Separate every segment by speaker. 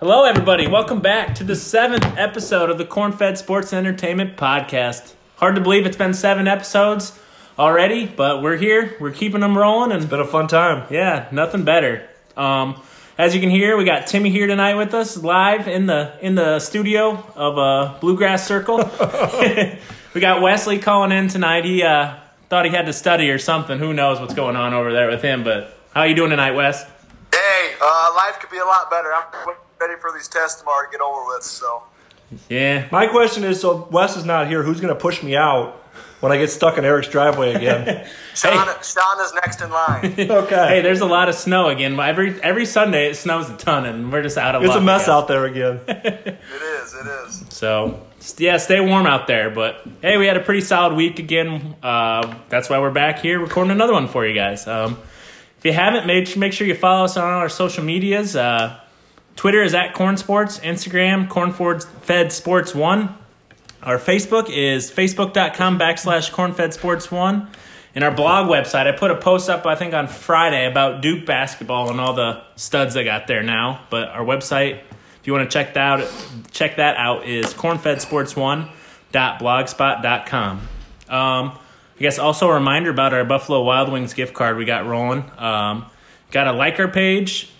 Speaker 1: Hello, everybody. Welcome back to the seventh episode of the Cornfed Sports and Entertainment Podcast. Hard to believe it's been seven episodes already, but we're here. We're keeping them rolling, and
Speaker 2: Been a fun time.
Speaker 1: yeah, nothing better. Um, as you can hear, we got Timmy here tonight with us, live in the in the studio of uh, Bluegrass Circle. we got Wesley calling in tonight. He uh, thought he had to study or something. Who knows what's going on over there with him? But how you doing tonight, Wes?
Speaker 3: Hey, uh, life could be a lot better. I'm ready for these tests tomorrow to get over with. So,
Speaker 1: Yeah,
Speaker 2: My question is so Wes is not here, who's going to push me out when I get stuck in Eric's driveway again?
Speaker 3: Sean, Sean is next in line.
Speaker 2: okay.
Speaker 1: Hey, there's a lot of snow again. Every every Sunday it snows a ton, and we're just out of
Speaker 2: it's
Speaker 1: luck,
Speaker 2: a
Speaker 1: I
Speaker 2: mess
Speaker 1: guess.
Speaker 2: out there again.
Speaker 3: it is. It is.
Speaker 1: So s- yeah, stay warm out there. But hey, we had a pretty solid week again. Uh, that's why we're back here recording another one for you guys. Um, if you haven't, make make sure you follow us on all our social medias. Uh, Twitter is at Corn Sports, Instagram Cornford Fed Sports One. Our Facebook is facebook.com backslash cornfedsports1. And our blog website, I put a post up, I think, on Friday about Duke basketball and all the studs they got there now. But our website, if you want to check that out, check that out is cornfedsports1.blogspot.com. Um, I guess also a reminder about our Buffalo Wild Wings gift card we got rolling. Um, got a like our page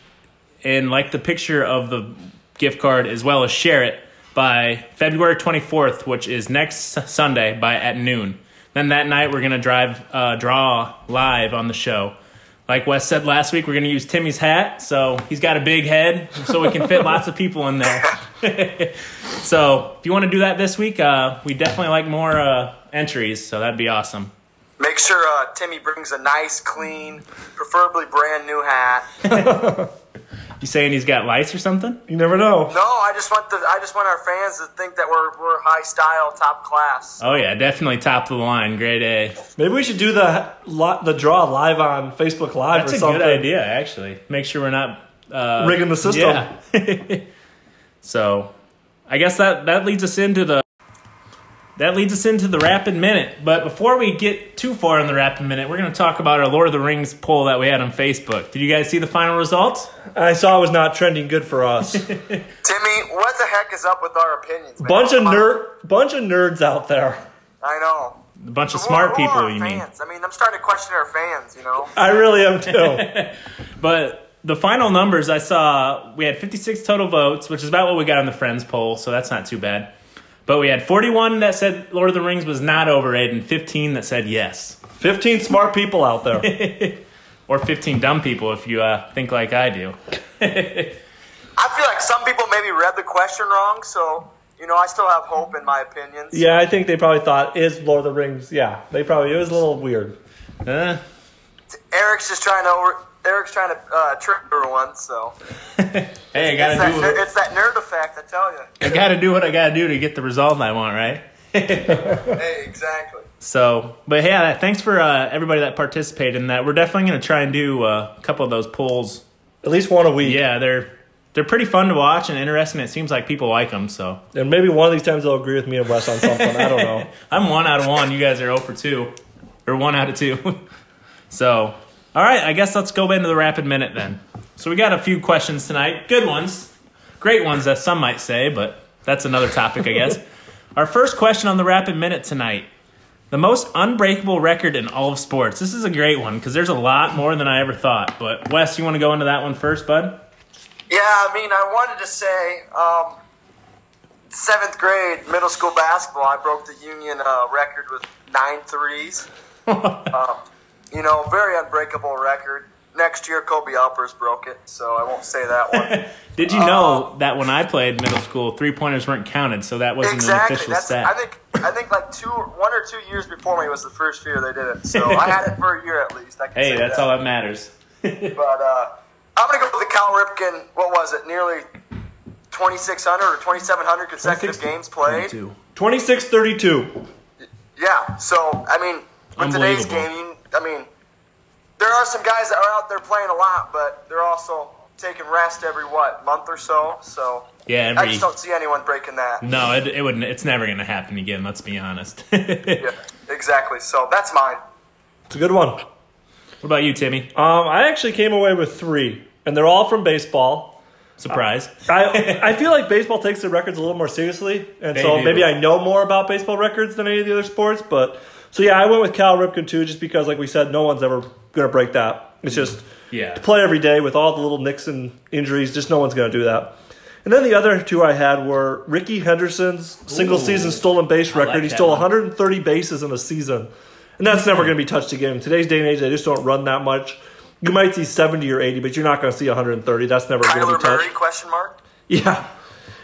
Speaker 1: and like the picture of the gift card as well as share it by February 24th, which is next S- Sunday by at noon. Then that night we're gonna drive uh, draw live on the show. Like Wes said last week, we're gonna use Timmy's hat, so he's got a big head, so we can fit lots of people in there. so if you want to do that this week, uh, we definitely like more uh, entries, so that'd be awesome.
Speaker 3: Make sure uh, Timmy brings a nice, clean, preferably brand new hat.
Speaker 1: You saying he's got lice or something?
Speaker 2: You never know.
Speaker 3: No, I just want the I just want our fans to think that we're we're high style, top class.
Speaker 1: Oh yeah, definitely top of the line, grade A.
Speaker 2: Maybe we should do the li- the draw live on Facebook Live
Speaker 1: That's
Speaker 2: or
Speaker 1: a
Speaker 2: something.
Speaker 1: good idea, actually. Make sure we're not uh,
Speaker 2: Rigging the system.
Speaker 1: Yeah. so, I guess that that leads us into the that leads us into the rapid minute. But before we get too far in the rapid minute, we're going to talk about our Lord of the Rings poll that we had on Facebook. Did you guys see the final results?
Speaker 2: I saw it was not trending good for us.
Speaker 3: Timmy, what the heck is up with our opinions? man?
Speaker 2: bunch of
Speaker 3: Come on.
Speaker 2: nerd bunch of nerds out there.
Speaker 3: I know.
Speaker 1: A bunch of smart
Speaker 3: Who are- who are
Speaker 1: people,
Speaker 3: our
Speaker 1: you mean?
Speaker 3: fans? I mean, I'm starting to question our fans. You know.
Speaker 2: I really am too.
Speaker 1: But the final numbers I saw, we had 56 total votes, which is about what we got in the Friends poll, so that's not too bad. But we had 41 that said Lord of the Rings was not overrated and 15 that said yes.
Speaker 2: 15 smart people out there.
Speaker 1: Or 15 dumb people if you uh, think like I do.
Speaker 3: I feel like some people maybe read the question wrong, so you know I still have hope in my opinions.
Speaker 2: Yeah, I think they probably thought is Lord of the Rings. Yeah, they probably it was a little weird.
Speaker 1: Uh,
Speaker 3: Eric's just trying to over. Eric's trying to uh, trick everyone, so
Speaker 1: hey, I
Speaker 3: it's
Speaker 1: gotta,
Speaker 3: that,
Speaker 1: do
Speaker 3: ner-
Speaker 1: what,
Speaker 3: it's that nerd effect, I tell you.
Speaker 1: I gotta do what I gotta do to get the result I want, right?
Speaker 3: hey, exactly.
Speaker 1: So, but yeah, that- thanks for uh, everybody that participated in that. We're definitely gonna try and do uh, a couple of those polls.
Speaker 2: At least one a week.
Speaker 1: Yeah, they're they're pretty fun to watch and interesting. It seems like people like them, so.
Speaker 2: And maybe one of these times they'll agree with me and Wes on something. I don't know.
Speaker 1: I'm one out of one. You guys are 0 for 2. Or 1 out of 2. so, all right, I guess let's go into the rapid minute then. So, we got a few questions tonight. Good ones. Great ones, that some might say, but that's another topic, I guess. Our first question on the rapid minute tonight the most unbreakable record in all of sports. This is a great one because there's a lot more than I ever thought. But, Wes, you want to go into that one first, bud?
Speaker 3: Yeah, I mean, I wanted to say um, seventh grade middle school basketball, I broke the union uh, record with nine threes. um, you know, very unbreakable record. Next year, Kobe Alpers broke it, so I won't say that one.
Speaker 1: Did you
Speaker 3: Uh,
Speaker 1: know that when I played middle school, three pointers weren't counted, so that wasn't an
Speaker 3: Exactly.
Speaker 1: official
Speaker 3: That's,
Speaker 1: stat?
Speaker 3: I think I think like two, one or two years before me was the first year they did it. So I had it for a year at least. I can
Speaker 1: hey,
Speaker 3: say
Speaker 1: that's
Speaker 3: that.
Speaker 1: all that matters.
Speaker 3: But uh, I'm gonna go with the Cal Ripken. What was it? Nearly 2,600 or 2,700 consecutive
Speaker 2: 26
Speaker 3: games played.
Speaker 2: 26 32.
Speaker 3: Yeah. So I mean, with today's
Speaker 1: Unbelievable.
Speaker 3: game, you, I mean, there are some guys that are out there playing a lot, but they're also taking rest every what month or so. So
Speaker 1: Yeah,
Speaker 3: I
Speaker 1: every
Speaker 3: just don't see anyone breaking that.
Speaker 1: no, it, it wouldn't. It's never gonna happen again. Let's be honest.
Speaker 3: Yeah, exactly. So that's mine.
Speaker 2: It's a good one.
Speaker 1: What about you, Timmy?
Speaker 2: Um, I actually came away with three, and they're all from baseball.
Speaker 1: Surprise.
Speaker 2: I, I feel like baseball takes the records a little more seriously, and
Speaker 1: They
Speaker 2: so
Speaker 1: do.
Speaker 2: maybe I know more about baseball records than any of the other sports. But so yeah, I went with Cal Ripken too, just because like we said, no one's ever gonna break that. It's just
Speaker 1: Mm-hmm. Yeah.
Speaker 2: to play every day with all the little nicks and injuries. Just no one's gonna do that. And then the other two I had were Ricky Henderson's single
Speaker 1: Ooh.
Speaker 2: season stolen base record.
Speaker 1: like
Speaker 2: he
Speaker 1: that
Speaker 2: stole
Speaker 1: one. Mm-hmm.
Speaker 2: 130 bases in a season, and that's never gonna be touched again. In today's day and age, they just don't run that much. You might see 70 or 80, but you're not gonna see 130. That's never gonna be
Speaker 3: Kyler
Speaker 2: touched.
Speaker 3: Murray? Question mark.
Speaker 2: Yeah.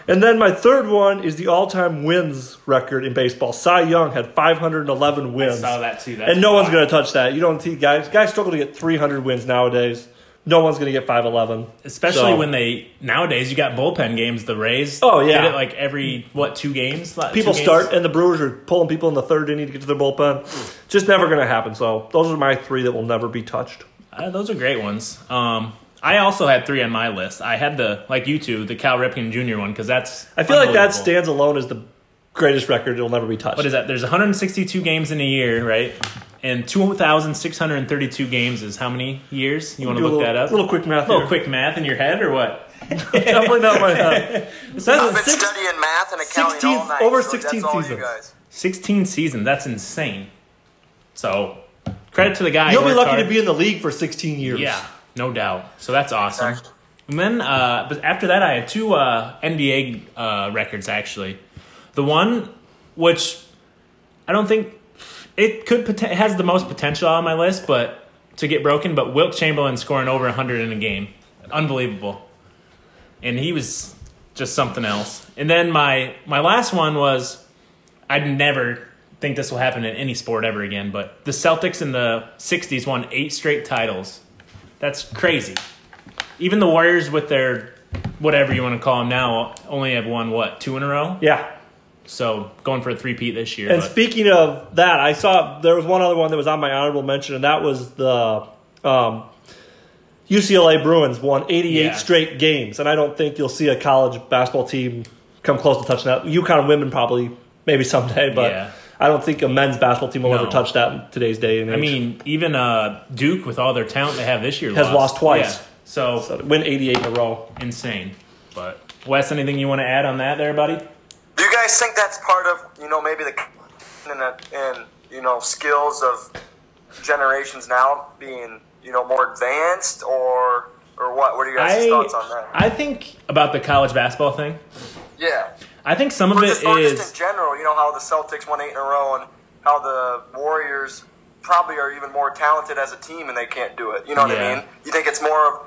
Speaker 2: And then my third one is the all-time wins record in baseball. Cy Young had 511 wins.
Speaker 1: saw that too. That's
Speaker 2: And no one's
Speaker 1: wild.
Speaker 2: going to touch that. You don't see guys guys struggle to get 300 wins nowadays. No one's going to get 511.
Speaker 1: Especially
Speaker 2: So,
Speaker 1: when they nowadays you got bullpen games. The Rays.
Speaker 2: Oh, yeah.
Speaker 1: did it like every what two games? Like, two
Speaker 2: people
Speaker 1: games?
Speaker 2: start and the Brewers are pulling people in the third inning to get to their bullpen. Just never going to happen. So those are my three that will never be touched.
Speaker 1: Uh, those are great ones. Um, I also had three on my list. I had the like you two, the Cal Ripken Jr. one because that's
Speaker 2: I feel like that
Speaker 1: unbelievable.
Speaker 2: stands alone as the greatest record. It'll never be touched.
Speaker 1: What is that? There's 162 games in a year, right? And 2,632 games is how many years? You want to
Speaker 2: Do a
Speaker 1: look
Speaker 2: little,
Speaker 1: that up?
Speaker 2: Little quick math.
Speaker 1: little
Speaker 2: here.
Speaker 1: quick math in your head or what?
Speaker 2: Definitely not my uh,
Speaker 3: I've been
Speaker 2: six-
Speaker 3: studying math and accounting
Speaker 2: 16
Speaker 3: all night.
Speaker 2: over
Speaker 3: so
Speaker 2: 16
Speaker 3: that's all
Speaker 2: seasons.
Speaker 3: You guys.
Speaker 1: 16 seasons. That's insane. So credit to the guy. who
Speaker 2: You'll be
Speaker 1: worked
Speaker 2: lucky
Speaker 1: hard.
Speaker 2: to be in the league for 16 years.
Speaker 1: Yeah, no doubt. So that's awesome.
Speaker 3: Exactly.
Speaker 1: And then, uh, but after that, I had two uh, NBA uh, records actually. The one which I don't think it could pot- it has the most potential on my list, but to get broken. But Wilt Chamberlain scoring over 100 in a game, unbelievable. And he was just something else. And then my my last one was I'd never think this will happen in any sport ever again, but the Celtics in the 60s won eight straight titles. That's crazy. Even the Warriors with their whatever you want to call them now only have won what two in a row.
Speaker 2: Yeah.
Speaker 1: So going for a three-peat this year.
Speaker 2: And
Speaker 1: but-
Speaker 2: speaking of that, I saw there was one other one that was on my honorable mention, and that was the um, UCLA Bruins won 88
Speaker 1: Yeah.
Speaker 2: straight games, and I don't think you'll see a college basketball team come close to touching that. UConn women probably maybe someday, but
Speaker 1: Yeah.
Speaker 2: I don't think a men's basketball team will
Speaker 1: No.
Speaker 2: ever touch that in today's day and age.
Speaker 1: I mean, even uh, Duke with all their talent they have this year
Speaker 2: Has lost twice.
Speaker 1: Yeah. So,
Speaker 2: So to win 88 in a row.
Speaker 1: insane. But Wes, anything you want to add on that, there, buddy?
Speaker 3: Do you guys think that's part of you know maybe the and, the- and you know skills of generations now being you know more advanced or or what? What are you guys' thoughts on
Speaker 1: I
Speaker 3: that?
Speaker 1: I think about the college basketball thing.
Speaker 3: yeah,
Speaker 1: I think some of
Speaker 3: or
Speaker 1: it
Speaker 3: just, or just in
Speaker 1: is
Speaker 3: general, you know how the Celtics won eight in a row and how the Warriors probably are even more talented as a team and they can't do it. You know what
Speaker 1: Yeah.
Speaker 3: I mean? You think it's more of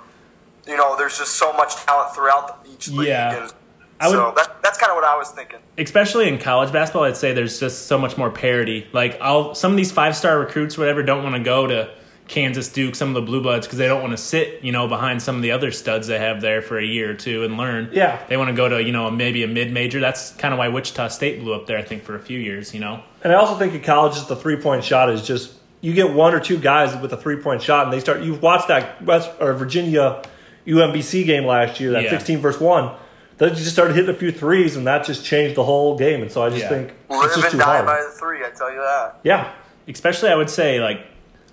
Speaker 3: you know there's just so much talent throughout the, each league.
Speaker 1: Yeah.
Speaker 3: And,
Speaker 1: I would-
Speaker 3: so that, that's kind of what I was thinking.
Speaker 1: especially in college basketball, I'd say there's just so much more parity. Like, I'll, some of these five star recruits, whatever, don't want to go to Kansas, Duke, some of the blue bloods because they don't want to sit, you know, behind some of the other studs they have there for a year or two and learn.
Speaker 2: Yeah.
Speaker 1: they want to go to you know maybe a mid major. That's kind of why Wichita State blew up there, I think, for a few years. You know,
Speaker 2: And I also think in college, just the three point shot is just you get one or two guys with a three point shot, and they start. You've watched that West or Virginia UMBC game last year, that
Speaker 1: Yeah.
Speaker 2: sixteen versus one. They just started hitting a few threes, and that just changed the whole game. And so I just
Speaker 1: Yeah.
Speaker 2: think it's
Speaker 3: Live
Speaker 2: just
Speaker 3: and
Speaker 2: too
Speaker 3: die
Speaker 2: hard.
Speaker 3: by the three. I tell you that.
Speaker 2: yeah,
Speaker 1: especially I would say like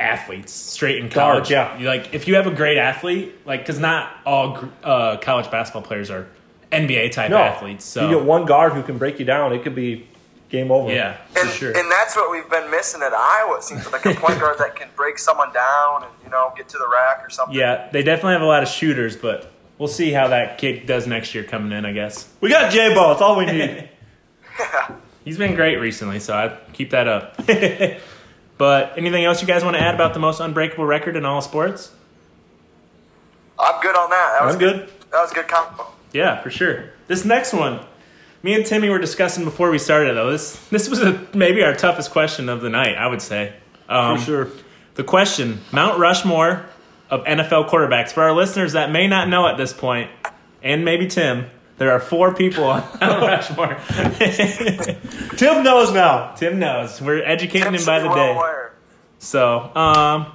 Speaker 1: athletes straight in college.
Speaker 2: Guards, yeah.
Speaker 1: You, like if you have a great athlete, like because not all gr- uh, college basketball players are NBA type
Speaker 2: no,
Speaker 1: athletes. So
Speaker 2: you get one guard who can break you down. It could be game over.
Speaker 1: yeah, for
Speaker 3: And,
Speaker 1: sure.
Speaker 3: and that's what we've been missing at Iowa. It seems like a point guard that can break someone down and you know get to the rack or something.
Speaker 1: Yeah, they definitely have a lot of shooters, but we'll see how that kid does next year coming in, I guess.
Speaker 2: we got J Bo. It's all we need.
Speaker 1: He's been great recently, so I keep that up. but anything else you guys want to add about the most unbreakable record in all sports?
Speaker 3: I'm good on that. That was
Speaker 2: I'm good.
Speaker 3: That was a good combo.
Speaker 1: Yeah, for sure. This next one, me and Timmy were discussing before we started though. This this was a, maybe our toughest question of the night, I would say. Um,
Speaker 2: For sure.
Speaker 1: The question: Mount Rushmore of NFL quarterbacks. For our listeners that may not know at this point, and maybe Tim, there are four people on Mount Rushmore.
Speaker 2: Tim knows now.
Speaker 1: Tim knows. We're educating
Speaker 3: Tim
Speaker 1: him
Speaker 3: should
Speaker 1: by
Speaker 3: be
Speaker 1: the
Speaker 3: well
Speaker 1: day.
Speaker 3: aware.
Speaker 1: So, um,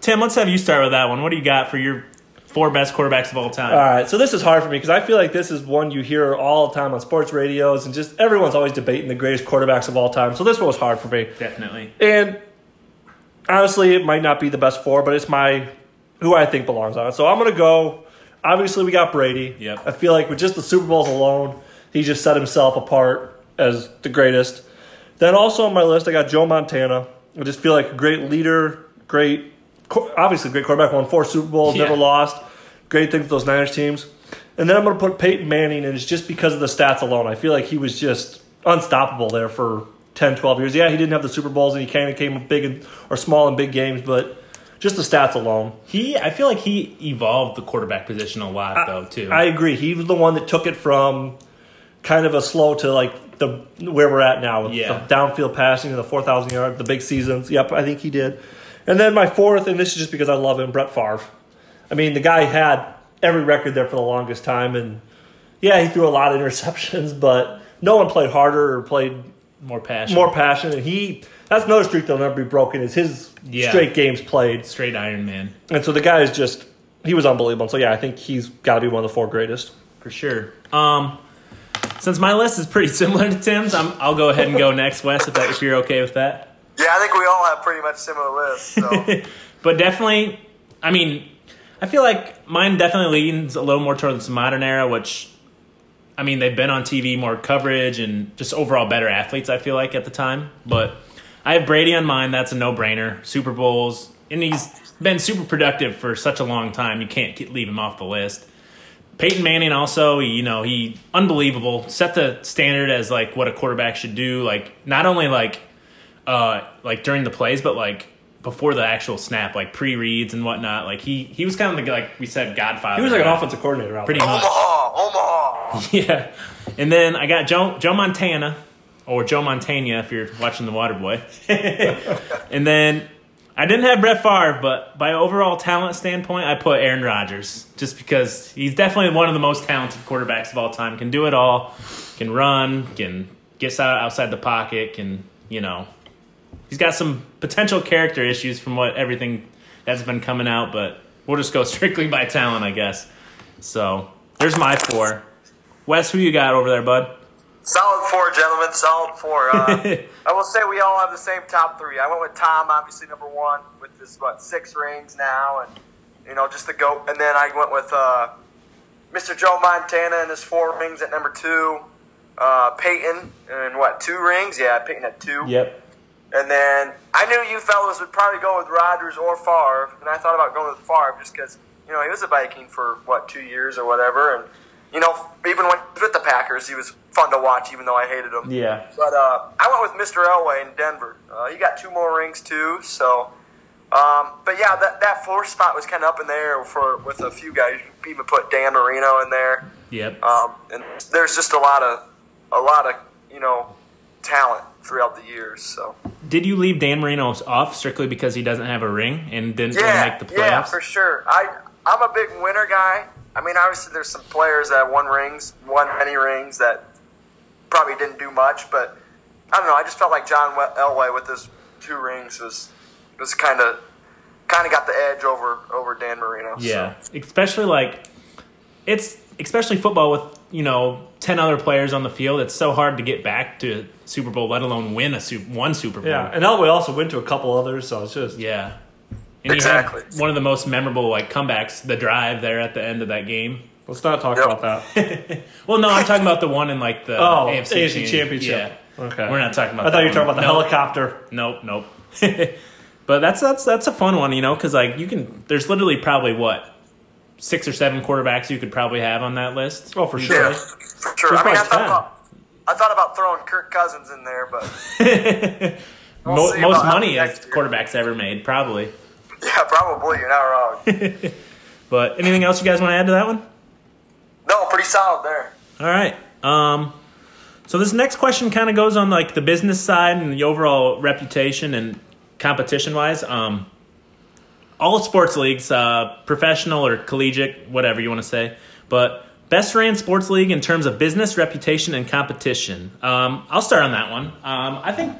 Speaker 1: Tim, let's have you start with that one. What do you got for your four best quarterbacks of all time?
Speaker 2: All right, so this is hard for me because I feel like this is one you hear all the time on sports radios, and just everyone's always debating the greatest quarterbacks of all time. So this one was hard for me.
Speaker 1: Definitely.
Speaker 2: And honestly, it might not be the best four, but it's my who I think belongs on it. So I'm gonna go. obviously we got Brady.
Speaker 1: Yep.
Speaker 2: I feel like with just the Super Bowls alone, he just set himself apart as the greatest. Then also on my list, I got Joe Montana. I just feel like a great leader, great, qu- obviously great quarterback. Won four Super Bowls,
Speaker 1: Yeah.
Speaker 2: never lost. Great thing for those Niners teams. And then I'm going to put Peyton Manning, and it's just because of the stats alone. I feel like he was just unstoppable there for 10, 12 years. Yeah, he didn't have the Super Bowls, and he kind of came up big and, or small in big games, but just the stats alone.
Speaker 1: He, I feel like he evolved the quarterback position a lot though too.
Speaker 2: I agree. He was the one that took it from kind of a slow to like the where we're at now with
Speaker 1: Yeah.
Speaker 2: the downfield passing and the four thousand yard, the big seasons. Yep, I think he did. And then my fourth, and this is just because I love him, Brett Favre. I mean, the guy had every record there for the longest time, and yeah, he threw a lot of interceptions, but no one played harder or played
Speaker 1: more passion,
Speaker 2: more passion. And he that's another streak that'll never be broken is his
Speaker 1: Yeah.
Speaker 2: straight games played.
Speaker 1: straight Iron Man
Speaker 2: And so the guy is just he was unbelievable. And so yeah, I think he's got to be one of the four greatest.
Speaker 1: for sure. Um, since my list is pretty similar to Tim's, I'm, I'll go ahead and go next, Wes, if, that, if you're okay with that.
Speaker 3: Yeah, I think we all have pretty much similar lists. So.
Speaker 1: But definitely, I mean, I feel like mine definitely leans a little more towards this modern era, which, I mean, they've been on TV, more coverage, and just overall better athletes, I feel like, at the time. But I have Brady on mine. That's a no brainer. Super Bowls. And he's been super productive for such a long time. You can't ke- leave him off the list. Peyton Manning also, you know, he unbelievable. Set the standard as like what a quarterback should do. Like not only like uh, like during the plays, but like before the actual snap, like pre reads and whatnot. Like he he was kind of the, like we said, Godfather.
Speaker 2: He was like an offensive coordinator out
Speaker 1: pretty
Speaker 2: there.
Speaker 1: much.
Speaker 3: Omaha, Omaha.
Speaker 1: yeah. And then I got Joe Joe Montana, or Joe Montana if you're watching The Waterboy. and then I didn't have Brett Favre, but by overall talent standpoint, I put Aaron Rodgers just because he's definitely one of the most talented quarterbacks of all time. Can do it all, can run, can get out outside the pocket, can you know, he's got some potential character issues from what everything that's been coming out, but we'll just go strictly by talent, I guess. So there's my four. Wes, who you got over there, bud?
Speaker 3: Solid four, gentlemen. Solid four. Uh, I will say we all have the same top three. I went with Tom, obviously number one, with this what six rings now, and you know just the goat. And then I went with uh, Mr. Joe Montana and his four rings at number two. Uh, Peyton and what two rings? Yeah, Peyton had two.
Speaker 2: Yep.
Speaker 3: And then I knew you fellas would probably go with Rodgers or Favre, and I thought about going with Favre just because you know he was a Viking for what two years or whatever, and you know even when he was with the Packers, he was fun to watch, even though I hated him.
Speaker 2: Yeah.
Speaker 3: But uh, I went with Mr. Elway in Denver. Uh, he got two more rings too. So, um, but yeah, that that fourth spot was kind of up in the air for with a few guys. You even put Dan Marino in there.
Speaker 1: Yep.
Speaker 3: Um, and there's just a lot of a lot of you know talent throughout the years. So.
Speaker 1: Did you leave Dan Marino off strictly because he doesn't have a ring and didn't really make the playoffs?
Speaker 3: Yeah, for sure. I I'm a big winner guy. I mean, obviously there's some players that won rings, won many rings that probably didn't do much, but I don't know. I just felt like John Wel- Elway with his two rings was was kind of kind of got the edge over over Dan Marino. so.
Speaker 1: Yeah, especially like it's especially football with you know ten other players on the field. It's so hard to get back to Super Bowl, let alone win a Super, one Super Bowl.
Speaker 2: Yeah. And Elway also went to a couple others, so it's just
Speaker 1: Yeah. And he
Speaker 3: Exactly.
Speaker 1: had one of the most memorable like comebacks, the drive there at the end of that game.
Speaker 2: let's not talk
Speaker 3: Yep.
Speaker 2: about that.
Speaker 1: Well, no, I'm talking about the one in like the
Speaker 2: Oh,
Speaker 1: AFC,
Speaker 2: AFC
Speaker 1: champion-
Speaker 2: championship.
Speaker 1: Yeah.
Speaker 2: Okay.
Speaker 1: We're not talking about.
Speaker 2: I thought you were talking
Speaker 1: one.
Speaker 2: about the
Speaker 1: Nope.
Speaker 2: helicopter.
Speaker 1: Nope, nope. but that's that's that's a fun one, you know, because like you can. There's literally probably what six or seven quarterbacks you could probably have on that list.
Speaker 2: Oh, for
Speaker 3: Yeah,
Speaker 2: sure.
Speaker 3: for sure. I mean, I
Speaker 2: Just
Speaker 3: thought
Speaker 2: like
Speaker 3: about I thought about throwing Kirk Cousins in there, but We'll
Speaker 1: Mo-
Speaker 3: see
Speaker 1: most
Speaker 3: about
Speaker 1: money
Speaker 3: next
Speaker 1: a
Speaker 3: year.
Speaker 1: quarterbacks ever made, probably.
Speaker 3: yeah, probably you're not wrong.
Speaker 1: But anything else you guys want to add to that one?
Speaker 3: no, pretty solid there.
Speaker 1: All right. Um, so this next question kind of goes on like the business side and the overall reputation and competition wise. Um, all sports leagues, uh, professional or collegiate, whatever you want to say, but best ran sports league in terms of business reputation and competition. Um, I'll start on that one. Um, I think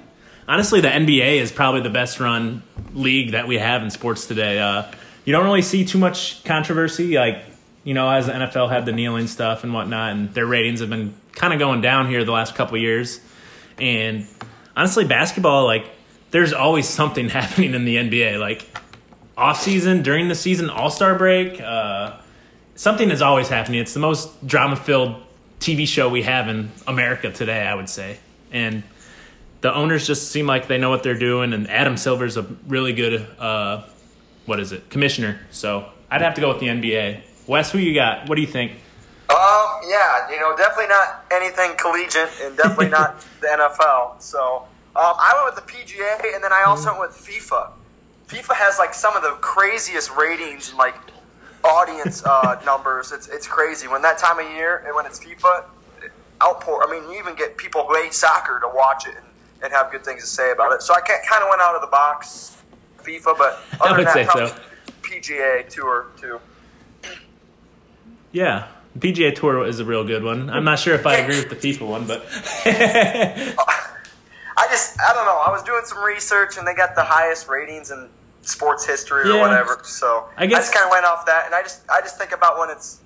Speaker 1: honestly, the NBA is probably the best run league that we have in sports today. Uh, you don't really see too much controversy, like you know, as the NFL had the kneeling stuff and whatnot, and their ratings have been kind of going down here the last couple of years. And honestly, basketball, like, there's always something happening in the NBA, like off season, during the season, All Star break, uh, something is always happening. It's the most drama filled TV show we have in America today, I would say. And the owners just seem like they know what they're doing. And Adam Silver's a really good, uh, what is it, commissioner. So I'd have to go with the NBA. Wes, who you got? What do you think?
Speaker 3: Um, yeah, you know, definitely not anything collegiate, and definitely not the NFL. So um, I went with the PGA, and then I also
Speaker 1: Mm-hmm.
Speaker 3: went with FIFA. FIFA has like some of the craziest ratings and like audience uh, numbers. It's it's crazy when that time of year and when it's FIFA outpour. I mean, you even get people who hate soccer to watch it and, and have good things to say about it. So I kind of went out of the box FIFA, but
Speaker 1: I
Speaker 3: other
Speaker 1: would
Speaker 3: than
Speaker 1: say
Speaker 3: that, probably
Speaker 1: so.
Speaker 3: PGA Tour too.
Speaker 1: Yeah, the PGA Tour is a real good one. I'm not sure if I agree with the FIFA one, but
Speaker 3: I just I don't know. I was doing some research and they got the highest ratings in sports history or
Speaker 1: Yeah.
Speaker 3: whatever. So
Speaker 1: I guess-
Speaker 3: just kind of went off that, and I just I just think about when it's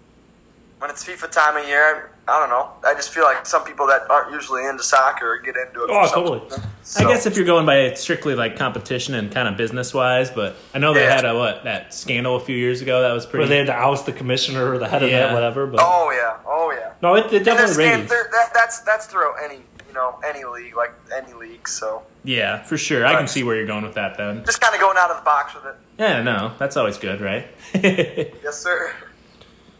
Speaker 3: when it's FIFA time of year. I, I don't know. I just feel like some people that aren't usually into soccer get into it. for
Speaker 2: Oh,
Speaker 3: some-
Speaker 2: totally.
Speaker 1: I
Speaker 3: so-
Speaker 1: guess if you're going by strictly like competition and kind of business wise, but I know they
Speaker 3: Yeah.
Speaker 1: had a what that scandal a few years ago that was pretty.
Speaker 2: Where they had to oust the commissioner or the head of
Speaker 1: Yeah.
Speaker 2: that, whatever. But
Speaker 3: Oh yeah. Oh yeah.
Speaker 2: no, it, it
Speaker 3: And there's-
Speaker 2: definitely
Speaker 3: and
Speaker 2: ratings.
Speaker 3: there- that, that's that's throughout any you know any league like any league. So
Speaker 1: yeah, for sure. I can
Speaker 3: Right.
Speaker 1: see where you're going with that then.
Speaker 3: just kind of going out of the box with it.
Speaker 1: Yeah, no, that's always good, right? what do
Speaker 3: Yes, sir.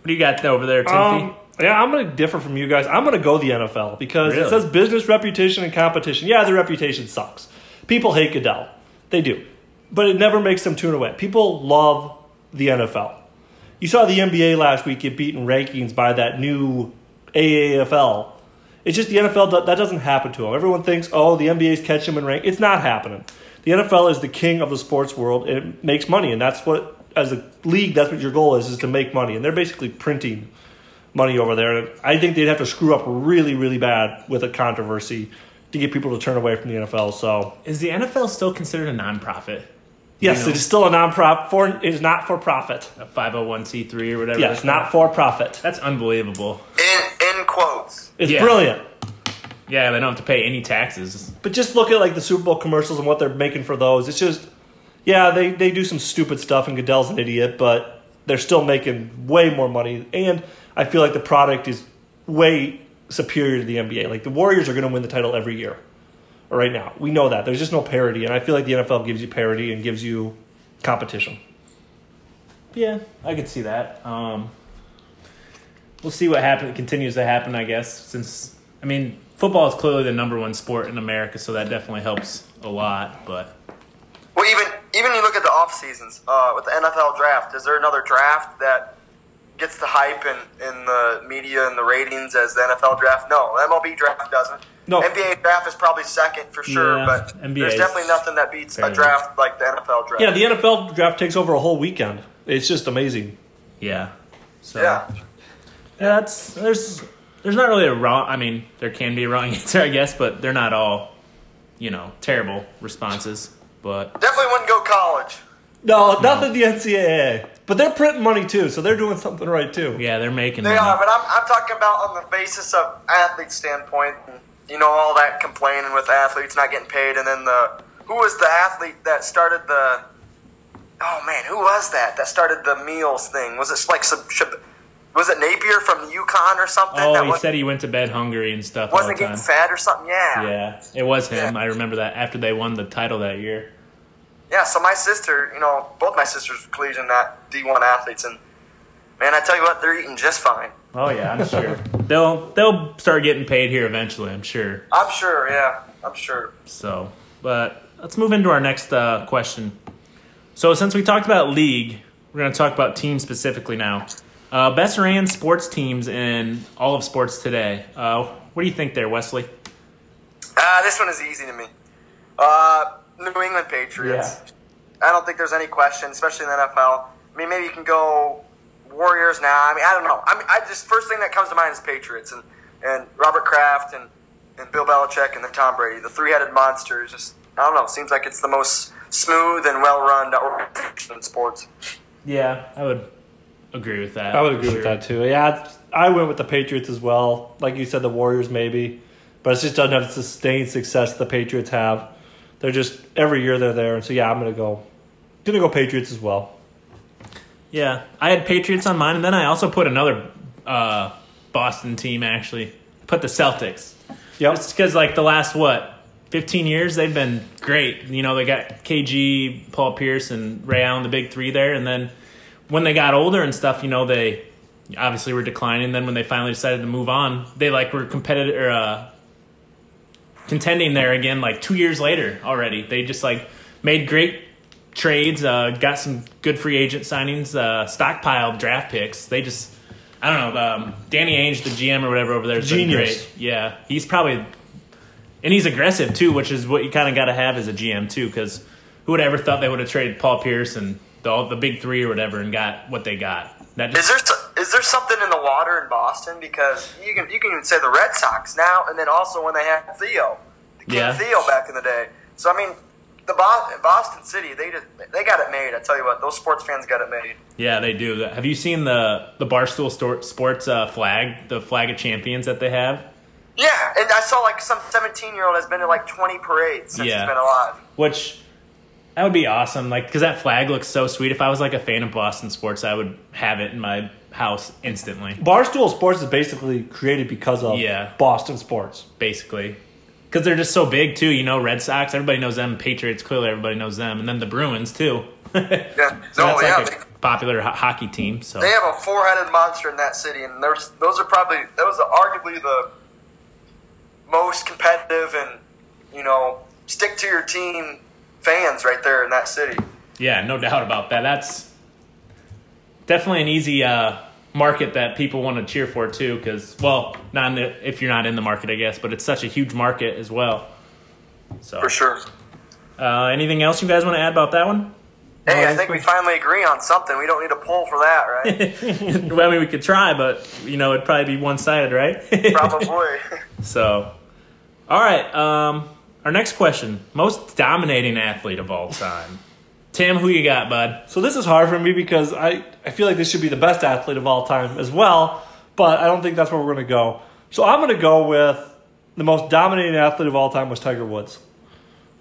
Speaker 1: you got over there, Timothy?
Speaker 2: Um, yeah, I'm going to differ from you guys. I'm going to go the NFL because
Speaker 1: Really?
Speaker 2: it says business reputation and competition. Yeah, their reputation sucks. People hate Goodell. They do. But it never makes them tune away. People love the NFL. You saw the NBA last week get beaten rankings by that new AAFL. It's just the NFL, do- that doesn't happen to them. Everyone thinks, oh, the NBA's catch them in rank. It's not happening. The NFL is the king of the sports world. and It makes money, and that's what, as a league, that's what your goal is, is to make money. And they're basically printing money over there. And I think they'd have to screw up really, really bad with a controversy to get people to turn away from the NFL. So
Speaker 1: Is the NFL still considered a nonprofit?
Speaker 2: yes,
Speaker 1: You know.
Speaker 2: it is still a non-profit. For it is not for profit.
Speaker 1: A 501c3 or whatever?
Speaker 2: Yes,
Speaker 1: it's
Speaker 2: not
Speaker 1: called?
Speaker 2: for profit.
Speaker 1: That's unbelievable.
Speaker 3: In in quotes.
Speaker 2: It's
Speaker 1: Yeah.
Speaker 2: brilliant.
Speaker 1: Yeah, they don't have to pay any taxes.
Speaker 2: But just look at like the Super Bowl commercials and what they're making for those. It's just, yeah, they, they do some stupid stuff, and Goodell's an idiot, but they're still making way more money. And I feel like the product is way superior to the NBA. Like the Warriors are going to win the title every year, right now. We know that. There's just no parity, and I feel like the NFL gives you parity and gives you competition.
Speaker 1: Yeah, I could see that. Um, we'll see what happen continues to happen, I guess. Since I mean, football is clearly the number one sport in America, so that definitely helps a lot. But
Speaker 3: Well, even even you look at the off seasons uh, with the NFL draft. Is there another draft that gets the hype and in the media and the ratings as the NFL draft? No, MLB draft doesn't.
Speaker 2: No.
Speaker 3: NBA draft is probably second for sure,
Speaker 1: Yeah,
Speaker 3: but
Speaker 1: NBA
Speaker 3: there's
Speaker 1: is
Speaker 3: definitely nothing that beats
Speaker 1: fairly-
Speaker 3: a draft like the NFL draft.
Speaker 2: Yeah, the NFL draft takes over a whole weekend. It's just amazing.
Speaker 1: yeah, so
Speaker 3: yeah.
Speaker 1: Yeah, that's there's there's not really a wrong. I mean, there can be a wrong answer, I guess, but they're not all you know terrible responses. But
Speaker 3: Definitely wouldn't go college.
Speaker 2: No, not that the NCAA, but they're printing money too, so they're doing something right too.
Speaker 1: yeah, they're making
Speaker 3: They
Speaker 1: them
Speaker 3: are,
Speaker 1: up.
Speaker 3: but I'm, I'm talking about on the basis of athlete standpoint. You know, all that complaining with athletes not getting paid, and then the who was the athlete that started the? Oh man, who was that that started the meals thing? Was it like some? Shab- Was it Napier from Yukon or something? that
Speaker 1: Oh, he
Speaker 3: wa-
Speaker 1: said he went to bed hungry and stuff all the
Speaker 3: wasn't getting
Speaker 1: time.
Speaker 3: fed or something. Yeah.
Speaker 1: Yeah, it was him.
Speaker 3: Yeah.
Speaker 1: I remember that after they won the title that year.
Speaker 3: Yeah, so my sister, you know, both my sisters were collegiate not D1 athletes, and man, I tell you what, they're eating just fine.
Speaker 1: Oh yeah, I'm sure they'll they'll start getting paid here eventually. I'm sure.
Speaker 3: I'm sure. Yeah, I'm sure.
Speaker 1: So, but let's move into our next uh, question. So, since we talked about league, we're going to talk about teams specifically now. Uh, best ran sports teams in all of sports today. Uh, what do you think there, Wesley?
Speaker 3: Uh, this one is easy to me. Uh, New England Patriots. I don't think there's any question, especially in the NFL. I mean, maybe you can go Warriors now. I mean, I don't know. I mean, I just first thing that comes to mind is Patriots and, and Robert Kraft and, and Bill Belichick and then Tom Brady, the three-headed monster. is Just I don't know. Seems like it's the most smooth and well-run organization in sports.
Speaker 1: Yeah, I would agree with that.
Speaker 2: I would agree
Speaker 1: Sure.
Speaker 2: with that too. Yeah, it's- I went with the Patriots as well. Like you said, the Warriors maybe, but it just doesn't have the sustained success the Patriots have. They're just every year they're there, and so yeah, I'm gonna go, gonna go Patriots as well.
Speaker 1: Yeah, I had Patriots on mine, and then I also put another uh, Boston team. Actually, put the Celtics.
Speaker 2: Yep.
Speaker 1: It's because like the last what, fifteen years they've been great. You know, they got KG, Paul Pierce, and Ray Allen, the big three there, and then when they got older and stuff, you know, they obviously were declining. Then when they finally decided to move on, they like were competitive or uh, contending there again. Like two years later already, they just like made great trades, uh, got some good free agent signings, uh, stockpiled draft picks. They just, I don't know. Um, Danny Ainge, the GM or whatever over there, is
Speaker 2: Genius.
Speaker 1: great. Yeah, he's probably, and he's aggressive too, which is what you kind of got to have as a GM too, because who would ever thought they would have traded Paul Pierce and the all, the big three or whatever and got what they got? That
Speaker 3: Is
Speaker 1: just,
Speaker 3: there so- is there something in the water in Boston? Because you can you can even say the Red Sox now, and then also when they had Theo, the kid
Speaker 1: Yeah.
Speaker 3: Theo back in the day. So I mean, the Bo- Boston City they just they got it made. I tell you what, those sports fans got it made.
Speaker 1: yeah, they do. Have you seen the the Barstool Stor- Sports uh, flag, the flag of champions that they have?
Speaker 3: Yeah, and I saw like some seventeen year old has been to like twenty parades since
Speaker 1: Yeah.
Speaker 3: he's been alive.
Speaker 1: which that would be awesome. Like, because that flag looks so sweet. If I was like a fan of Boston sports, I would have it in my house instantly,
Speaker 2: Barstool Sports is basically created because of
Speaker 1: Yeah.
Speaker 2: Boston sports.
Speaker 1: basically. Because they're just so big too. You know, Red Sox, everybody knows them. Patriots, clearly everybody knows them, and then the Bruins too. so
Speaker 3: Yeah,
Speaker 1: that's
Speaker 3: no, yeah,
Speaker 1: like
Speaker 3: they,
Speaker 1: a popular ho- hockey team. So
Speaker 3: they have a four headed monster in that city, and there's those are probably those are arguably the most competitive and you know stick to your team fans right there in that city.
Speaker 1: yeah, no doubt about that. That's definitely an easy uh, market that people want to cheer for too. Because well, not in the, if you're not in the market, I guess, but it's such a huge market as well. So
Speaker 3: For sure.
Speaker 1: Uh, anything else you guys want to add about that one?
Speaker 3: Hey, I
Speaker 2: that's
Speaker 3: think we finally agree on something. We don't need a poll for that, right?
Speaker 1: Well, I mean, we could try, but you know, it'd probably be one-sided, right?
Speaker 3: Probably.
Speaker 1: so, all right. Um, our next question: most dominating athlete of all time. Tim, who you got, bud?
Speaker 2: So this is hard for me because I, I feel like this should be the best athlete of all time as well, but I don't think that's where we're going to go. So I'm going to go with the most dominating athlete of all time was Tiger Woods.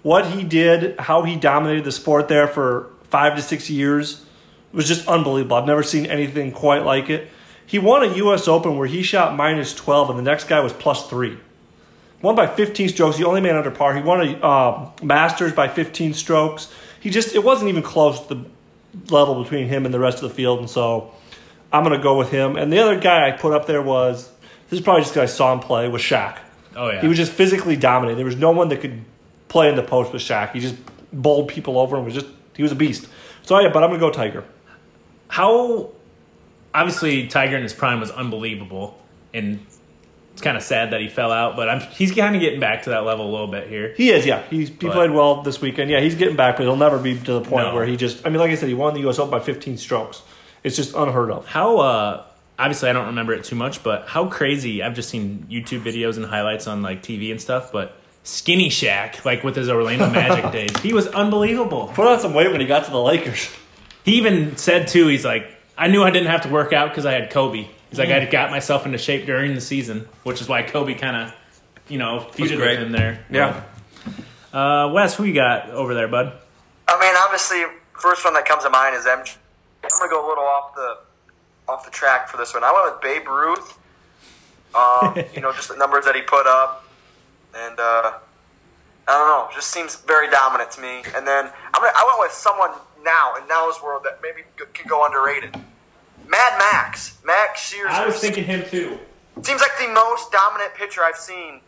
Speaker 2: What he did, how he dominated the sport there for five to six years was just unbelievable. I've never seen anything quite like it. He won a U.S. Open where he shot minus 12 and the next guy was plus three. Won by 15 strokes. He only made under par. He won a uh, Masters by 15 strokes. He just, it wasn't even close to the level between him and the rest of the field, and so I'm going to go with him. And the other guy I put up there was this is probably just because I saw him play was Shaq.
Speaker 1: Oh yeah,
Speaker 2: He was just physically dominant. There was no one that could play in the post with Shaq. He just bowled people over and was just he was a beast. So yeah, but I'm going to go Tiger.
Speaker 1: how obviously Tiger in his prime was unbelievable, and it's kind of sad that he fell out. But I'm he's kind of getting back to that level a little bit here.
Speaker 2: He is, yeah. He's, he
Speaker 1: But-
Speaker 2: played well this weekend. Yeah, he's getting back, but he'll never be to the point
Speaker 1: No.
Speaker 2: where he just. I mean, like I said, he won the U.S. Open by 15 strokes. It's just unheard of.
Speaker 1: How uh obviously I don't remember it too much, but how crazy I've just seen YouTube videos and highlights on like TV and stuff, but Skinny Shack, like with his Orlando Magic days, he was unbelievable.
Speaker 2: Put on some weight when he got to the Lakers.
Speaker 1: He even said too, he's like, I knew I didn't have to work out because I had Kobe. He's like, I got myself into shape during the season, which is why Kobe kind of, you know, feuded
Speaker 2: great.
Speaker 1: with him there.
Speaker 2: Yeah.
Speaker 1: Uh, Wes, who you got over there, bud?
Speaker 3: I mean, obviously, first one that comes to mind is MJ. I'm gonna go a little off the off the track for this one. I went with Babe Ruth. Um, you know, just the numbers that he put up, and uh, I don't know, just seems very dominant to me. And then I'm gonna, I went with someone now in now's world that maybe g- could go underrated. Mad Max, Max Shears.
Speaker 1: him too.
Speaker 3: Seems like the most dominant pitcher I've seen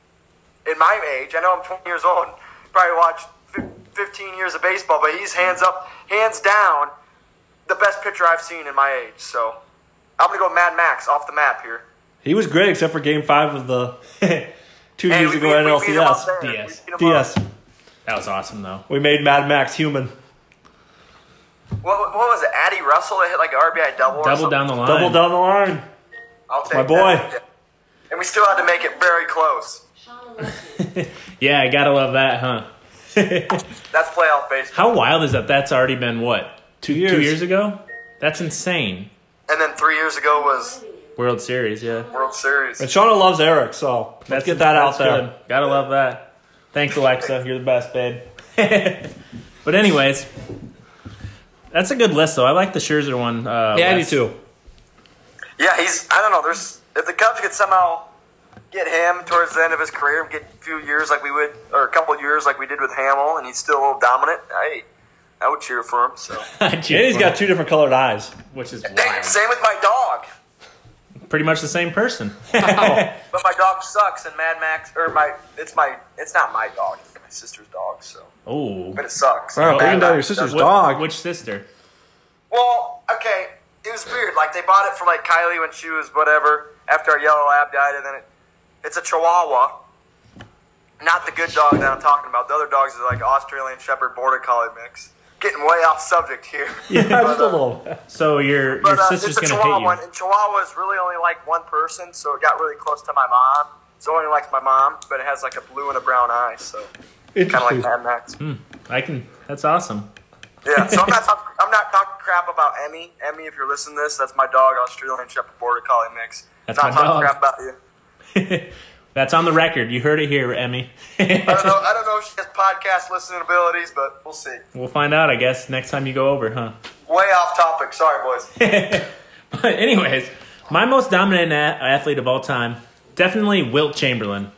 Speaker 3: in my age. I know I'm 20 years old, probably watched fif- 15 years of baseball, but he's hands up, hands down, the best pitcher I've seen in my age. So I'm gonna go Mad Max off the map here.
Speaker 2: He was great except for Game Five of the two
Speaker 3: Hey,
Speaker 2: years
Speaker 3: we
Speaker 2: ago
Speaker 3: beat- we beat him up
Speaker 2: NLCS.
Speaker 3: there. We
Speaker 1: DS.
Speaker 3: beat him up.
Speaker 2: DS.
Speaker 1: That was awesome though.
Speaker 2: We made Mad Max human.
Speaker 3: What, what was it? Addy Russell that hit like an RBI double. or
Speaker 1: Double
Speaker 3: something?
Speaker 1: down the line.
Speaker 2: Double down the line.
Speaker 3: I'll take
Speaker 2: My boy.
Speaker 3: that. And we still had to make it very close.
Speaker 1: Yeah, I gotta love that, huh?
Speaker 3: That's playoff baseball.
Speaker 1: How wild is that? That's already been what two
Speaker 2: years.
Speaker 1: two years ago. That's insane.
Speaker 3: And then three years ago was
Speaker 1: World Series, yeah.
Speaker 3: World Series.
Speaker 2: And Shauna loves Eric, so let's
Speaker 1: That's-
Speaker 2: get that
Speaker 1: that's
Speaker 2: out there.
Speaker 1: good. Gotta love that.
Speaker 2: Uh,
Speaker 1: Thanks, Alexa. You're the best, babe. but anyways, That's a good list, though. I like the Scherzer one. Uh,
Speaker 2: Yeah, I do
Speaker 1: last-
Speaker 2: too.
Speaker 3: Yeah, he's. I don't know. There's if the Cubs could somehow get him towards the end of his career, get a few years like we would, or a couple years like we did with Hamill, and he's still dominant. I, I would cheer for him. So
Speaker 1: And
Speaker 2: And he's got two different colored eyes.
Speaker 1: which is
Speaker 3: Hey,
Speaker 1: wild.
Speaker 3: same with my dog,
Speaker 1: Pretty much the same person.
Speaker 3: but my dog sucks, and Mad Max or my it's my it's not my dog, it's my sister's dog. So,
Speaker 1: oh,
Speaker 3: but it sucks.
Speaker 4: Wow,
Speaker 3: Mad
Speaker 4: bringing down
Speaker 3: Max
Speaker 4: your sister's
Speaker 3: does-
Speaker 4: dog.
Speaker 1: Which sister?
Speaker 3: Well, okay, it was weird. Like they bought it for like Kylie when she was whatever. After our yellow lab died, and then it, it's a Chihuahua, not the good dog that I'm talking about. The other dogs are like Australian Shepherd Border Collie mix. Getting way off subject here.
Speaker 2: Yeah, just a
Speaker 3: uh,
Speaker 2: little.
Speaker 1: So your your
Speaker 3: But uh, it's
Speaker 1: sister's
Speaker 3: a
Speaker 1: gonna hate you.
Speaker 3: Chihuahua, and Chihuahuas really only like one person, so it got really close to my mom. So it only likes my mom, but it has like a blue and a brown eye, so kind of
Speaker 2: Interesting.
Speaker 3: like Mad Max.
Speaker 1: I can. That's awesome.
Speaker 3: Yeah, so I'm not talk- I'm not talking crap about Emmy. Emmy, if you're listening to this, that's my dog, Australian Shepherd Border Collie mix.
Speaker 1: That's
Speaker 3: not
Speaker 1: my
Speaker 3: talking
Speaker 1: dog.
Speaker 3: crap about you.
Speaker 1: That's on the record. You heard it here, Emmy.
Speaker 3: I don't know. I don't know if she has podcast listening abilities, but we'll see.
Speaker 1: we'll find out, I guess, next time you go over, huh?
Speaker 3: Way off topic. Sorry, boys.
Speaker 1: But anyways, my most dominant a- athlete of all time, definitely Wilt Chamberlain.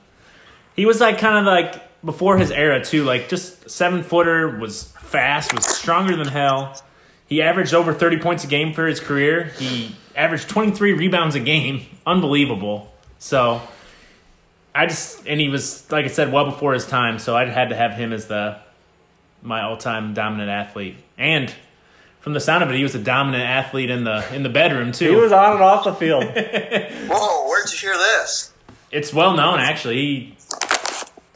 Speaker 1: He was like kind of like before his era too, like just seven footer, was fast, was stronger than hell. He averaged over thirty points a game for his career. He averaged twenty three rebounds a game, unbelievable. So I just and he was like I said, well before his time. So I had to have him as the my all time dominant athlete and. From the sound of it, he was a dominant athlete in the in the bedroom too.
Speaker 2: He was on and off the field.
Speaker 3: Whoa, where'd you hear this?
Speaker 1: It's well known, actually. He-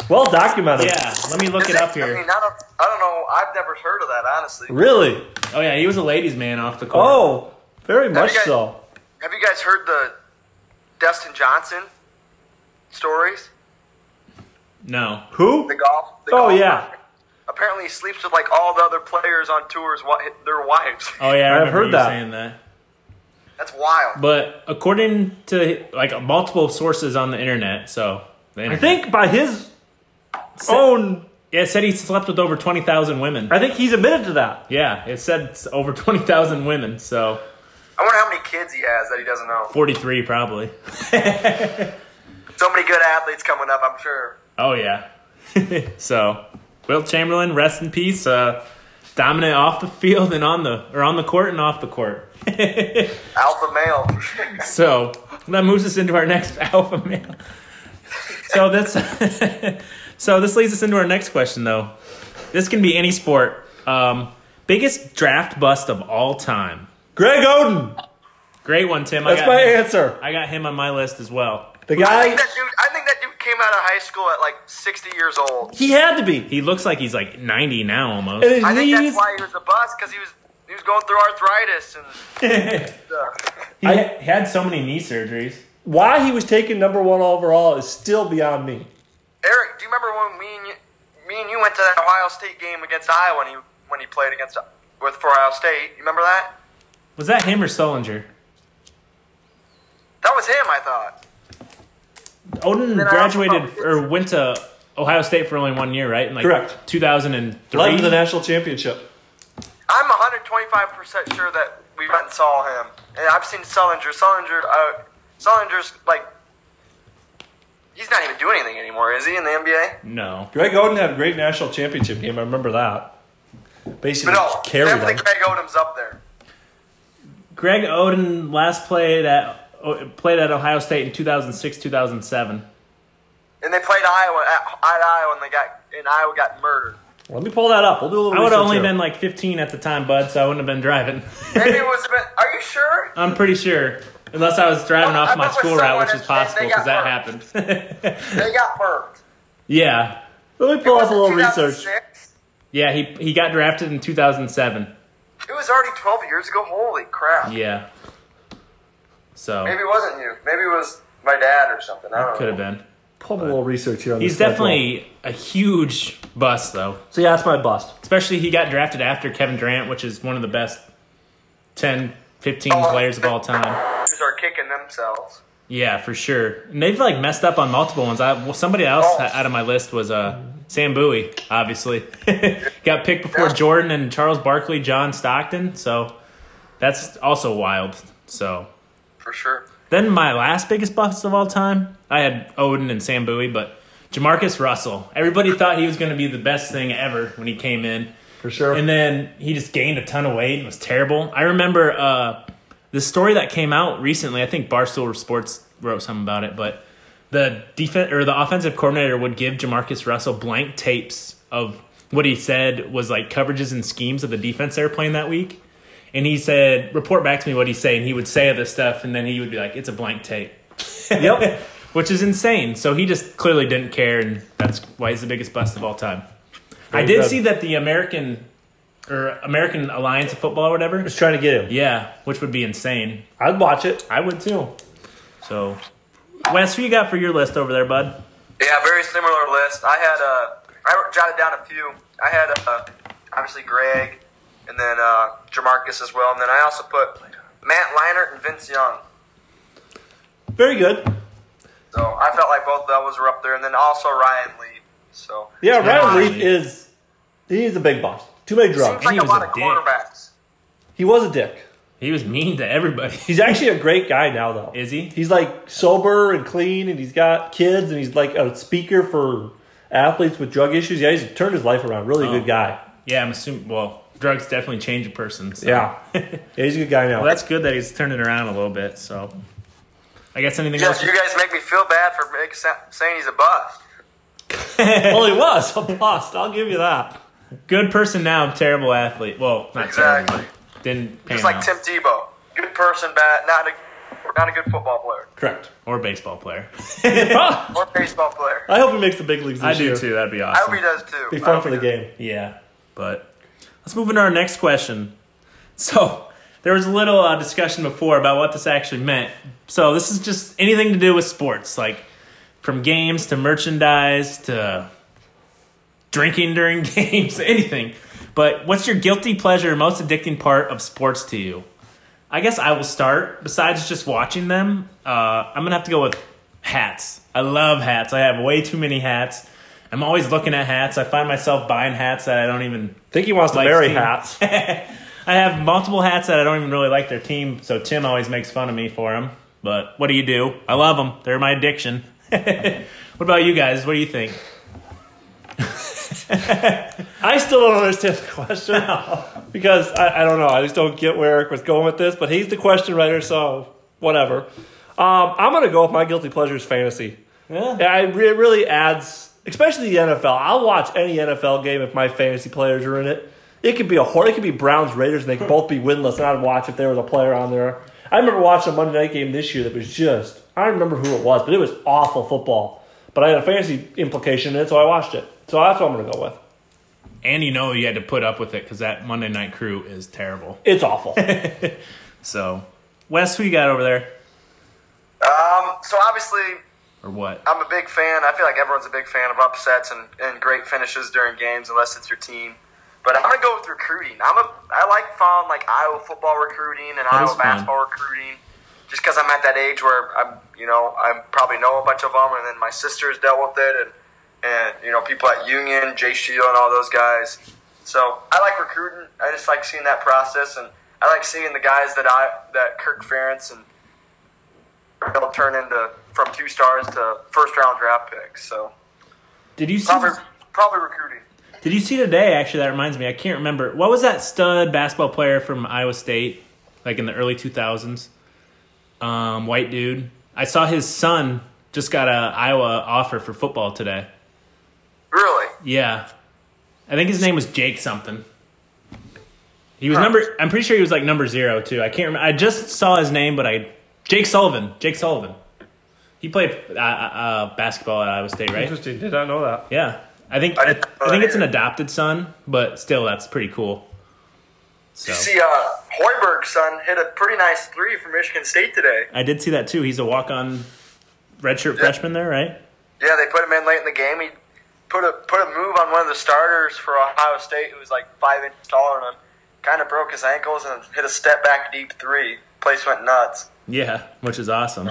Speaker 2: Well documented.
Speaker 1: Yeah, let me look it up
Speaker 3: I
Speaker 1: here.
Speaker 3: mean, I don't. I don't know. I've never heard of that. Honestly,
Speaker 2: Really?
Speaker 1: Oh yeah, he was a ladies' man off the court.
Speaker 2: Oh, very much
Speaker 3: guys-
Speaker 2: so.
Speaker 3: have you guys heard the Dustin Johnson stories?
Speaker 1: no,
Speaker 2: Who?
Speaker 3: The golf. The
Speaker 2: Oh
Speaker 3: golf
Speaker 2: yeah,
Speaker 3: Apparently, he sleeps with like all the other players on tours. wi- Their wives.
Speaker 1: oh yeah, I
Speaker 2: I've
Speaker 1: remember
Speaker 2: heard
Speaker 1: you
Speaker 2: that.
Speaker 1: saying that.
Speaker 3: That's wild.
Speaker 1: But according to like multiple sources on the internet, so the
Speaker 2: I
Speaker 1: internet,
Speaker 2: think by his
Speaker 3: Oh.
Speaker 2: own,
Speaker 1: yeah, it said he slept with over twenty thousand women.
Speaker 2: I think he's admitted to that.
Speaker 1: Yeah, it said it's over twenty thousand women, so
Speaker 3: I wonder how many kids he has that he doesn't know.
Speaker 1: forty three probably.
Speaker 3: So many good athletes coming up, I'm sure.
Speaker 1: Oh yeah. so, Wilt Chamberlain, rest in peace. Uh, dominant off the field and on the or on the court and off the court.
Speaker 3: Alpha male. for sure.
Speaker 1: So that moves us into our next alpha male. So this, so this leads us into our next question, though. This can be any sport. Um, biggest draft bust of all time.
Speaker 2: Greg Oden.
Speaker 1: Great one, Tim. I
Speaker 2: That's
Speaker 1: got
Speaker 2: my
Speaker 1: him.
Speaker 2: answer.
Speaker 1: I got him on my list as well.
Speaker 2: The
Speaker 3: I
Speaker 2: guy
Speaker 3: think that dude. I think that dude came out of high school at like 60 years old.
Speaker 2: he had to be.
Speaker 1: He looks like he's like ninety now almost.
Speaker 2: And his
Speaker 3: I think
Speaker 2: knees.
Speaker 3: that's why he was a bust because he was he was going through arthritis and stuff.
Speaker 1: He, ha- had so many knee surgeries.
Speaker 2: Why he was taken number one overall is still beyond me.
Speaker 3: Eric, do you remember when me and you, me and you went to that Ohio State game against Iowa when he when he played against with for Ohio State? You remember that?
Speaker 1: Was that him or Sullinger?
Speaker 3: That was him, I thought.
Speaker 1: Odin
Speaker 3: I also
Speaker 1: graduated
Speaker 3: thought-
Speaker 1: or went to Ohio State for only one year, right? In like
Speaker 2: Correct.
Speaker 1: Two thousand and
Speaker 2: Led to the
Speaker 1: three.
Speaker 2: national championship.
Speaker 3: I'm 125% sure that we went and saw him. And I've seen Sullinger. Sullinger, uh, Sullinger's like, he's not even doing anything anymore, is he, in the NBA?
Speaker 1: No.
Speaker 2: Greg Oden had a great national championship game. I remember that. Basically,
Speaker 3: But no,
Speaker 2: just carried
Speaker 3: definitely
Speaker 2: them.
Speaker 3: Greg Odom's up there.
Speaker 1: Greg Oden last played at o- played at Ohio State in 2006 2007.
Speaker 3: And they played Iowa at, at Iowa, and they got and Iowa got murdered.
Speaker 2: Let me pull that up. We'll do a little.
Speaker 1: I would have
Speaker 2: research
Speaker 1: only
Speaker 2: here.
Speaker 1: been like 15 at the time, bud, so I wouldn't have been driving.
Speaker 3: Maybe it was. A bit, are you sure?
Speaker 1: I'm pretty sure, unless I was driving
Speaker 3: Well, I
Speaker 1: off my
Speaker 3: bet with
Speaker 1: school route,
Speaker 3: someone
Speaker 1: which is
Speaker 3: is-
Speaker 1: possible
Speaker 3: they got
Speaker 1: because that happened.
Speaker 3: They got murdered.
Speaker 1: yeah,
Speaker 2: Let me
Speaker 3: It
Speaker 2: pull up a
Speaker 3: wasn't
Speaker 2: little research.
Speaker 3: 2006.
Speaker 1: yeah. He he got drafted in 2007.
Speaker 3: It was already 12 years ago. Holy crap.
Speaker 1: Yeah. So
Speaker 3: Maybe it wasn't you. Maybe it was my dad or something. I don't
Speaker 1: could
Speaker 3: know.
Speaker 1: have been.
Speaker 2: Pull up a little research here. On
Speaker 1: He's
Speaker 2: this schedule.
Speaker 1: definitely a huge bust, though.
Speaker 2: So yeah, that's my bust.
Speaker 1: Especially he got drafted after Kevin Durant, which is one of the best 10, 15
Speaker 3: Oh,
Speaker 1: players of all time.
Speaker 3: Dudes are kicking themselves.
Speaker 1: Yeah, for sure. And they've like messed up on multiple ones. I well, somebody else
Speaker 3: Oh.
Speaker 1: ha- out of my list was uh Sam Bowie, obviously, got picked before
Speaker 3: Yeah.
Speaker 1: Jordan and Charles Barkley, John Stockton. So that's also wild. So
Speaker 3: for sure.
Speaker 1: then my last biggest bust of all time, I had Odin and Sam Bowie, but Jamarcus Russell. Everybody thought he was going to be the best thing ever when he came in.
Speaker 2: for sure.
Speaker 1: And then he just gained a ton of weight and was terrible. I remember uh, the story that came out recently. I think Barstool Sports wrote something about it, but the defense or the offensive coordinator would give Jamarcus Russell blank tapes of what he said was like coverages and schemes of the defense they were playing that week. And he said, "Report back to me what he's saying." He would say this stuff, and then he would be like, "It's a blank tape,"
Speaker 2: yep.
Speaker 1: which is insane. So he just clearly didn't care, and that's why he's the biggest bust of all time. I
Speaker 2: Very
Speaker 1: did
Speaker 2: good.
Speaker 1: see that the American or American Alliance of Football or whatever.
Speaker 2: Just trying to get him.
Speaker 1: Yeah, which would be insane.
Speaker 2: I'd watch it.
Speaker 1: I would too. So, Wes, who you got for your list over there, bud?
Speaker 3: Yeah, very similar list. I had uh, I jotted down a few. I had uh, obviously Greg, and then uh, Jamarcus as well, and then I also put Matt Leinart and Vince Young.
Speaker 2: Very good.
Speaker 3: So I felt like both of those were up there, and then also Ryan Lee. So
Speaker 2: Yeah,
Speaker 1: Yeah.
Speaker 2: Ryan Leaf is he is a big bump. Too many drugs.
Speaker 3: seems like
Speaker 1: he
Speaker 3: a
Speaker 1: was
Speaker 3: lot
Speaker 1: a
Speaker 3: of
Speaker 1: dick.
Speaker 3: quarterbacks.
Speaker 2: He was a dick.
Speaker 1: He was mean to everybody.
Speaker 2: He's actually a great guy now though.
Speaker 1: Is he?
Speaker 2: He's like sober and clean and he's got kids and he's like a speaker for athletes with drug issues. Yeah, he's turned his life around. Really
Speaker 1: Oh.
Speaker 2: good guy.
Speaker 1: Yeah, I'm assuming. Well, drugs definitely change a person. So.
Speaker 2: Yeah. yeah, he's a good guy now.
Speaker 1: Well, that's good that he's turning around a little bit. So, I guess anything
Speaker 3: Yes,
Speaker 1: else?
Speaker 3: you guys make me feel bad for make, sa- saying he's a bust.
Speaker 2: well, he was a bust. I'll give you that.
Speaker 1: Good person now, terrible athlete. Well, not
Speaker 3: Exactly.
Speaker 1: terrible. but Didn't pan
Speaker 3: Just like
Speaker 1: out.
Speaker 3: Tim Tebow, good person, bad, not a not a good football player
Speaker 2: Correct.
Speaker 1: or baseball player.
Speaker 2: I
Speaker 3: or baseball player.
Speaker 2: hope he makes the big leagues. This
Speaker 1: I do
Speaker 2: year.
Speaker 1: too. That'd be
Speaker 3: I
Speaker 1: awesome.
Speaker 3: hope he does too.
Speaker 2: Be
Speaker 3: I
Speaker 2: fun
Speaker 3: hope
Speaker 2: for
Speaker 3: he
Speaker 2: the
Speaker 3: does.
Speaker 2: game.
Speaker 1: Yeah, but let's move into our next question. So there was a little uh, discussion before about what this actually meant. So this is just anything to do with sports, like from games to merchandise to drinking during games, anything. But what's your guilty pleasure, most addicting part of sports to you? I guess I will start. Besides just watching them, uh, I'm gonna have to go with hats. I love hats. I have way too many hats. I'm always looking at hats. I find myself buying hats that I don't even
Speaker 2: think he wants to
Speaker 1: Likes
Speaker 2: marry
Speaker 1: team.
Speaker 2: hats.
Speaker 1: I have multiple hats that I don't even really like their team, so Tim always makes fun of me for them. But what do you do? I love them. They're my addiction. what about you guys? What do you think?
Speaker 2: I still don't understand the question because I, I don't know. I just don't get where Eric was going with this, but he's the question writer, so whatever. Um, I'm going to go with my guilty pleasures fantasy.
Speaker 1: Yeah.
Speaker 2: Yeah, it re- really adds, especially the NFL. I'll watch any NFL game if my fantasy players are in it. It could be a hor- it could be Browns Raiders, and they could both be winless. And I'd watch if there was a player on there. I remember watching a Monday night game this year that was just I don't remember who it was, but it was awful football. But I had a fantasy implication in it, so I watched it. So that's what I'm going to go with.
Speaker 1: And you know you had to put up with it because that Monday Night Crew is terrible.
Speaker 2: It's awful.
Speaker 1: So, Wes, who you got over there?
Speaker 3: Um, so obviously
Speaker 1: Or what?
Speaker 3: I'm a big fan. I feel like everyone's a big fan of upsets and, and great finishes during games, unless it's your team. But I'm gonna go with recruiting. I'm a I like following like Iowa football recruiting and
Speaker 1: is
Speaker 3: Iowa
Speaker 1: fun.
Speaker 3: basketball recruiting, just because I'm at that age where I'm you know I probably know a bunch of them, and then my sister's dealt with it, and and you know people at Union, Jay Shield, and all those guys. So I like recruiting. I just like seeing that process, and I like seeing the guys that I that Kirk Ferentz and they'll turn into from two stars to first round draft picks. So
Speaker 1: Did you see?
Speaker 3: probably probably recruiting.
Speaker 1: Did you see today? Actually, that reminds me. I can't remember what was that stud basketball player from Iowa State, like in the early two thousands. Um, white dude. I saw his son just got a Iowa offer for football today.
Speaker 3: Really?
Speaker 1: Yeah, I think his name was Jake something. He was number. I'm pretty sure he was like number zero too. I can't remember. I just saw his name, but I Jake Sullivan. Jake Sullivan. He played uh, uh, uh, basketball at Iowa State, right?
Speaker 2: Interesting. Did not know that.
Speaker 1: Yeah, I think I,
Speaker 3: I-
Speaker 1: I think it's an adopted son, but still, that's pretty cool. So
Speaker 3: You see, uh, Hoiberg's son hit a pretty nice three from Michigan State today.
Speaker 1: I did see that too. He's a walk-on redshirt freshman there, right?
Speaker 3: Yeah, they put him in late in the game. He put a put a move on one of the starters for Ohio State, who was like five inches taller than him. Kind of broke his ankles and hit a step back deep three. Place went nuts.
Speaker 1: Yeah, which is awesome.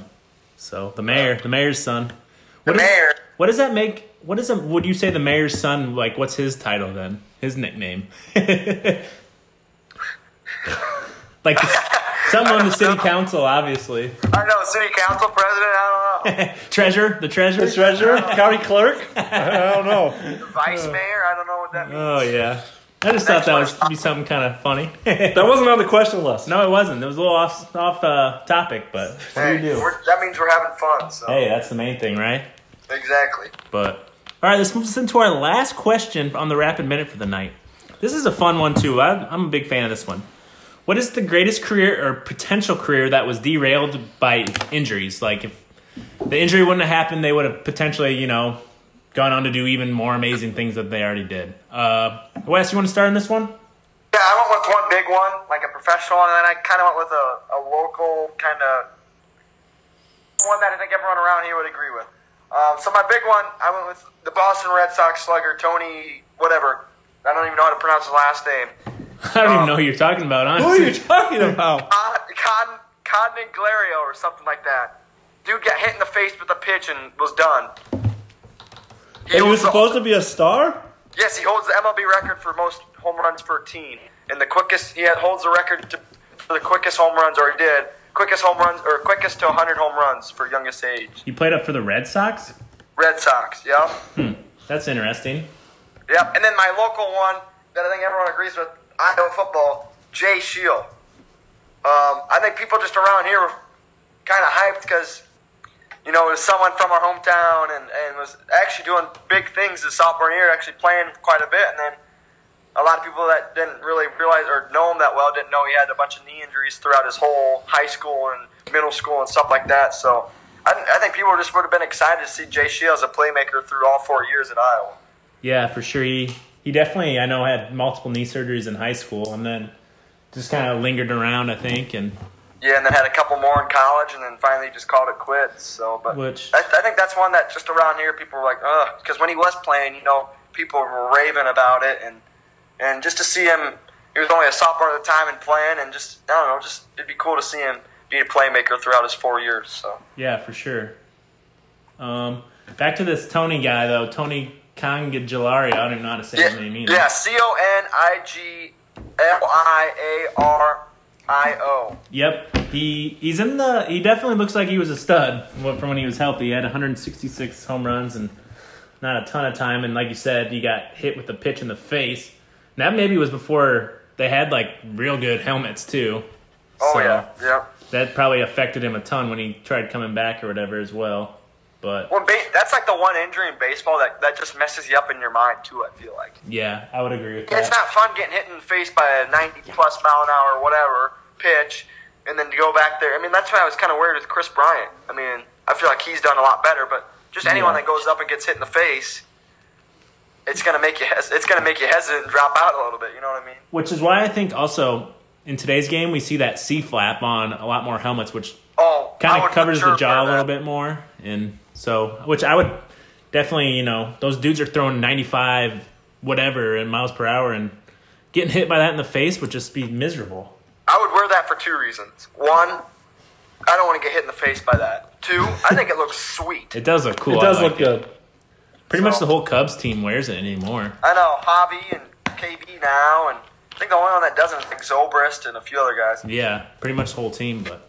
Speaker 1: So the mayor, the mayor's son.
Speaker 3: The
Speaker 1: What is-
Speaker 3: mayor.
Speaker 1: What does that make? What is a? Would you say the mayor's son? Like, what's his title then? His nickname? like someone on the city council, obviously.
Speaker 3: I know, city council president, I don't know.
Speaker 1: treasure, the treasure.
Speaker 2: The treasurer, county clerk. I don't know.
Speaker 3: Vice mayor, I don't know what that means.
Speaker 1: Oh yeah, I just thought
Speaker 3: Next
Speaker 1: that
Speaker 3: one.
Speaker 1: was be something kind of funny.
Speaker 2: That wasn't on the question list.
Speaker 1: no, it wasn't. It was a little off off uh, topic, but
Speaker 3: Hey,
Speaker 2: do you do?
Speaker 3: we're- that means we're having fun, so.
Speaker 1: hey, that's the main thing, right?
Speaker 3: Exactly.
Speaker 1: But all right, let's move us into our last question on the rapid minute for the night. This is a fun one too. I, I'm a big fan of this one. What is the greatest career or potential career that was derailed by injuries? Like if the injury wouldn't have happened, they would have potentially, you know, gone on to do even more amazing things that they already did. Uh, Wes, you want to start on this one?
Speaker 3: Yeah, I went with one big one, like a professional, and then I kind of went with a, a local kind of one that I think everyone around here would agree with. Um, so my big one, I went with the Boston Red Sox slugger Tony whatever. I don't even know how to pronounce his last name.
Speaker 1: I don't even know who you're talking about,
Speaker 2: Um, Who are
Speaker 1: honestly.
Speaker 2: you talking about?
Speaker 3: Con, Con, Conan Glario or something like that. Dude got hit in the face with a pitch and was done.
Speaker 2: He was
Speaker 3: the-
Speaker 2: supposed to be a star.
Speaker 3: Yes, he holds the MLB record for most home runs per team, and the quickest he had, holds the record to, for the quickest home runs, or he did quickest home runs or quickest to 100 home runs for youngest age.
Speaker 1: You played up for the Red Sox?
Speaker 3: Red Sox, yep,
Speaker 1: That's interesting.
Speaker 3: yep. And then my local one that I think everyone agrees with, Iowa football, Jay Shield. Um, I think people just around here were kind of hyped because you know it was someone from our hometown and, and was actually doing big things this sophomore year, actually playing quite a bit, and then. a lot of people that didn't really realize or know him that well didn't know he had a bunch of knee injuries throughout his whole high school and middle school and stuff like that. So I, I think people just would have been excited to see Jay Shields a playmaker through all four years at Iowa.
Speaker 1: Yeah, for sure. He, he definitely, I know, had multiple knee surgeries in high school and then just kind of lingered around, I think. And
Speaker 3: Yeah, and then had a couple more in college, and then finally just called it quits. So, but
Speaker 1: Which-
Speaker 3: I, I think that's one that just around here people were like, ugh, because when he was playing, you know, people were raving about it, and and just to see him, he was only a sophomore at the time and playing, and just I don't know, just it'd be cool to see him be a playmaker throughout his four years. So.
Speaker 1: yeah, for sure. Um, back to this Tony guy, though. Tony Congigliari. I don't know how to say his name either.
Speaker 3: Yeah, C O N I G L I A R I O.
Speaker 1: Yep. He he's in the. He definitely looks like he was a stud wh- from when he was healthy. He had 166 home runs and not a ton of time. And like you said, he got hit with a pitch in the face. And that maybe was before they had like real good helmets too.
Speaker 3: Oh
Speaker 1: So-
Speaker 3: yeah, yeah.
Speaker 1: that probably affected him a ton when he tried coming back or whatever as well. But
Speaker 3: Well, ba- that's like the one injury in baseball that, that just messes you up in your mind too. I feel like
Speaker 1: yeah, I would agree with that.
Speaker 3: it's not fun getting hit in the face by a 90 plus mile an hour whatever pitch, and then to go back there. I mean, that's why I was kind of worried with Chris Bryant. I mean, I feel like he's done a lot better, but just anyone
Speaker 1: Yeah.
Speaker 3: that goes up and gets hit in the face, it's gonna make you hes- it's gonna make you hesitant and drop out a little bit. You know what I mean?
Speaker 1: Which is why I think also in today's game we see that C flap on a lot more helmets, which
Speaker 3: Oh, I
Speaker 1: kind
Speaker 3: would
Speaker 1: of
Speaker 3: for
Speaker 1: covers
Speaker 3: sure
Speaker 1: the jaw a
Speaker 3: wear that.
Speaker 1: little bit more, and so which I would definitely you know those dudes are throwing 95 whatever and miles per hour and getting hit by that in the face would just be miserable.
Speaker 3: I would wear that for two reasons. One, I don't want to get hit in the face by that. Two, I think it looks sweet.
Speaker 1: It does look cool.
Speaker 2: It
Speaker 1: I
Speaker 2: does
Speaker 1: like
Speaker 2: look good.
Speaker 1: Pretty much
Speaker 3: So-
Speaker 1: the whole Cubs team wears it anymore.
Speaker 3: I know Javi and KB now, and I think the only one that doesn't is like Zobrist and a few other guys.
Speaker 1: Yeah, pretty much the whole team, but.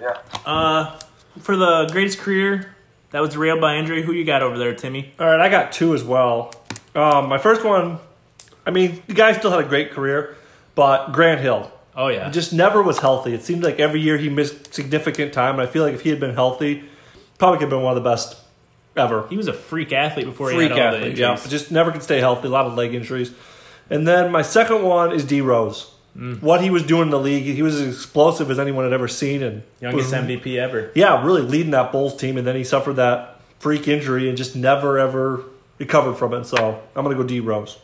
Speaker 3: Yeah.
Speaker 1: Uh, for the greatest career that was derailed by injury, who you got over there, Timmy?
Speaker 2: All right, I got two as well. Um, my first one, I mean, the guy still had a great career, but Grant Hill
Speaker 1: Oh yeah,
Speaker 2: just never was healthy. It seemed like every year he missed significant time, and I feel like if he had been healthy, probably could have been one of the best ever.
Speaker 1: he was a freak athlete before
Speaker 2: Freak
Speaker 1: he had all
Speaker 2: athlete,
Speaker 1: the
Speaker 2: yeah,
Speaker 1: injuries.
Speaker 2: but just never could stay healthy. A lot of leg injuries. And then my second one is D Rose. What he was doing in the league, he was as explosive as anyone had ever seen, and
Speaker 1: Youngest
Speaker 2: was
Speaker 1: MVP ever.
Speaker 2: yeah, really leading that Bulls team, and then he suffered that freak injury and just never ever recovered from it. So I'm gonna go D Rose.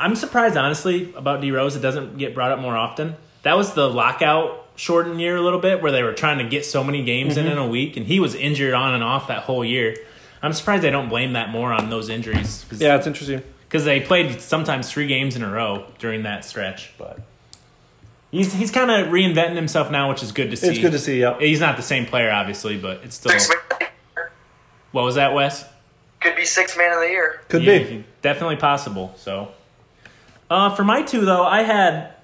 Speaker 1: I'm surprised, honestly, about D Rose. It doesn't get brought up more often. That was the lockout shortened year a little bit, where they were trying to get so many games
Speaker 2: Mm-hmm.
Speaker 1: in in a week, and he was injured on and off that whole year. I'm surprised they don't blame that more on those injuries because
Speaker 2: Yeah, it's interesting.
Speaker 1: they played sometimes three games in a row during that stretch.
Speaker 2: But
Speaker 1: He's he's kind of reinventing himself now, which is good to see.
Speaker 2: it's good to see. Yeah,
Speaker 1: He's not the same player, obviously, but it's still.
Speaker 3: Six man.
Speaker 1: What was that, Wes?
Speaker 3: Could could be six man of the year.
Speaker 2: Could
Speaker 1: Yeah,
Speaker 2: be.
Speaker 1: Definitely possible. So, uh, for my two though, I had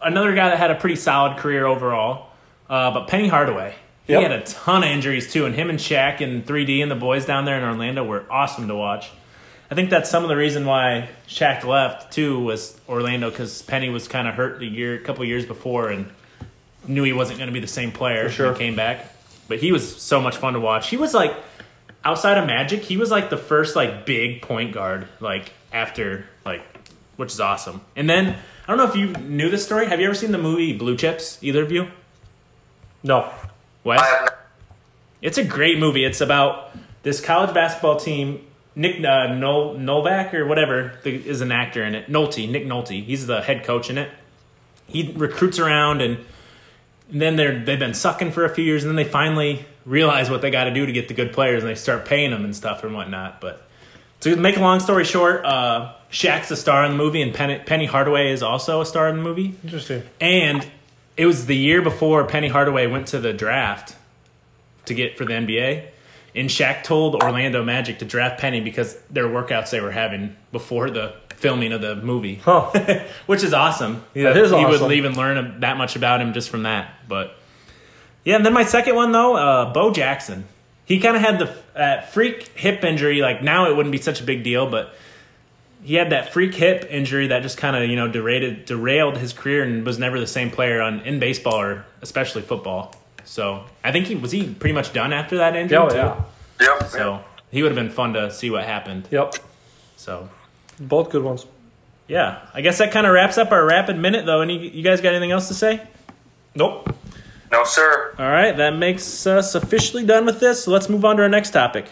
Speaker 1: another guy that had a pretty solid career overall, uh, but Penny Hardaway. He
Speaker 2: Yep.
Speaker 1: had a ton of injuries too, and him and Shaq and 3D and the boys down there in Orlando were awesome to watch. I think that's some of the reason why Shaq left too was Orlando because Penny was kind of hurt the year, a couple years before, and knew he wasn't going to be the same player.
Speaker 2: sure.
Speaker 1: when he came back, but he was so much fun to watch. He was like outside of Magic, he was like the first like big point guard like after like which is awesome. And then I don't know if you knew this story. Have you ever seen the movie Blue Chips? Either of you?
Speaker 2: No.
Speaker 1: Wes?
Speaker 3: I have not-
Speaker 1: It's a great movie. It's about this college basketball team. Nick uh, Nol- Novak or whatever the, is an actor in it. Nolte, Nick Nolte. He's the head coach in it. He recruits around and, and then they're they've been sucking for a few years and then they finally realize what they got to do to get the good players and they start paying them and stuff and whatnot. But to make a long story short, uh, Shaq's a star in the movie and Penny, Penny Hardaway is also a star in the movie.
Speaker 2: Interesting.
Speaker 1: And it was the year before Penny Hardaway went to the draft to get for the NBA. And Shaq told Orlando Magic to draft Penny because their workouts they were having before the filming of the movie,
Speaker 2: Huh.
Speaker 1: which is awesome.
Speaker 2: That is
Speaker 1: You
Speaker 2: awesome.
Speaker 1: would even learn that much about him just from that. But yeah, and then my second one though, uh, Bo Jackson. He kind of had the uh, freak hip injury. Like now, it wouldn't be such a big deal, but he had that freak hip injury that just kind of you know derated, derailed his career and was never the same player on in baseball or especially football. So I think he was he pretty much done after that injury.
Speaker 2: Oh,
Speaker 1: too?
Speaker 2: yeah.
Speaker 3: Yep.
Speaker 1: So he would have been fun to see what happened.
Speaker 2: Yep.
Speaker 1: So
Speaker 2: Both good ones.
Speaker 1: yeah, I guess that kind of wraps up our rapid minute though. Any you guys got anything else to say?
Speaker 2: Nope.
Speaker 3: No, sir.
Speaker 1: All right, that makes us officially done with this. So let's move on to our next topic.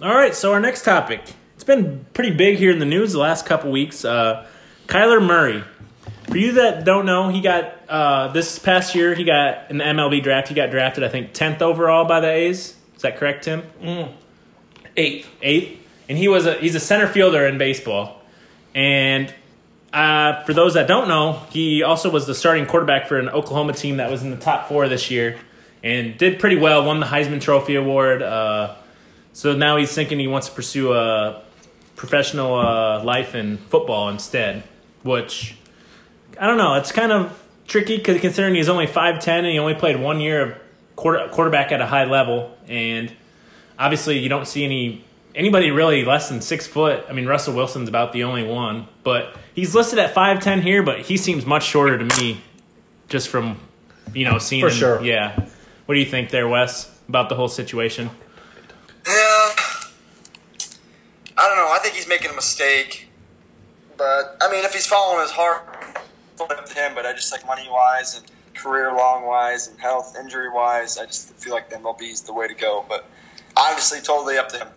Speaker 1: All right, so our next topic. It's been pretty big here in the news the last couple weeks. Uh, Kyler Murray. For you that don't know, he got uh, this past year. He got in the MLB draft. He got drafted, I think, tenth overall by the A's. Is that correct, Tim?
Speaker 2: Eight.
Speaker 1: eighth, and he was a he's a center fielder in baseball. And uh, for those that don't know, he also was the starting quarterback for an Oklahoma team that was in the top four this year, and did pretty well. Won the Heisman Trophy award. Uh, so now he's thinking he wants to pursue a professional uh, life in football instead, which I don't know. It's kind of tricky because considering he's only five ten and he only played one year of quarter, quarterback at a high level, and obviously you don't see any anybody really less than six foot. I mean, Russell Wilson's about the only one, but he's listed at five ten here, but he seems much shorter to me, just from you know seeing
Speaker 2: For
Speaker 1: him.
Speaker 2: sure.
Speaker 1: Yeah, what do you think there, Wes, about the whole situation?
Speaker 3: Yeah. I don't know. I think he's making a mistake. But I mean, if he's following his heart, it's up to him. But I just like money wise and career long wise and health injury wise, I just feel like the MLB is the way to go. But obviously, totally up to him.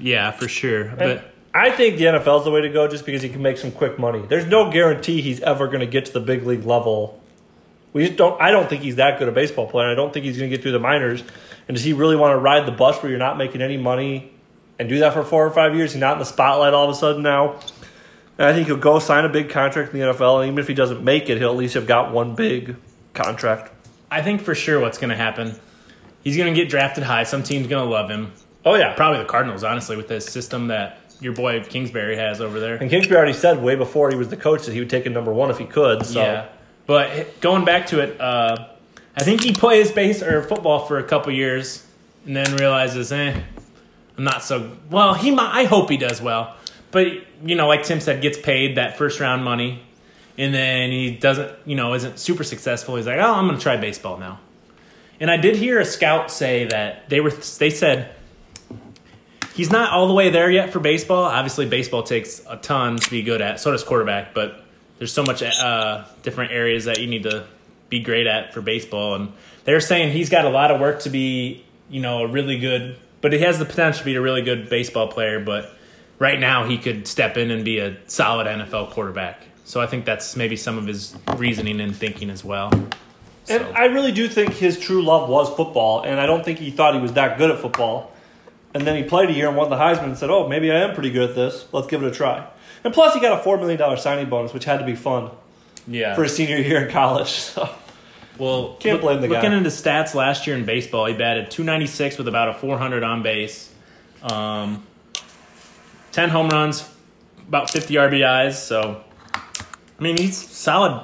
Speaker 1: Yeah, for sure. But
Speaker 2: I think the NFL is the way to go just because he can make some quick money. There's no guarantee he's ever going to get to the big league level. We just don't. I don't think he's that good a baseball player. I don't think he's going to get through the minors. And does he really want to ride the bus where you're not making any money and do that for four or five years? He's not in the spotlight all of a sudden now. And I think he'll go sign a big contract in the NFL. And even if he doesn't make it, he'll at least have got one big contract.
Speaker 1: I think for sure what's going to happen. He's going to get drafted high. Some team's going to love him.
Speaker 2: Oh yeah,
Speaker 1: Probably the Cardinals, honestly, with this system that your boy Kingsbury has over there.
Speaker 2: And Kingsbury already said way before he was the coach that he would take a number one if he could. So
Speaker 1: Yeah, but h- going back to it, uh, I think he plays base or football for a couple years, and then realizes, eh, I'm not so well. He, might, I hope he does well, but you know, like Tim said, gets paid that first round money, and then he doesn't, you know, isn't super successful. He's like, oh, I'm gonna try baseball now. And I did hear a scout say that they were, they said. He's not all the way there yet for baseball. Obviously, baseball takes a ton to be good at. So does quarterback, but there's so much uh, different areas that you need to be great at for baseball and they're saying he's got a lot of work to be you know a really good but he has the potential to be a really good baseball player but right now he could step in and be a solid nfl quarterback so i think that's maybe some of his reasoning and thinking as well
Speaker 2: And
Speaker 1: So-
Speaker 2: I really do think his true love was football, and I don't think he thought he was that good at football. And then he played a year and won the Heisman and said, "Oh, maybe I am pretty good at this. Let's give it a try." And plus, he got a four million dollar signing bonus, which had to be fun
Speaker 1: yeah
Speaker 2: for his senior year in college. So
Speaker 1: Well,
Speaker 2: Can't
Speaker 1: look-
Speaker 2: blame the guy.
Speaker 1: Looking into stats last year in baseball, he batted 296 with about a 400 on base, Um, 10 home runs, about 50 RBIs. So, I mean, he's solid.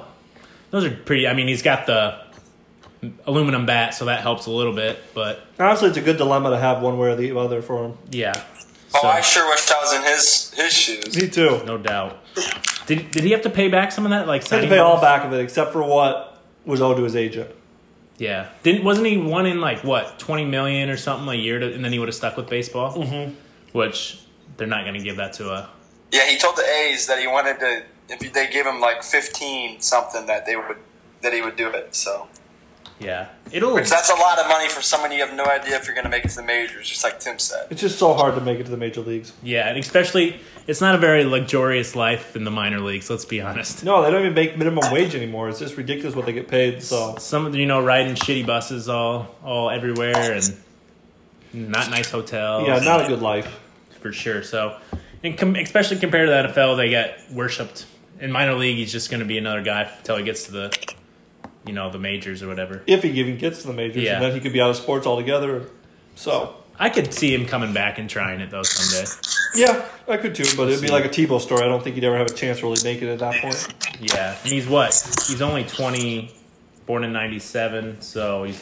Speaker 1: Those are pretty. I mean, he's got the aluminum bat, so that helps a little bit. But
Speaker 2: Honestly, it's a good dilemma to have one way or the other for him.
Speaker 1: yeah.
Speaker 4: Oh,
Speaker 1: So,
Speaker 4: I sure wish I was in his his shoes.
Speaker 2: Me too.
Speaker 1: no doubt. Did, did he have to pay back some of that? Like
Speaker 2: Had to
Speaker 1: signing
Speaker 2: pay all
Speaker 1: bonus?
Speaker 2: back of it except for what was owed to his agent.
Speaker 1: Yeah. Didn't wasn't he one in like what twenty million or something a year, to, and then he would have stuck with baseball, mm-hmm. which they're not going to give that to a.
Speaker 4: Yeah, he told the A's that he wanted to if they gave him like fifteen something that they would that he would do it. So
Speaker 1: Yeah, it'll.
Speaker 4: Because that's a lot of money for someone you have no idea if you're going to make it to the majors, just like Tim said.
Speaker 2: It's just so hard to make it to the major leagues.
Speaker 1: Yeah, and especially it's not a very luxurious life in the minor leagues. Let's be honest.
Speaker 2: No, they don't even make minimum wage anymore. It's just ridiculous what they get paid. So
Speaker 1: Some of the- you know riding shitty buses all all everywhere and not nice hotels.
Speaker 2: yeah, not a good life.
Speaker 1: for sure. So, and com- especially compared to the NFL, they get worshipped. In minor league, he's just going to be another guy until he gets to the, you know, the majors or whatever.
Speaker 2: If he even gets to the majors,
Speaker 1: Yeah.
Speaker 2: and then he could be out of sports altogether. So
Speaker 1: I could see him coming back and trying it though someday.
Speaker 2: yeah, I could too, but it'd be like a Tebow story. I don't think he'd ever have a chance to really make it at that point.
Speaker 1: Yeah, and he's what? He's only twenty, born in '97, so he's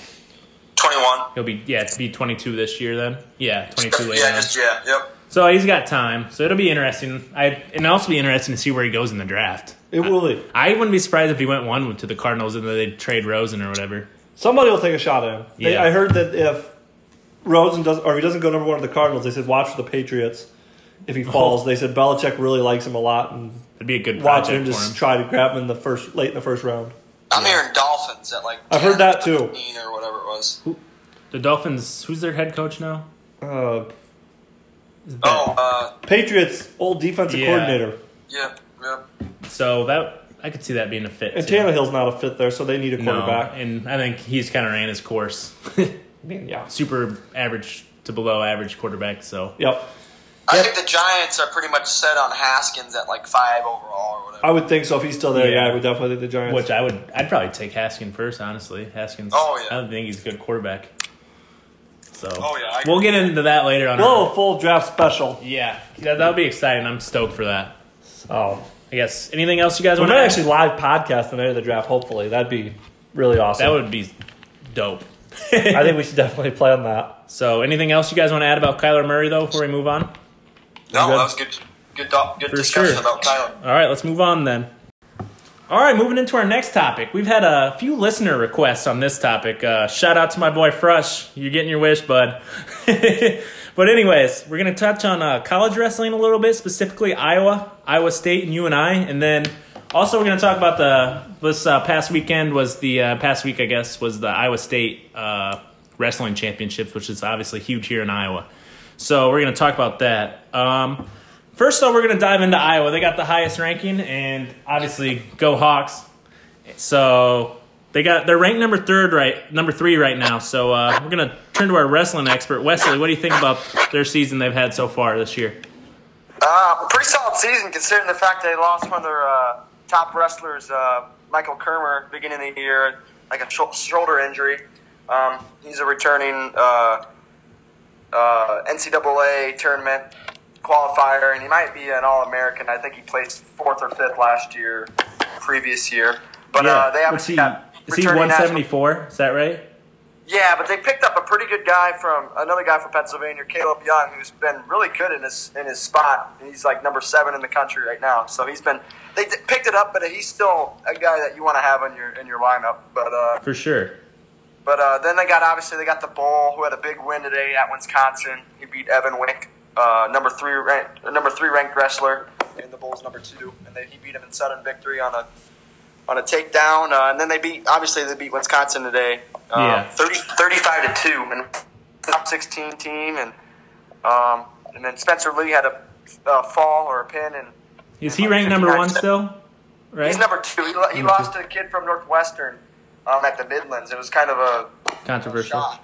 Speaker 4: 21.
Speaker 1: he'll be yeah, to be 22 this year then. Yeah, 22 later.
Speaker 4: Yeah,
Speaker 1: on.
Speaker 4: just, yeah, yep.
Speaker 1: So he's got time. So it'll be interesting. I and also be interesting to see where he goes in the draft.
Speaker 2: It will.
Speaker 1: I wouldn't be surprised if he went one to the Cardinals and then they trade Rosen or whatever.
Speaker 2: Somebody will take a shot at him. They,
Speaker 1: Yeah.
Speaker 2: I heard that if Rosen does or if he doesn't go number one to the Cardinals, they said watch for the Patriots. If he falls, they said Belichick really likes him a lot and
Speaker 1: It'd be a good
Speaker 2: watch him
Speaker 1: project
Speaker 2: just
Speaker 1: for him.
Speaker 2: try to grab him in the first late in the first round.
Speaker 4: I'm hearing Dolphins at like
Speaker 2: I've heard that too.
Speaker 4: 15 or whatever it was.
Speaker 1: The Dolphins. Who's their head coach now?
Speaker 2: Uh,
Speaker 1: Is that-
Speaker 4: Oh, uh,
Speaker 2: Patriots old defensive
Speaker 1: Yeah.
Speaker 2: coordinator.
Speaker 4: yeah, yeah.
Speaker 1: So that I could see that being a fit.
Speaker 2: And
Speaker 1: too.
Speaker 2: Tannehill's not a fit there, so they need a
Speaker 1: no,
Speaker 2: quarterback.
Speaker 1: and I think he's kind of ran his course.
Speaker 2: Yeah.
Speaker 1: Super average to below average quarterback. So
Speaker 2: Yep.
Speaker 4: I think the Giants are pretty much set on Haskins at like five overall or whatever.
Speaker 2: I would think so if he's still there. Yeah,
Speaker 1: Yeah.
Speaker 2: I would definitely think the Giants.
Speaker 1: Which I would, I'd probably take Haskin first, honestly. Haskins.
Speaker 4: Oh, yeah.
Speaker 1: I don't think he's a good quarterback. So.
Speaker 4: Oh, yeah, I
Speaker 1: we'll get into that later on.
Speaker 2: Whoa, full draft special.
Speaker 1: Yeah, that, that'll be exciting. I'm stoked for that.
Speaker 2: Oh,
Speaker 1: I guess anything else you guys
Speaker 2: we
Speaker 1: want
Speaker 2: might
Speaker 1: to
Speaker 2: actually live podcast the night of the draft. Hopefully, that'd be really awesome.
Speaker 1: That would be dope.
Speaker 2: I think we should definitely play on that.
Speaker 1: So, anything else you guys want to add about Kyler Murray though before we move on?
Speaker 4: No,
Speaker 2: good.
Speaker 4: that was good. Good, do- good
Speaker 1: For
Speaker 4: discussion
Speaker 1: sure.
Speaker 4: about Tyler.
Speaker 1: All right, let's move on then. All right, moving into our next topic. We've had a few listener requests on this topic. Uh, shout out to my boy Frush. You're getting your wish, bud. but, anyways, we're going to touch on uh, college wrestling a little bit, specifically Iowa, Iowa State, and you and I. And then also, we're going to talk about the this uh, past weekend was the uh, past week, I guess, was the Iowa State uh, Wrestling Championships, which is obviously huge here in Iowa. So, we're going to talk about that. Um, First, though, we're going to dive into Iowa. They got the highest ranking, and obviously, go Hawks. So they got they're ranked number third right number three right now. So uh, we're going to turn to our wrestling expert Wesley. What do you think about their season they've had so far this year?
Speaker 3: Uh, pretty solid season considering the fact they lost one of their uh, top wrestlers, uh, Michael Kermer, beginning of the year, like a sho- shoulder injury. Um, he's a returning uh, uh, NCAA tournament qualifier, and he might be an All American. I think he placed fourth or fifth last year, previous year. But uh, they
Speaker 1: What's
Speaker 3: obviously
Speaker 1: he,
Speaker 3: got
Speaker 1: is he
Speaker 3: returning
Speaker 1: one
Speaker 3: national-
Speaker 1: seventy four? Is that right?
Speaker 3: yeah, but they picked up a pretty good guy from another guy from Pennsylvania, Caleb Young, who's been really good in his in his spot. He's like number seven in the country right now, so he's been they d- picked it up, but he's still a guy that you want to have in your in your lineup. But uh,
Speaker 1: For sure.
Speaker 3: but uh, then they got obviously they got the Bull, who had a big win today at Wisconsin. He beat Evan Wick, uh, number three ranked number three ranked wrestler, and the Bulls number two, and they, he beat him in sudden victory on a on a takedown. Uh, and then they beat obviously they beat Wisconsin today, um,
Speaker 1: Yeah.
Speaker 3: 30, 35 to two, and top sixteen team, and um, and then Spencer Lee had a, uh fall or a pin, and
Speaker 1: Is he ranked number one still? Right.
Speaker 3: he's number two. He, lo- he lost to a kid from Northwestern um, at the Midlands. It was kind of a
Speaker 1: Controversial.
Speaker 3: shock,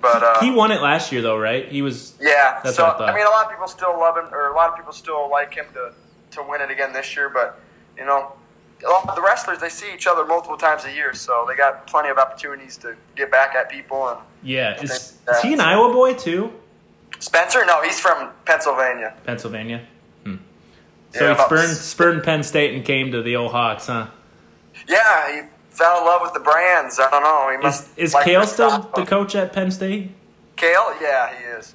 Speaker 3: but uh,
Speaker 1: He won it last year though, right? He was.
Speaker 3: Yeah,
Speaker 1: That's
Speaker 3: so
Speaker 1: what I thought.
Speaker 3: I, mean, a lot of people still love him, or a lot of people still like him to to win it again this year. But you know, a lot of the wrestlers they see each other multiple times a year, so they got plenty of opportunities to get back at people. And
Speaker 1: Yeah. Is, is he an Iowa boy too?
Speaker 3: Spencer? No, he's from Pennsylvania.
Speaker 1: Pennsylvania. Hmm.
Speaker 3: Yeah,
Speaker 1: So he
Speaker 3: about-
Speaker 1: spurned, spurned Penn State and came to the old Hawks, huh?
Speaker 3: Yeah, he fell in love with the brands. I don't know. He
Speaker 1: Is
Speaker 3: must
Speaker 1: is
Speaker 3: like
Speaker 1: Kale
Speaker 3: their
Speaker 1: still
Speaker 3: style.
Speaker 1: the coach at Penn State?
Speaker 3: Kale? Yeah, he is.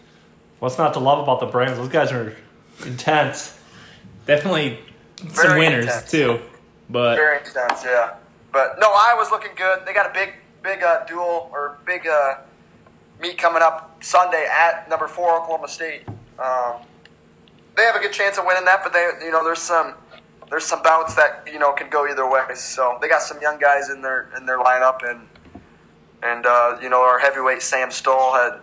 Speaker 2: What's not to love about the brands? Those guys are intense.
Speaker 1: Definitely some
Speaker 3: Very
Speaker 1: winners
Speaker 3: intense.
Speaker 1: too, but
Speaker 3: Very intense, yeah. But no, Iowa's looking good. They got a big, big uh, duel or big uh, meet coming up Sunday at number four Oklahoma State. Um, they have a good chance of winning that, but they, you know, there's some, there's some bouts that you know can go either way. So they got some young guys in their in their lineup, and and uh, you know our heavyweight Sam Stoll had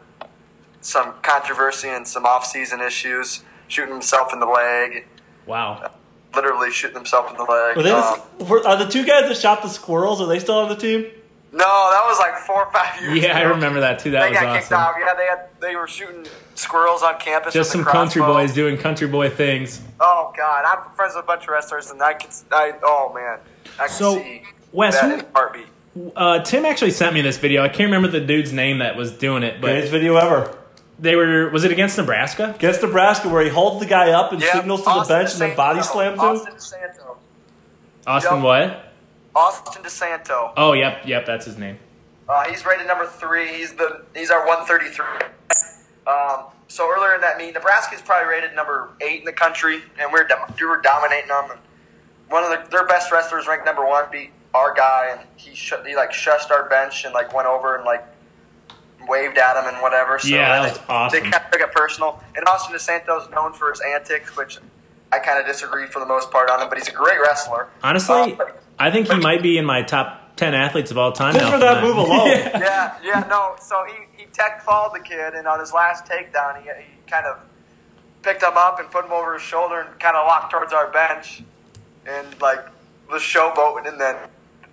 Speaker 3: some controversy and some off-season issues, shooting himself in the leg,
Speaker 1: wow.
Speaker 3: literally shooting himself in the leg.
Speaker 2: Were they
Speaker 3: Um,
Speaker 2: the, were, are the two guys that shot the squirrels? Are they still on the team?
Speaker 3: No, that was like four or five years.
Speaker 1: Yeah, I
Speaker 3: ago.
Speaker 1: remember that too. That
Speaker 3: They
Speaker 1: was
Speaker 3: got kicked
Speaker 1: awesome.
Speaker 3: out. Yeah, they had they were shooting squirrels on campus.
Speaker 1: Just
Speaker 3: with
Speaker 1: some
Speaker 3: a
Speaker 1: country
Speaker 3: crossbow.
Speaker 1: boys doing country boy things.
Speaker 3: Oh God, I'm friends with a bunch of wrestlers, and I can. I oh man, I can
Speaker 1: So,
Speaker 3: see
Speaker 1: Wes,
Speaker 3: that
Speaker 1: who-
Speaker 3: in a heartbeat.
Speaker 1: Uh, Tim actually sent me this video. I can't remember the dude's name that was doing it,
Speaker 2: Greatest
Speaker 1: but
Speaker 2: video ever.
Speaker 1: they were. Was it against Nebraska?
Speaker 2: Against Nebraska, where he holds the guy up and
Speaker 3: Yeah,
Speaker 2: signals to
Speaker 3: Austin
Speaker 2: the bench and then
Speaker 3: DeSanto.
Speaker 2: body slams him.
Speaker 3: Austin DeSanto.
Speaker 1: Austin
Speaker 3: Yup.
Speaker 1: what?
Speaker 3: Austin DeSanto.
Speaker 1: Oh, yep, yep, that's his name.
Speaker 3: Uh, he's rated number three. He's the he's our 133. Um, so earlier in that meet, Nebraska's probably rated number eight in the country, and we're dom- we were dominating them. And one of the, their best wrestlers, ranked number one, beat our guy, and he sh- he like shushed our bench and like went over and like waved at him and whatever. So
Speaker 1: Yeah, that
Speaker 3: they-
Speaker 1: was awesome.
Speaker 3: They kind of took it personal. And Austin DeSanto's known for his antics, which I kind of disagreed for the most part on him, but he's a great wrestler.
Speaker 1: Honestly,
Speaker 3: Um,
Speaker 1: I think he might be in my top ten athletes of all time.
Speaker 2: Just
Speaker 1: now
Speaker 2: for that move alone.
Speaker 1: Yeah.
Speaker 3: yeah, yeah, no. So he, he tech fouled the kid, and on his last takedown, he, he kind of picked him up and put him over his shoulder and kind of walked towards our bench and, like, was showboating and then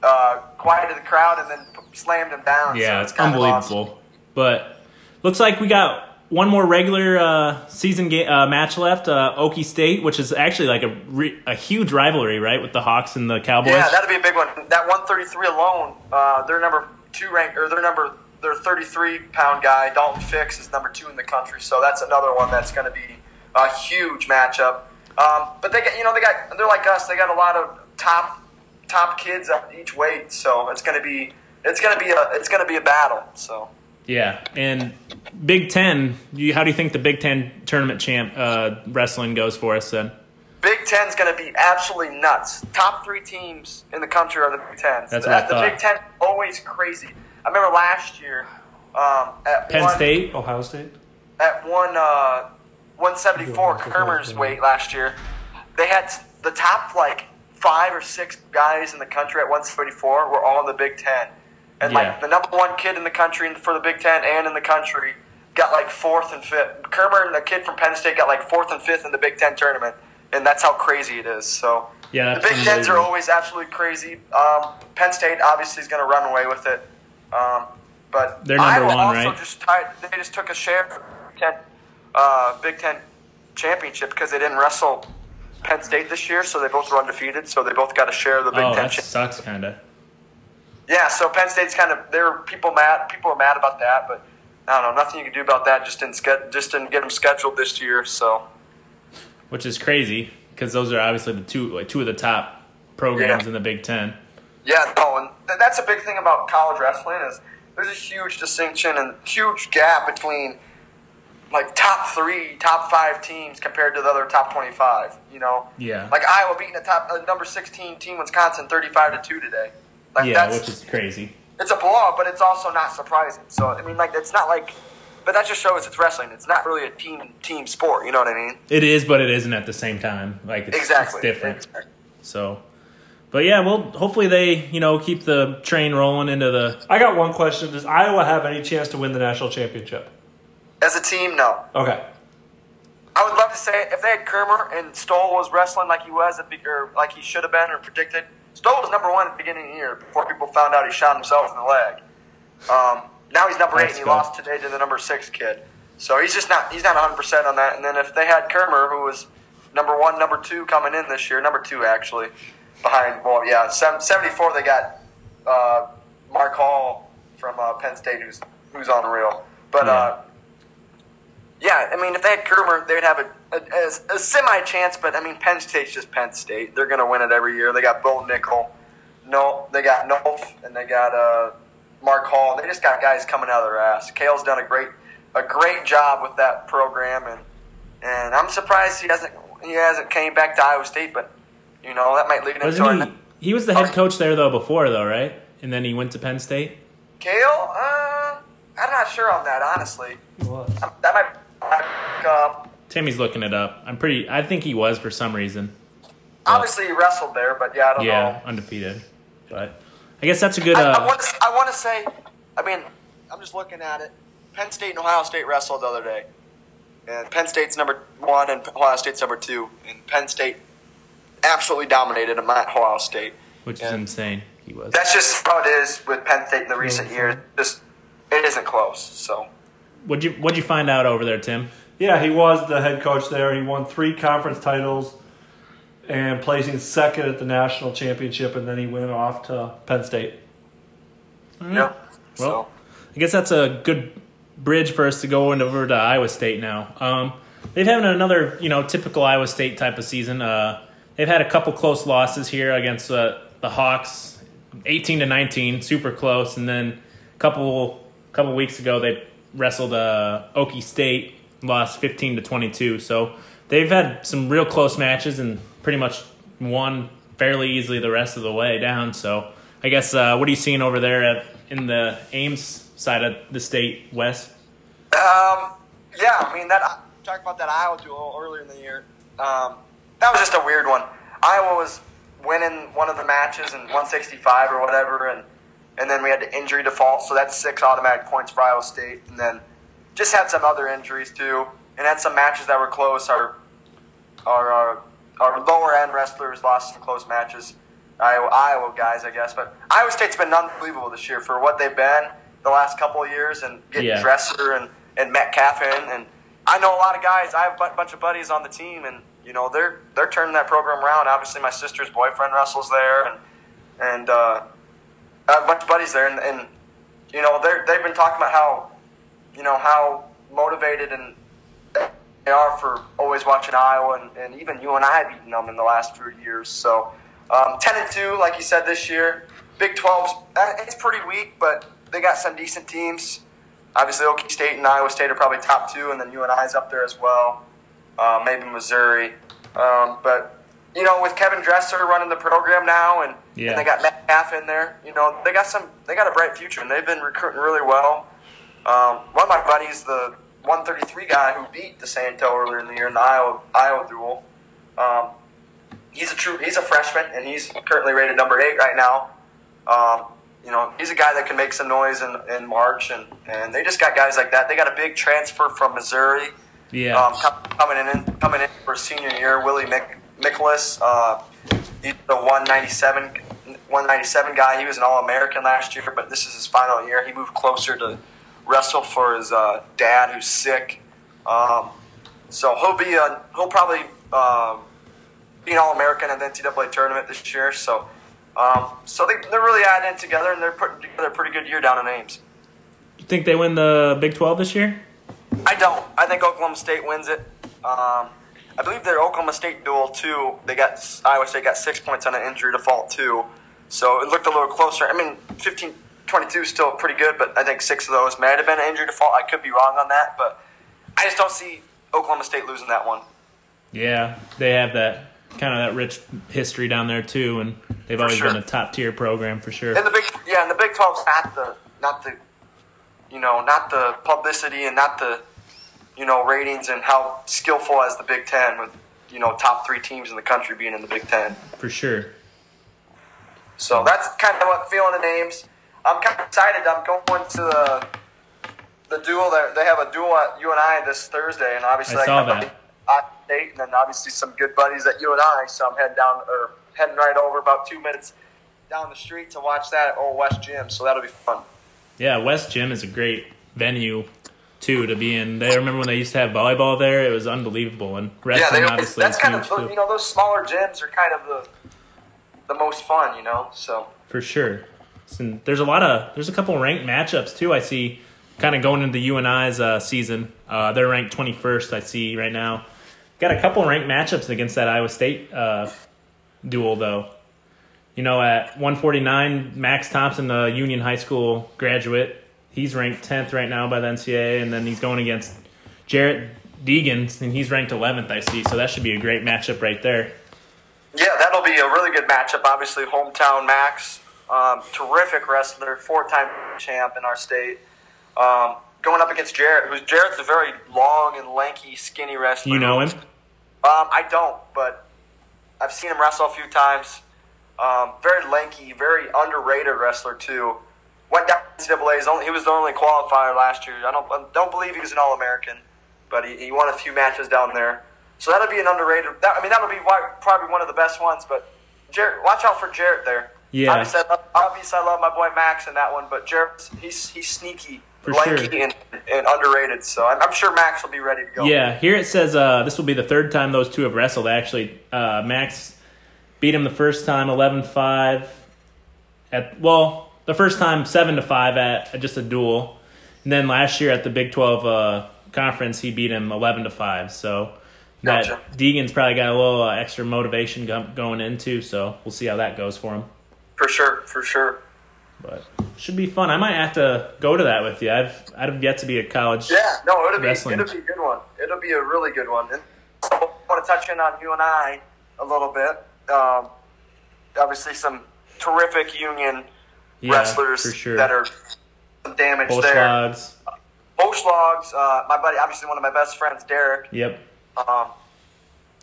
Speaker 3: uh, quieted the crowd and then p- slammed him down. So
Speaker 1: Yeah, it's
Speaker 3: kind of
Speaker 1: unbelievable. But looks like we got one more regular uh, season ga- uh, match left. Uh, Okie State, which is actually like a re- a huge rivalry, right, with the Hawks and the Cowboys.
Speaker 3: Yeah, that'd be a big one. That 133 alone, uh, their number two rank, or their number, their 33 pound guy, Dalton Fix, is number two in the country. So that's another one that's going to be a huge matchup. Um, but they got, you know, they got, they're like us. They got a lot of top, top kids at each weight. So it's going to be, it's going to be a, it's going to be a battle. So
Speaker 1: Yeah, and Big Ten. You, how do you think the Big Ten tournament champ uh, wrestling goes for us then?
Speaker 3: Big Ten's going to be absolutely nuts. Top three teams in the country are the Big Ten.
Speaker 1: That's what I
Speaker 3: the
Speaker 1: thought.
Speaker 3: Big Ten always crazy. I remember last year um, at
Speaker 1: Penn
Speaker 3: one,
Speaker 1: State.
Speaker 2: Ohio State.
Speaker 3: at one uh, 174 Kermer's weight last year. They had the top like five or six guys in the country at 174 were all in the Big Ten, and
Speaker 1: Yeah.
Speaker 3: like the number one kid in the country for the Big Ten and in the country got like fourth and fifth. Kermer and the kid from Penn State got like fourth and fifth in the Big Ten tournament, and that's how crazy it is. So
Speaker 1: Yeah,
Speaker 3: the
Speaker 1: that's
Speaker 3: Big Tens are
Speaker 1: unbelievable.
Speaker 3: always absolutely crazy. Um, Penn State obviously is going to run away with it, um, but
Speaker 1: They're number
Speaker 3: Iowa
Speaker 1: one,
Speaker 3: also
Speaker 1: right?
Speaker 3: just just tied, they just took a share of the ten, uh, Big Ten championship because they didn't wrestle Penn State this year, so they both were undefeated. So they both got a share of the Big
Speaker 1: Oh,
Speaker 3: Ten.
Speaker 1: that
Speaker 3: cha-
Speaker 1: sucks, kind of.
Speaker 3: yeah, so Penn State's kind of there. Were people mad. People are mad about that, but I don't know. Nothing you can do about that. Just didn't sched- just didn't get them scheduled this year. So
Speaker 1: Which is crazy because those are obviously the two like two of the top programs
Speaker 3: Yeah.
Speaker 1: in the Big Ten.
Speaker 3: Yeah, no, and th- that's a big thing about college wrestling is there's a huge distinction and huge gap between like top three, top five teams compared to the other top twenty-five. You know,
Speaker 1: Yeah.
Speaker 3: like Iowa beating a top a number sixteen team, Wisconsin, thirty-five to two today. Like
Speaker 1: Yeah,
Speaker 3: that's
Speaker 1: which is crazy.
Speaker 3: it's a blowout, but it's also not surprising. So I mean, like it's not like, but that just shows it's wrestling. It's not really a team team sport. You know what I mean?
Speaker 1: It is, but it isn't at the same time. Like it's,
Speaker 3: Exactly.
Speaker 1: it's different.
Speaker 3: Exactly.
Speaker 1: So, but yeah, well, hopefully they you know keep the train rolling into the.
Speaker 2: I got one question. Does Iowa have any chance to win the national championship?
Speaker 3: As a team, no.
Speaker 2: Okay.
Speaker 3: I would love to say if they had Kermer and Stoll was wrestling like he was, at the, or like he should have been or predicted. Stoll was number one at the beginning of the year before people found out he shot himself in the leg. Um, now he's number eight.
Speaker 1: Let's
Speaker 3: and He
Speaker 1: go.
Speaker 3: lost today to the number six kid, so he's just not he's not 100 percent on that. And then if they had Kermer, who was number one, number two coming in this year, number two actually behind. Well, yeah, seven- 74. They got uh, Mark Hall from uh, Penn State, who's who's on the real, but.
Speaker 1: Yeah.
Speaker 3: Uh, yeah, I mean, if they had Kerber, they'd have a, a, a, semi chance. But I mean, Penn State's just Penn State. They're going to win it every year. They got Bo Nickel, no, they got Nolf, and they got uh, Mark Hall. They just got guys coming out of their ass. Kale's done a great a great job with that program, and and I'm surprised he hasn't he hasn't came back to Iowa State. But you know that might lead him to.
Speaker 1: Wasn't
Speaker 3: our-
Speaker 1: he? He was the
Speaker 3: Oh.
Speaker 1: head coach there though before though, right? And then he went to Penn State.
Speaker 3: Kale, uh, I'm not sure on that honestly.
Speaker 2: He was.
Speaker 3: Um, That might. might, Uh,
Speaker 1: Timmy's looking it up. I'm pretty. I think he was for some reason.
Speaker 3: obviously, he wrestled there, but yeah, I don't know.
Speaker 1: Yeah, undefeated. But I guess that's a good.
Speaker 3: I, I,
Speaker 1: Uh,
Speaker 3: want to, I want to say, I mean, I'm just looking at it. Penn State and Ohio State wrestled the other day, and Penn State's number one and Ohio State's number two, and Penn State absolutely dominated them at Ohio State.
Speaker 1: which is
Speaker 3: yeah.
Speaker 1: insane. He was.
Speaker 3: That's just how it is with Penn State in the recent
Speaker 1: Mm-hmm.
Speaker 3: years. Just it isn't close. So
Speaker 1: What'd you What'd you find out over there, Tim?
Speaker 2: Yeah, he was the head coach there. He won three conference titles and placing second at the national championship, and then he went off to Penn State.
Speaker 3: yeah,
Speaker 1: Mm-hmm. Well, I guess that's a good bridge for us to go into over to Iowa State now. Um, they've had another, you know, typical Iowa State type of season. Uh, they've had a couple close losses here against uh, the Hawks, eighteen to nineteen, super close, and then a couple couple weeks ago they wrestled uh, Okie State, lost fifteen to twenty two. So they've had some real close matches and pretty much won fairly easily the rest of the way down. So I guess uh, what are you seeing over there at, in the Ames side of the state, West?
Speaker 3: Um, yeah, I mean that. Talk about that Iowa duel earlier in the year. Um, that was just a weird one. Iowa was winning one of the matches in 165 or whatever, and and then we had the injury default, so that's six automatic points for Iowa State, and then just had some other injuries too, and had some matches that were close. Our our our, our lower end wrestlers lost some close matches. Iowa, Iowa guys, I guess, but Iowa State's been unbelievable this year for what they've been the last couple of years and getting
Speaker 1: Yeah.
Speaker 3: Dresser and and Metcalf in, and I know a lot of guys. I have a bu- bunch of buddies on the team, and you know they're they're turning that program around. Obviously, my sister's boyfriend wrestles there, and and uh, I have a bunch of buddies there, and, and you know they're they've been talking about how you know how motivated and they are for always watching Iowa, and, and even you and I have beaten them in the last few years. So um, ten and two, like you said this year, Big 12's uh, it's pretty weak, but they got some decent teams. Obviously, Okie State and Iowa State are probably top two, and then you and I's up there as well. Uh, maybe Missouri, um, but you know, with Kevin Dresser running the program now, and,
Speaker 1: Yeah.
Speaker 3: and they got Metcalf in there, you know, they got some, they got a bright future, and they've been recruiting really well. Um, one of my buddies, the 133 guy who beat DeSanto earlier in the year in the Iowa, Iowa duel, um, he's a true he's a freshman and he's currently rated number eight right now. Um, you know, he's a guy that can make some noise in, in March, and, and they just got guys like that. They got a big transfer from Missouri
Speaker 1: Yeah.
Speaker 3: um, com- coming in coming in for senior year. Willie Mick- Mikolas, uh, he's the 197, 197 guy. He was an All American last year, but this is his final year. He moved closer to wrestle for his uh, dad, who's sick. Um, so he'll be a, he'll probably um, be an All American at the NCAA tournament this year. So um, so they, they're really adding it together, and they're putting together a pretty good year down in Ames.
Speaker 1: you think they win the Big 12 this year?
Speaker 3: I don't. I think Oklahoma State wins it. Um, I believe their Oklahoma State duel too. They got Iowa State got six points on an injury default too, so it looked a little closer. I mean, 15, 22 is still pretty good, but I think six of those might have been an injury default. I could be wrong on that, but I just don't see Oklahoma State losing that one.
Speaker 1: Yeah, they have that kind of that rich history down there too, and they've always
Speaker 3: sure.
Speaker 1: been a top tier program for sure.
Speaker 3: And the big yeah, and the Big 12's not the not the you know not the publicity and not the you know ratings and how skillful as the Big Ten with you know top three teams in the country being in the Big Ten.
Speaker 1: For sure.
Speaker 3: So that's kind of what feeling the names. I'm kind of excited. I'm going to the the duel. There they have a duel at you and I this Thursday, and obviously
Speaker 1: I saw
Speaker 3: got my
Speaker 1: that.
Speaker 3: buddy Iowa State, and then obviously some good buddies at you and I. So I'm heading down or heading right over about two minutes down the street to watch that at Old West Gym. So that'll be fun.
Speaker 1: Yeah, West Gym is a great venue too to be in. They remember when they used to have volleyball there; it was unbelievable. And wrestling,
Speaker 3: yeah, they,
Speaker 1: obviously,
Speaker 3: that's
Speaker 1: is
Speaker 3: kind
Speaker 1: huge
Speaker 3: of those-
Speaker 1: too.
Speaker 3: you know those smaller gyms are kind of the the most fun, you know. So
Speaker 1: for sure. And there's a lot of there's a couple ranked matchups too. I see kind of going into UNI's uh, season. Uh, they're ranked 21st, I see right now. Got a couple ranked matchups against that Iowa State uh, duel, though. You know, at 149, Max Thompson, the Union High School graduate, he's ranked 10th right now by the NCAA, and then he's going against Jarrett Deegan, and he's ranked 11th, I see. So that should be a great matchup right there.
Speaker 3: Yeah, that'll be a really good matchup. Obviously, hometown Max, um, terrific wrestler, four-time champ in our state. Um, going up against Jarrett, who's Jarrett's a very long and lanky, skinny wrestler.
Speaker 1: You know him?
Speaker 3: Um, I don't, but I've seen him wrestle a few times. Um, very lanky, very underrated wrestler too. Went down to NCAA's. Only, he was the only qualifier last year. I don't I don't believe he was an All American, but he, he won a few matches down there. So that'll be an underrated. That, I mean, that'll be why, probably one of the best ones. But Jarrett, watch out for Jarrett there.
Speaker 1: Yeah.
Speaker 3: Obviously, I love, obviously I love my boy Max in that one, but Jarrett, he's he's sneaky,
Speaker 1: For
Speaker 3: lanky,
Speaker 1: sure.
Speaker 3: and, and underrated. So I'm, I'm sure Max will be ready to go.
Speaker 1: Yeah, here it says uh, this will be the third time those two have wrestled. Actually, uh, Max beat him the first time 11-5 at well, the first time 7 to 5 at, at just a duel. And then last year at the Big 12 uh, conference, he beat him 11 to 5. So that
Speaker 3: Gotcha.
Speaker 1: Deegan's probably got a little uh, extra motivation go- going into, so we'll see how that goes for him.
Speaker 3: for sure, for sure.
Speaker 1: But should be fun. I might have to go to that with you. I've I've yet to be at college.
Speaker 3: Yeah, no, it'll be
Speaker 1: Wrestling.
Speaker 3: it'll be a good one. It'll be a really good one. And I want to touch in on you and I a little bit. Um, obviously, some terrific Union
Speaker 1: Yeah,
Speaker 3: wrestlers
Speaker 1: for sure.
Speaker 3: that are some damage
Speaker 1: Bull
Speaker 3: there.
Speaker 1: Schlogs.
Speaker 3: Boschlogs, uh, my buddy, obviously one of my best friends, Derek.
Speaker 1: Yep.
Speaker 3: Um,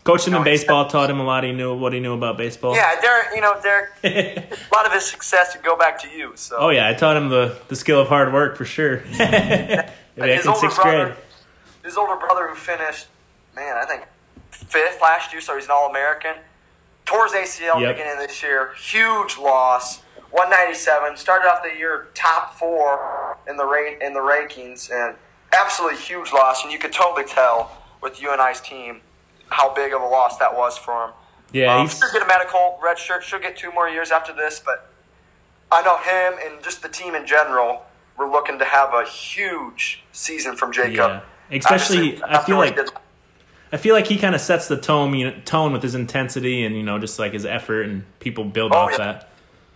Speaker 1: Coached him in
Speaker 3: No,
Speaker 1: baseball, taught him a lot. He knew what he knew about baseball.
Speaker 3: yeah, Derek. You know, Derek.
Speaker 1: oh
Speaker 3: A lot of his success could go back to you. So
Speaker 1: yeah, I taught him the, the skill of hard work for sure. Back
Speaker 3: his
Speaker 1: in
Speaker 3: older
Speaker 1: sixth
Speaker 3: brother,
Speaker 1: grade.
Speaker 3: his older brother who finished, man, I think fifth last year, so he's an All American. Tore his ACL
Speaker 1: Yep.
Speaker 3: beginning of this year, huge loss. 197 started off the year top four in the rate in the rankings, and absolutely huge loss. And you could totally tell with UNI's team how big of a loss that was for him.
Speaker 1: Yeah,
Speaker 3: um,
Speaker 1: he's,
Speaker 3: should get a medical red shirt. Should get two more years after this, but I know him and just the team in general. We're looking to have a huge season from
Speaker 1: yeah.
Speaker 3: Jacob.
Speaker 1: Especially,
Speaker 3: Obviously,
Speaker 1: I
Speaker 3: after
Speaker 1: feel
Speaker 3: what he
Speaker 1: like
Speaker 3: did-
Speaker 1: I feel like he kind of sets the tone you know, tone with his intensity and you know just like his effort and people build off
Speaker 3: Oh, yeah.
Speaker 1: that.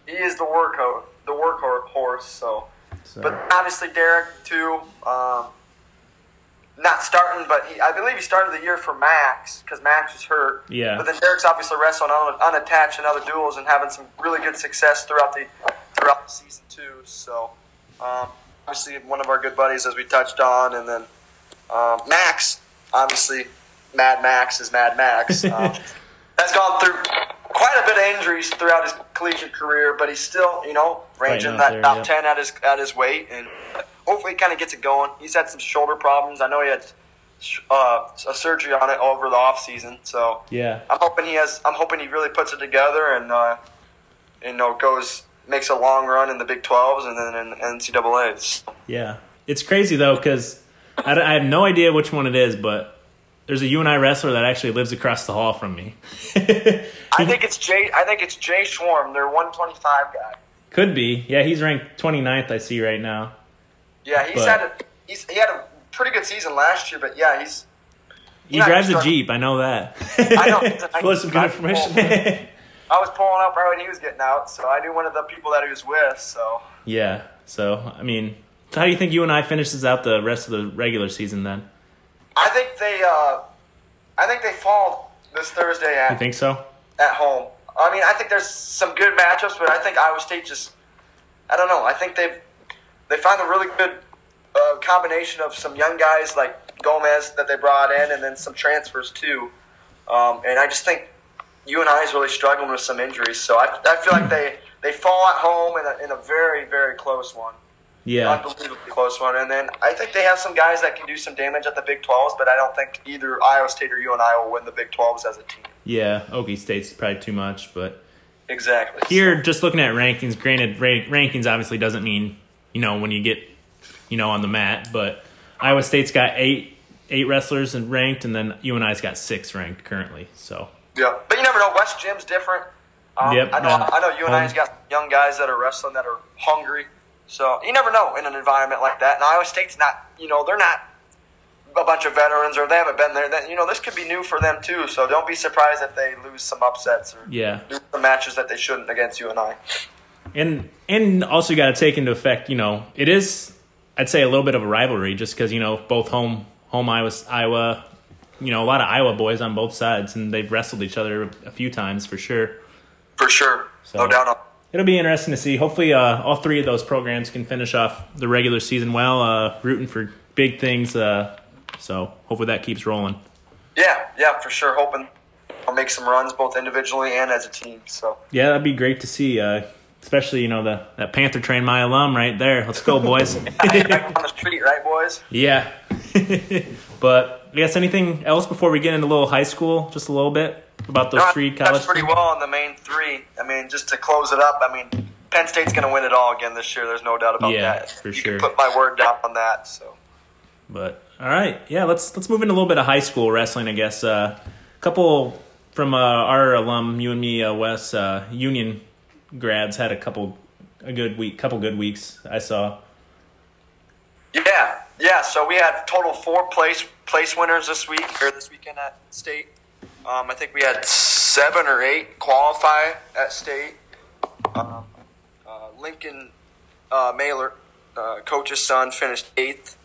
Speaker 3: he is the workhorse, the workhorse. So,
Speaker 1: So,
Speaker 3: but obviously Derek too. Um, not starting, but he, I believe he started the year for Max because Max was hurt.
Speaker 1: Yeah.
Speaker 3: But then Derek's obviously wrestling un, unattached in other duels and having some really good success throughout the throughout the season too. So, um, obviously one of our good buddies as we touched on, and then um, Max, obviously Mad Max is Mad Max. Um, has gone through quite a bit of injuries throughout his collegiate career, but he's still, you know, ranging
Speaker 1: out
Speaker 3: that
Speaker 1: there,
Speaker 3: top
Speaker 1: yeah.
Speaker 3: ten at his at his weight, and hopefully, kind of gets it going. He's had some shoulder problems. I know he had sh- uh, a surgery on it over the off season, so
Speaker 1: yeah,
Speaker 3: I'm hoping he has. I'm hoping he really puts it together and uh, you know goes makes a long run in the Big 12s and then in NCAA's.
Speaker 1: yeah. It's crazy though because I, don't- I have no idea which one it is, but there's a UNI wrestler that actually lives across the hall from me.
Speaker 3: I think it's Jay. I think it's Jay Schwarm, their 125 guy.
Speaker 1: Could be. Yeah, he's ranked 29th. I see right now.
Speaker 3: Yeah, he's
Speaker 1: But-
Speaker 3: had a, he's he had a pretty good season last year, but yeah, he's
Speaker 1: He
Speaker 3: Yeah,
Speaker 1: drives
Speaker 3: he's
Speaker 1: a
Speaker 3: driving-
Speaker 1: jeep. I know that.
Speaker 3: I know. I,
Speaker 2: Well, some good information.
Speaker 3: I was pulling up right when he was getting out, so I knew one of the people that he was with. So
Speaker 1: yeah. So I mean, so how do you think you and I finishes out the rest of the regular season? Then
Speaker 3: I think they, uh, I think they fall this Thursday
Speaker 1: you
Speaker 3: at
Speaker 1: think so?
Speaker 3: at home. I mean, I think there's some good matchups, but I think Iowa State just, I don't know. I think they've they found a really good uh, combination of some young guys like Gomez that they brought in, and then some transfers too. Um, and I just think you and I is really struggling with some injuries, so I, I feel like they they fall at home in a, in a very very close one,
Speaker 1: Yeah.
Speaker 3: unbelievably close one. And then I think they have some guys that can do some damage at the Big 12s, but I don't think either Iowa State or you and I will win the Big 12s as a team.
Speaker 1: Yeah. Okie State's probably too much, but
Speaker 3: Exactly.
Speaker 1: here, just looking at rankings. Granted, ra- rankings obviously doesn't mean you know when you get you know on the mat, but Iowa State's got eight eight wrestlers and ranked, and then you and I's got six ranked currently. So
Speaker 3: Yeah, but you never know. West Gym's different. Um,
Speaker 1: Yep,
Speaker 3: I know.
Speaker 1: no.
Speaker 3: I know. You and
Speaker 1: Um,
Speaker 3: I's got young guys that are wrestling that are hungry. So you never know in an environment like that. And Iowa State's not, you know, they're not a bunch of veterans or they haven't been there. That you know, this could be new for them too. So don't be surprised if they lose some upsets or
Speaker 1: Yeah.
Speaker 3: lose some matches that they shouldn't against you and I.
Speaker 1: and and also got to take into effect, you know, it is I'd say a little bit of a rivalry just because you know both home home Iowa Iowa, you know, a lot of Iowa boys on both sides, and they've wrestled each other a few times for sure.
Speaker 3: For sure, no doubt. On.
Speaker 1: It'll be interesting to see. Hopefully, uh, all three of those programs can finish off the regular season well. Uh, rooting for big things, uh, so hopefully that keeps rolling.
Speaker 3: Yeah, yeah, for sure. Hoping I'll make some runs both individually and as a team. So
Speaker 1: Yeah, that'd be great to see. Uh, especially you know the that Panther train my alum right there. Let's go, boys.
Speaker 3: back on the street, right, boys?
Speaker 1: Yeah. but I guess anything else before we get into a little high school, just a little bit about those
Speaker 3: No, I
Speaker 1: three
Speaker 3: think that's
Speaker 1: college.
Speaker 3: pretty well on the main three. I mean, just to close it up, I mean, Penn State's going to win it all again this year. There's no doubt about
Speaker 1: Yeah,
Speaker 3: that.
Speaker 1: for
Speaker 3: you
Speaker 1: sure.
Speaker 3: Can put my word down on that. So
Speaker 1: But all right, yeah, let's let's move into a little bit of high school wrestling. I guess uh, a couple from uh, our alum, you and me, uh, Wes uh, Union grads had a couple a good week, couple good weeks. I saw.
Speaker 3: yeah, yeah. So we had total four place place winners this week or this weekend at state. Um, I think we had seven or eight qualify at state. Um, uh, Lincoln uh, Mailer, uh, coach's son, finished eighth.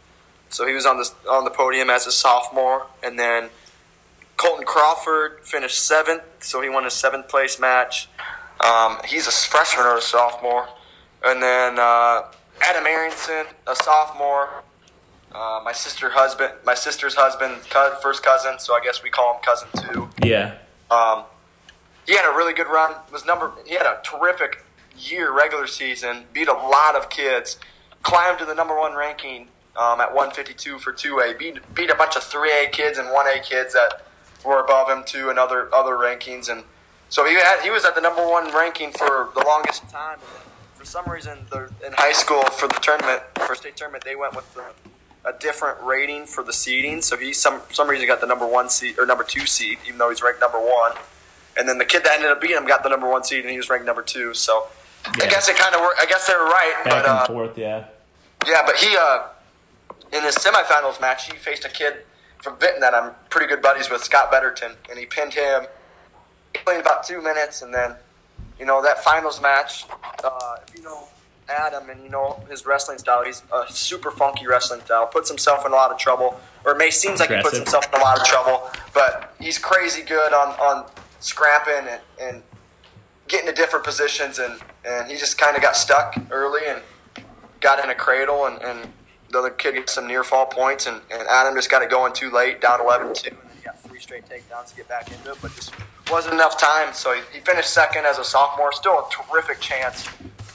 Speaker 3: So he was on the on the podium as a sophomore, and then Colton Crawford finished seventh. So he won his seventh place match. Um, he's a freshman or a sophomore, and then uh, Adam Aronson, a sophomore. Uh, my sister husband, my sister's husband, co- first cousin. So I guess we call him cousin two.
Speaker 1: Yeah,
Speaker 3: Um, he had a really good run. Was number he had a terrific year regular season. Beat a lot of kids. Climbed to the number one ranking um, at 152 for 2A. Beat beat a bunch of 3A kids and 1A kids that were above him too, and other other rankings. And so he had, he was at the number one ranking for the longest time. For some reason, the- in high school for the tournament for state tournament, they went with the, a different rating for the seeding. So he some for some reason got the number one seed or number two seed, even though he's ranked number one. And then the kid that ended up beating him got the number one seed, and he was ranked number two. So
Speaker 1: Yeah.
Speaker 3: I guess it kind of worked. I guess they were right,
Speaker 1: back
Speaker 3: but uh,
Speaker 1: and forth. Yeah,
Speaker 3: yeah, but he uh, in his semifinals match, he faced a kid from Benton that I'm pretty good buddies with, Scott Betterton, and he pinned him. He played about two minutes, and then you know that finals match. Uh, if you know Adam and you know his wrestling style, he's a super funky wrestling style. Puts himself in a lot of trouble, or it may seems like he puts
Speaker 1: Aggressive.
Speaker 3: himself in a lot of trouble, but he's crazy good on on scrapping and. and getting to different positions and, and he just kind of got stuck early and got in a cradle and, and the other kid got some near fall points and, and Adam just got it going too late, down 11-2, and then he got three straight takedowns to get back into it, but just wasn't enough time. So he, he finished second as a sophomore, still a terrific chance,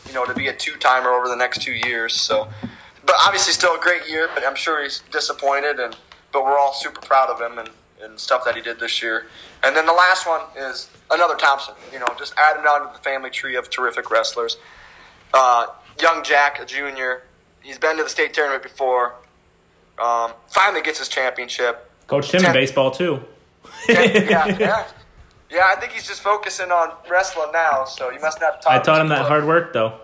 Speaker 3: you know, to be a two-timer over the next two years. So, but obviously still a great year, but I'm sure he's disappointed, and but we're all super proud of him and, and stuff that he did this year. And then the last one is another Thompson, you know, just added on to the family tree of terrific wrestlers uh, young Jack, a junior. He's been to the state tournament before. Um, finally gets his championship.
Speaker 1: coached him in
Speaker 3: Ten-
Speaker 1: baseball too.
Speaker 3: yeah, yeah, yeah. I think he's just focusing on wrestling now. So you must not.
Speaker 1: I taught him that hard work though.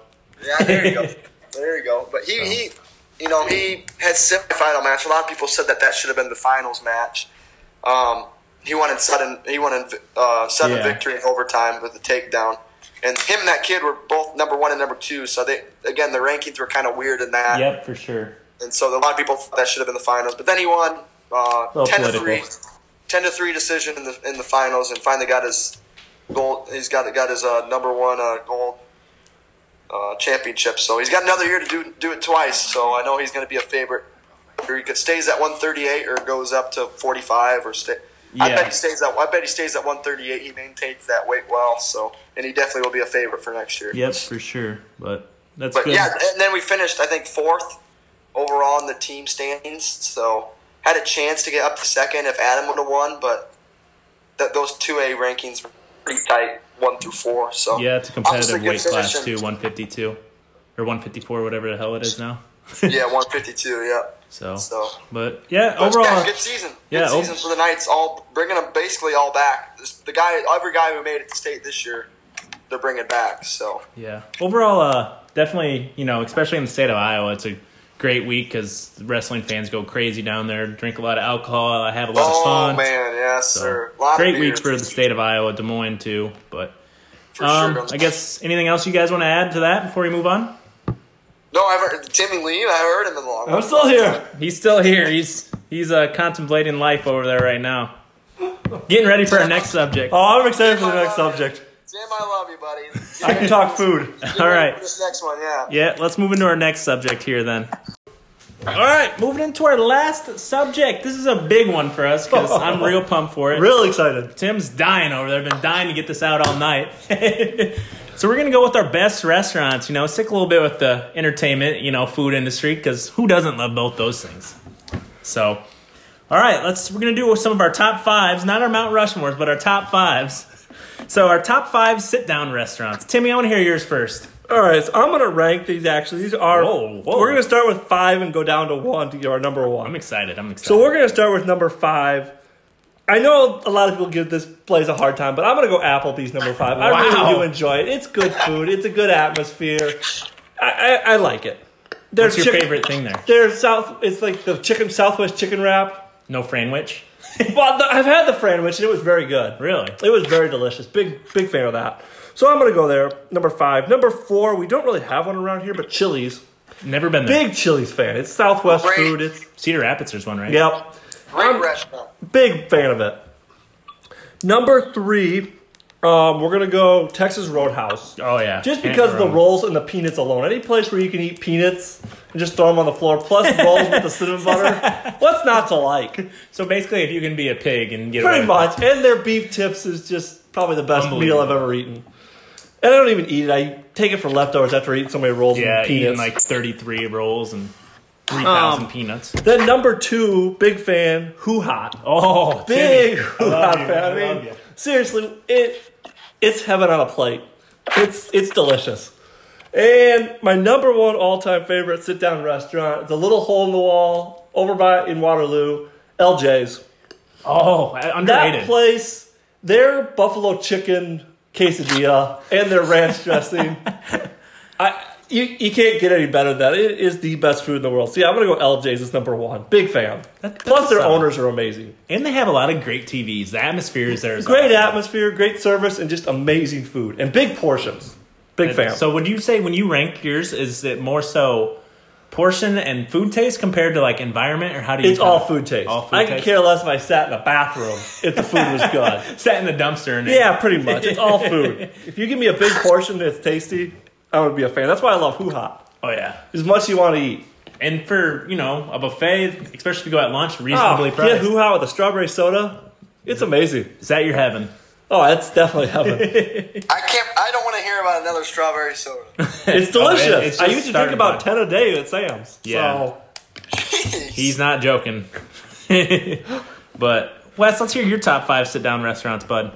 Speaker 3: Yeah, there you go. There you go. But he, he, you know, he had semifinal match. A lot of people said that that should have been the finals match. Um, he won in sudden. He won in uh, sudden
Speaker 1: Yeah.
Speaker 3: victory in overtime with the takedown. And him and that kid were both number one and number two. So they again, the rankings were kind of weird in that.
Speaker 1: Yep, for sure.
Speaker 3: and so a lot of people thought that should have been the finals. But then he won uh,
Speaker 1: Little
Speaker 3: ten to
Speaker 1: political.
Speaker 3: three, 10 to three decision in the in the finals, and finally got his gold. He's got got his uh, number one uh, gold uh, championship. So he's got another year to do do it twice. So I know he's going to be a favorite. Or he could stays at one thirty eight, or goes up to forty five, or stay. I
Speaker 1: Yeah.
Speaker 3: bet he stays at. I bet he stays at one thirty eight. He maintains that weight well, so and he definitely will be a favorite for next year.
Speaker 1: Yep, for sure. But that's
Speaker 3: But
Speaker 1: good.
Speaker 3: yeah, and then we finished I think fourth overall in the team standings. So had a chance to get up to second if Adam would have won, but th- those two A rankings were pretty tight, one through four. So
Speaker 1: Yeah, it's a
Speaker 3: Obviously
Speaker 1: competitive
Speaker 3: good
Speaker 1: weight class
Speaker 3: position.
Speaker 1: too, 152 or 154, whatever the hell it is now.
Speaker 3: yeah, one fifty two. Yeah.
Speaker 1: So,
Speaker 3: So
Speaker 1: but yeah, oh,
Speaker 3: But
Speaker 1: overall,
Speaker 3: yeah, good season.
Speaker 1: yeah,
Speaker 3: good season
Speaker 1: ov-
Speaker 3: for the Knights. All bringing them basically all back. This, the guy, every guy who made it to state this year they're bringing back. So
Speaker 1: Yeah. Overall, uh, definitely, you know, especially in the state of Iowa, it's a great week because wrestling fans go crazy down there, drink a lot of alcohol, have a lot
Speaker 3: oh
Speaker 1: of fun.
Speaker 3: man, yes
Speaker 1: So,
Speaker 3: sir, Lot of
Speaker 1: great week
Speaker 3: beers,
Speaker 1: for the state of Iowa, Des Moines too. But
Speaker 3: for
Speaker 1: um,
Speaker 3: sure.
Speaker 1: I guess anything else you guys want to add to that before we move on?
Speaker 3: no, I've heard Timmy Lee. I heard him in the long.
Speaker 2: I'm still here.
Speaker 1: He's still here. He's he's uh, contemplating life over there right now, getting ready for our next subject.
Speaker 2: Oh, I'm excited for the next subject.
Speaker 3: Tim, I love you, buddy.
Speaker 2: I can talk food.
Speaker 3: Oh,
Speaker 1: All right.
Speaker 3: This next one, yeah.
Speaker 1: Yeah, let's move into our next subject here then. All right, moving into our last subject. This is a big one for us because I'm real pumped for it.
Speaker 2: Really excited.
Speaker 1: Tim's dying over there. Been dying to get this out all night. so we're gonna go with our best restaurants. You know, stick a little bit with the entertainment, you know, food industry because who doesn't love both those things? So, all right, let's. We're gonna do some of our top fives, not our Mount Rushmores, but our top fives. So our top five sit-down restaurants. Timmy, I want to hear yours first.
Speaker 2: All right, so I'm gonna rank these. Actually, these are.
Speaker 1: Whoa, whoa.
Speaker 2: We're gonna start with five and go down to one to get our number one.
Speaker 1: I'm excited. I'm excited.
Speaker 2: So we're gonna start with number five. I know a lot of people give this place a hard time, but I'm gonna go Applebee's number five. I
Speaker 1: Wow.
Speaker 2: really do enjoy it. It's good food. It's a good atmosphere. I, I, I like it. There's
Speaker 1: What's your favorite thing there?
Speaker 2: There's south. It's like the chicken Southwest chicken wrap.
Speaker 1: No franwich?
Speaker 2: Well, the, I've had the Franwich and it was very good.
Speaker 1: Really?
Speaker 2: It was very delicious. Big big fan of that. So I'm gonna go there. Number five. Number four. We don't really have one around here, but Chili's.
Speaker 1: Never been there.
Speaker 2: Big Chili's fan. It's Southwest
Speaker 3: Great.
Speaker 2: food. It's
Speaker 1: Cedar Rapids, there's one, right?
Speaker 2: yep.
Speaker 3: Great restaurant.
Speaker 2: Big fan of it. Number three, um, we're gonna go Texas Roadhouse.
Speaker 1: Oh yeah.
Speaker 2: Just
Speaker 1: Can't
Speaker 2: because
Speaker 1: go
Speaker 2: of the
Speaker 1: wrong.
Speaker 2: rolls and the peanuts alone, any place where you can eat peanuts and just throw them on the floor, plus rolls with the cinnamon butter, what's not to like?
Speaker 1: So basically, if you can be a pig and get away
Speaker 2: Pretty
Speaker 1: with
Speaker 2: much. And their beef tips is just probably the best meal
Speaker 1: Unbelievable.
Speaker 2: I've ever eaten. And I don't even eat it. I take it for leftovers after eating so many rolls
Speaker 1: it. yeah,
Speaker 2: and peanuts.
Speaker 1: eating like thirty-three rolls and three thousand
Speaker 2: Um,
Speaker 1: peanuts.
Speaker 2: then number two, big fan, Hoo Hot.
Speaker 1: Oh,
Speaker 2: big
Speaker 1: Timmy.
Speaker 2: hoo ha
Speaker 1: you.
Speaker 2: fan.
Speaker 1: I
Speaker 2: I
Speaker 1: love
Speaker 2: mean,
Speaker 1: you.
Speaker 2: seriously, it it's heaven on a plate. It's it's delicious. And my number one all time favorite sit down restaurant, the little hole in the wall over by in Waterloo, LJ's.
Speaker 1: Oh,
Speaker 2: That
Speaker 1: underrated.
Speaker 2: place, their buffalo chicken quesadilla and their ranch dressing. I you, you can't get any better than that. It is the best food in the world. So yeah, I'm gonna go LJ's as number one. Big fan.
Speaker 1: That-
Speaker 2: Plus their
Speaker 1: that's, uh,
Speaker 2: owners are amazing.
Speaker 1: and they have a lot of great TVs. The atmosphere is there. As
Speaker 2: Great
Speaker 1: well.
Speaker 2: atmosphere, great service, and just amazing food and big portions. Big fan.
Speaker 1: So would you say when you rank yours, is it more so portion and food taste compared to like environment, or how do you?
Speaker 2: it's all food taste.
Speaker 1: All food
Speaker 2: I could
Speaker 1: taste?
Speaker 2: care less if I sat in a bathroom if the food was good.
Speaker 1: Sat in the dumpster and
Speaker 2: yeah, pretty much. It's all food. If you give me a big portion that's tasty, I would be a fan. That's why I love Hoo Ha.
Speaker 1: Oh yeah.
Speaker 2: As much as you want to eat.
Speaker 1: And for you know a buffet, especially if you go at lunch, reasonably
Speaker 2: Oh,
Speaker 1: priced.
Speaker 2: yeah, Hoo Ha with a strawberry soda. It's amazing.
Speaker 1: Is that your heaven?
Speaker 2: Oh, that's definitely heaven.
Speaker 3: I can't. I don't want to hear about another strawberry soda.
Speaker 2: It's delicious.
Speaker 1: Oh, it- it's
Speaker 2: I
Speaker 1: just
Speaker 2: used to drink
Speaker 1: started
Speaker 2: about
Speaker 1: by-
Speaker 2: 10 a day at Sam's.
Speaker 1: Yeah.
Speaker 2: So.
Speaker 1: He's not joking. but Wes, let's hear your top five sit-down restaurants, bud.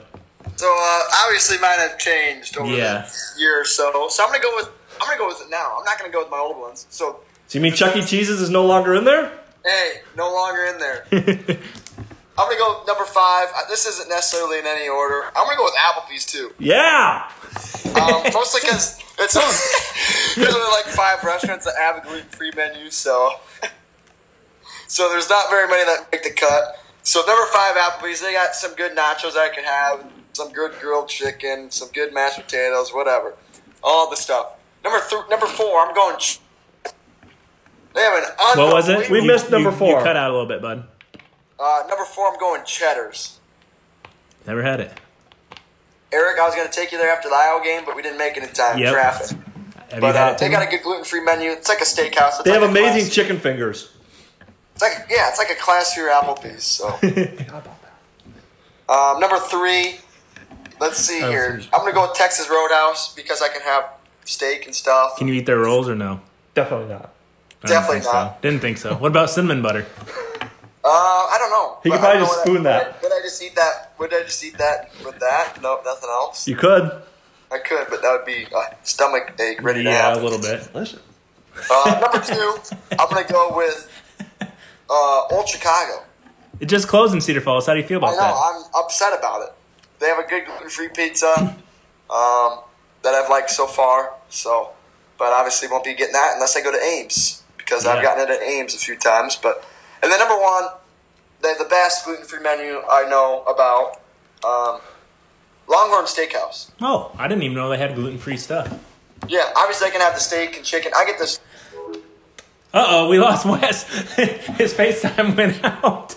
Speaker 3: So uh, obviously mine have changed over
Speaker 1: Yeah.
Speaker 3: the year or so. So I'm gonna go with I'm gonna go with it now. I'm not gonna go with my old ones. So
Speaker 2: So you mean Chuck E. Cheese's is no longer in there?
Speaker 3: hey, no longer in there. I'm gonna go with number five. Uh, This isn't necessarily in any order. I'm gonna go with Applebee's too,
Speaker 2: Yeah.
Speaker 3: um, mostly because it's there's only like five restaurants that have a gluten-free menu, so so there's not very many that make the cut. So number five, Applebee's. They got some good nachos I can have, some good grilled chicken, some good mashed potatoes, whatever, all the stuff. Number th- number four, I'm going. ch- They have an
Speaker 1: What was it?
Speaker 2: We
Speaker 1: You-
Speaker 2: missed number
Speaker 1: you-
Speaker 2: four.
Speaker 1: You cut out a little bit, bud.
Speaker 3: Uh, number four, I'm going Cheddar's.
Speaker 1: Never had it.
Speaker 3: Eric, I was going to take you there after the Iowa game, but we didn't make it in time.
Speaker 1: Yep.
Speaker 3: Traffic.
Speaker 1: Have
Speaker 3: But
Speaker 1: you had
Speaker 3: uh,
Speaker 1: it?
Speaker 3: they
Speaker 1: Tim?
Speaker 3: got a good gluten-free menu. It's like a steakhouse. It's
Speaker 2: They
Speaker 3: like
Speaker 2: have
Speaker 3: a
Speaker 2: amazing
Speaker 3: class-
Speaker 2: chicken fingers.
Speaker 3: it's like, yeah, it's like a classier Applebee's. So. um, number three, let's see
Speaker 2: was
Speaker 3: here.
Speaker 2: easy.
Speaker 3: I'm going to go with Texas Roadhouse because I can have steak and stuff.
Speaker 1: Can you eat their rolls or no?
Speaker 2: Definitely not.
Speaker 1: I don't
Speaker 3: Definitely
Speaker 1: think so.
Speaker 3: not.
Speaker 1: Didn't think so. What about cinnamon butter?
Speaker 3: Uh, I don't know.
Speaker 2: He could probably
Speaker 3: But I don't know
Speaker 2: just
Speaker 3: what I-
Speaker 2: spoon that.
Speaker 3: Would I, would I just eat that? Would I just eat that with that? Nope, nothing else.
Speaker 2: You could.
Speaker 3: I could, but that would be a stomach ache ready to
Speaker 1: yeah,
Speaker 3: happen.
Speaker 1: a little bit.
Speaker 2: Delicious.
Speaker 3: Uh, number two, I'm gonna go with uh, Old Chicago.
Speaker 1: It just closed in Cedar Falls. How do you feel
Speaker 3: I
Speaker 1: about
Speaker 3: know
Speaker 1: that?
Speaker 3: I'm upset about it. They have a good gluten-free pizza. Um, that I've liked so far. So, but obviously won't be getting that unless I go to Ames because
Speaker 1: Yeah.
Speaker 3: I've gotten it at Ames a few times. But and then number one, they have the best gluten free menu I know about. Um, Longhorn Steakhouse.
Speaker 1: Oh, I didn't even know they had gluten free stuff.
Speaker 3: Yeah, obviously I can have the steak and chicken. I get this.
Speaker 1: Uh oh, we lost Wes. His FaceTime went out.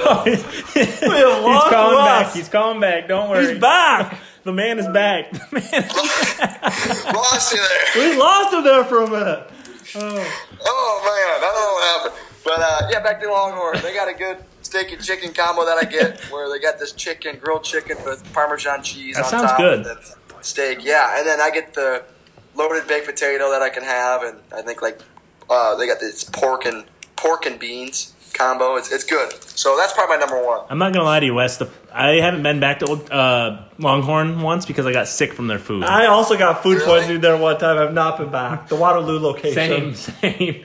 Speaker 1: Oh, he- he's
Speaker 2: lost
Speaker 1: calling
Speaker 2: Wes.
Speaker 1: back. He's calling back. Don't worry.
Speaker 2: He's back.
Speaker 1: The man is back. The man-
Speaker 3: Lost you there.
Speaker 2: We lost him there for a minute.
Speaker 3: Oh man, I don't know what happened. But uh, yeah, back to Longhorn. They got a good steak and chicken combo that I get, where they got this chicken, grilled chicken with Parmesan cheese.
Speaker 1: That
Speaker 3: on
Speaker 1: sounds
Speaker 3: top
Speaker 1: good.
Speaker 3: of the steak, yeah, and then I get the loaded baked potato that I can have, and I think like uh, they got this pork and pork and beans combo. It's it's good. So that's probably my number one.
Speaker 1: I'm not gonna lie to you, Wes. The, I haven't been back to old, uh, Longhorn once because I got sick from their food.
Speaker 2: I also got food
Speaker 3: Really?
Speaker 2: poisoning there one time. I've not been back. The Waterloo location.
Speaker 1: same, same.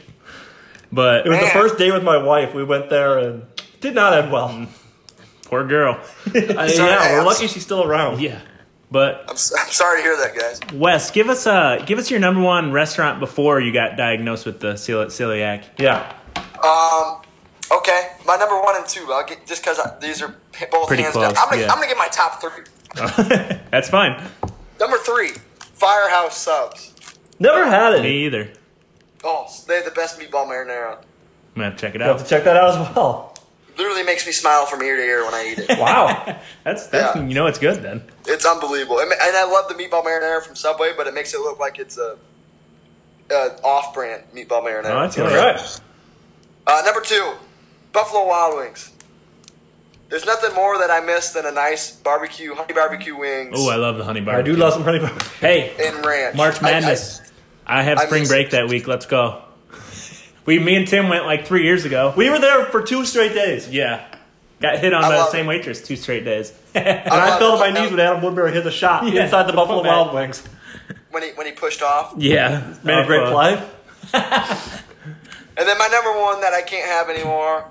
Speaker 1: But
Speaker 2: It was the
Speaker 3: Man.
Speaker 2: first day with my wife. We went there and did not end well.
Speaker 1: Mm. poor girl.
Speaker 2: Uh,
Speaker 3: Sorry,
Speaker 2: yeah, we're
Speaker 3: I'm-
Speaker 2: lucky she's still around.
Speaker 1: Yeah. But
Speaker 3: I'm, s- I'm sorry to hear that, guys.
Speaker 1: Wes, give us uh, give us your number one restaurant before you got diagnosed with the cel- celiac.
Speaker 2: Yeah.
Speaker 3: Um, okay, my number one and two. I'll get just because these are p- both
Speaker 1: Pretty
Speaker 3: hands down.
Speaker 1: close,
Speaker 3: I'm gonna,
Speaker 1: yeah.
Speaker 3: I'm gonna get my top three.
Speaker 1: That's fine.
Speaker 3: Number three, Firehouse Subs.
Speaker 2: Never had it.
Speaker 1: Me either.
Speaker 3: Oh, they have the best meatball marinara.
Speaker 1: I'm gonna have to check it
Speaker 2: You have to
Speaker 1: out.
Speaker 2: check that out as well.
Speaker 3: Literally makes me smile from ear to ear when I eat it.
Speaker 2: Wow.
Speaker 1: That's that's
Speaker 3: Yeah.
Speaker 1: you know it's good then.
Speaker 3: it's unbelievable. And, and I love the meatball marinara from Subway, but it makes it look like it's a, a off-brand meatball marinara.
Speaker 1: No, Oh, that's
Speaker 2: All
Speaker 1: good.
Speaker 2: right.
Speaker 3: Uh, number two, Buffalo Wild Wings. There's nothing more that I miss than a nice barbecue, honey barbecue wings
Speaker 1: Oh, I love the honey
Speaker 2: I
Speaker 1: barbecue.
Speaker 2: do love some honey barbecue.
Speaker 1: Hey,
Speaker 3: in ranch.
Speaker 1: March
Speaker 3: I- I-
Speaker 1: Madness. I, have
Speaker 3: I
Speaker 1: spring
Speaker 3: miss-
Speaker 1: break that week. Let's go. We, me and Tim went like three years ago.
Speaker 2: We were there for two straight days. And
Speaker 1: Yeah, got hit on
Speaker 3: I
Speaker 1: by the
Speaker 3: love
Speaker 1: same waitress two straight days.
Speaker 2: I
Speaker 3: love
Speaker 2: fell to my
Speaker 3: it.
Speaker 2: knees when Adam Woodbury hit the shot
Speaker 1: Yeah.
Speaker 2: inside the Buffalo
Speaker 1: Fullback.
Speaker 2: Wild Wings. Uh,
Speaker 3: when he when he pushed off.
Speaker 1: yeah,
Speaker 2: Made a great play.
Speaker 3: And then my number one that I can't have anymore,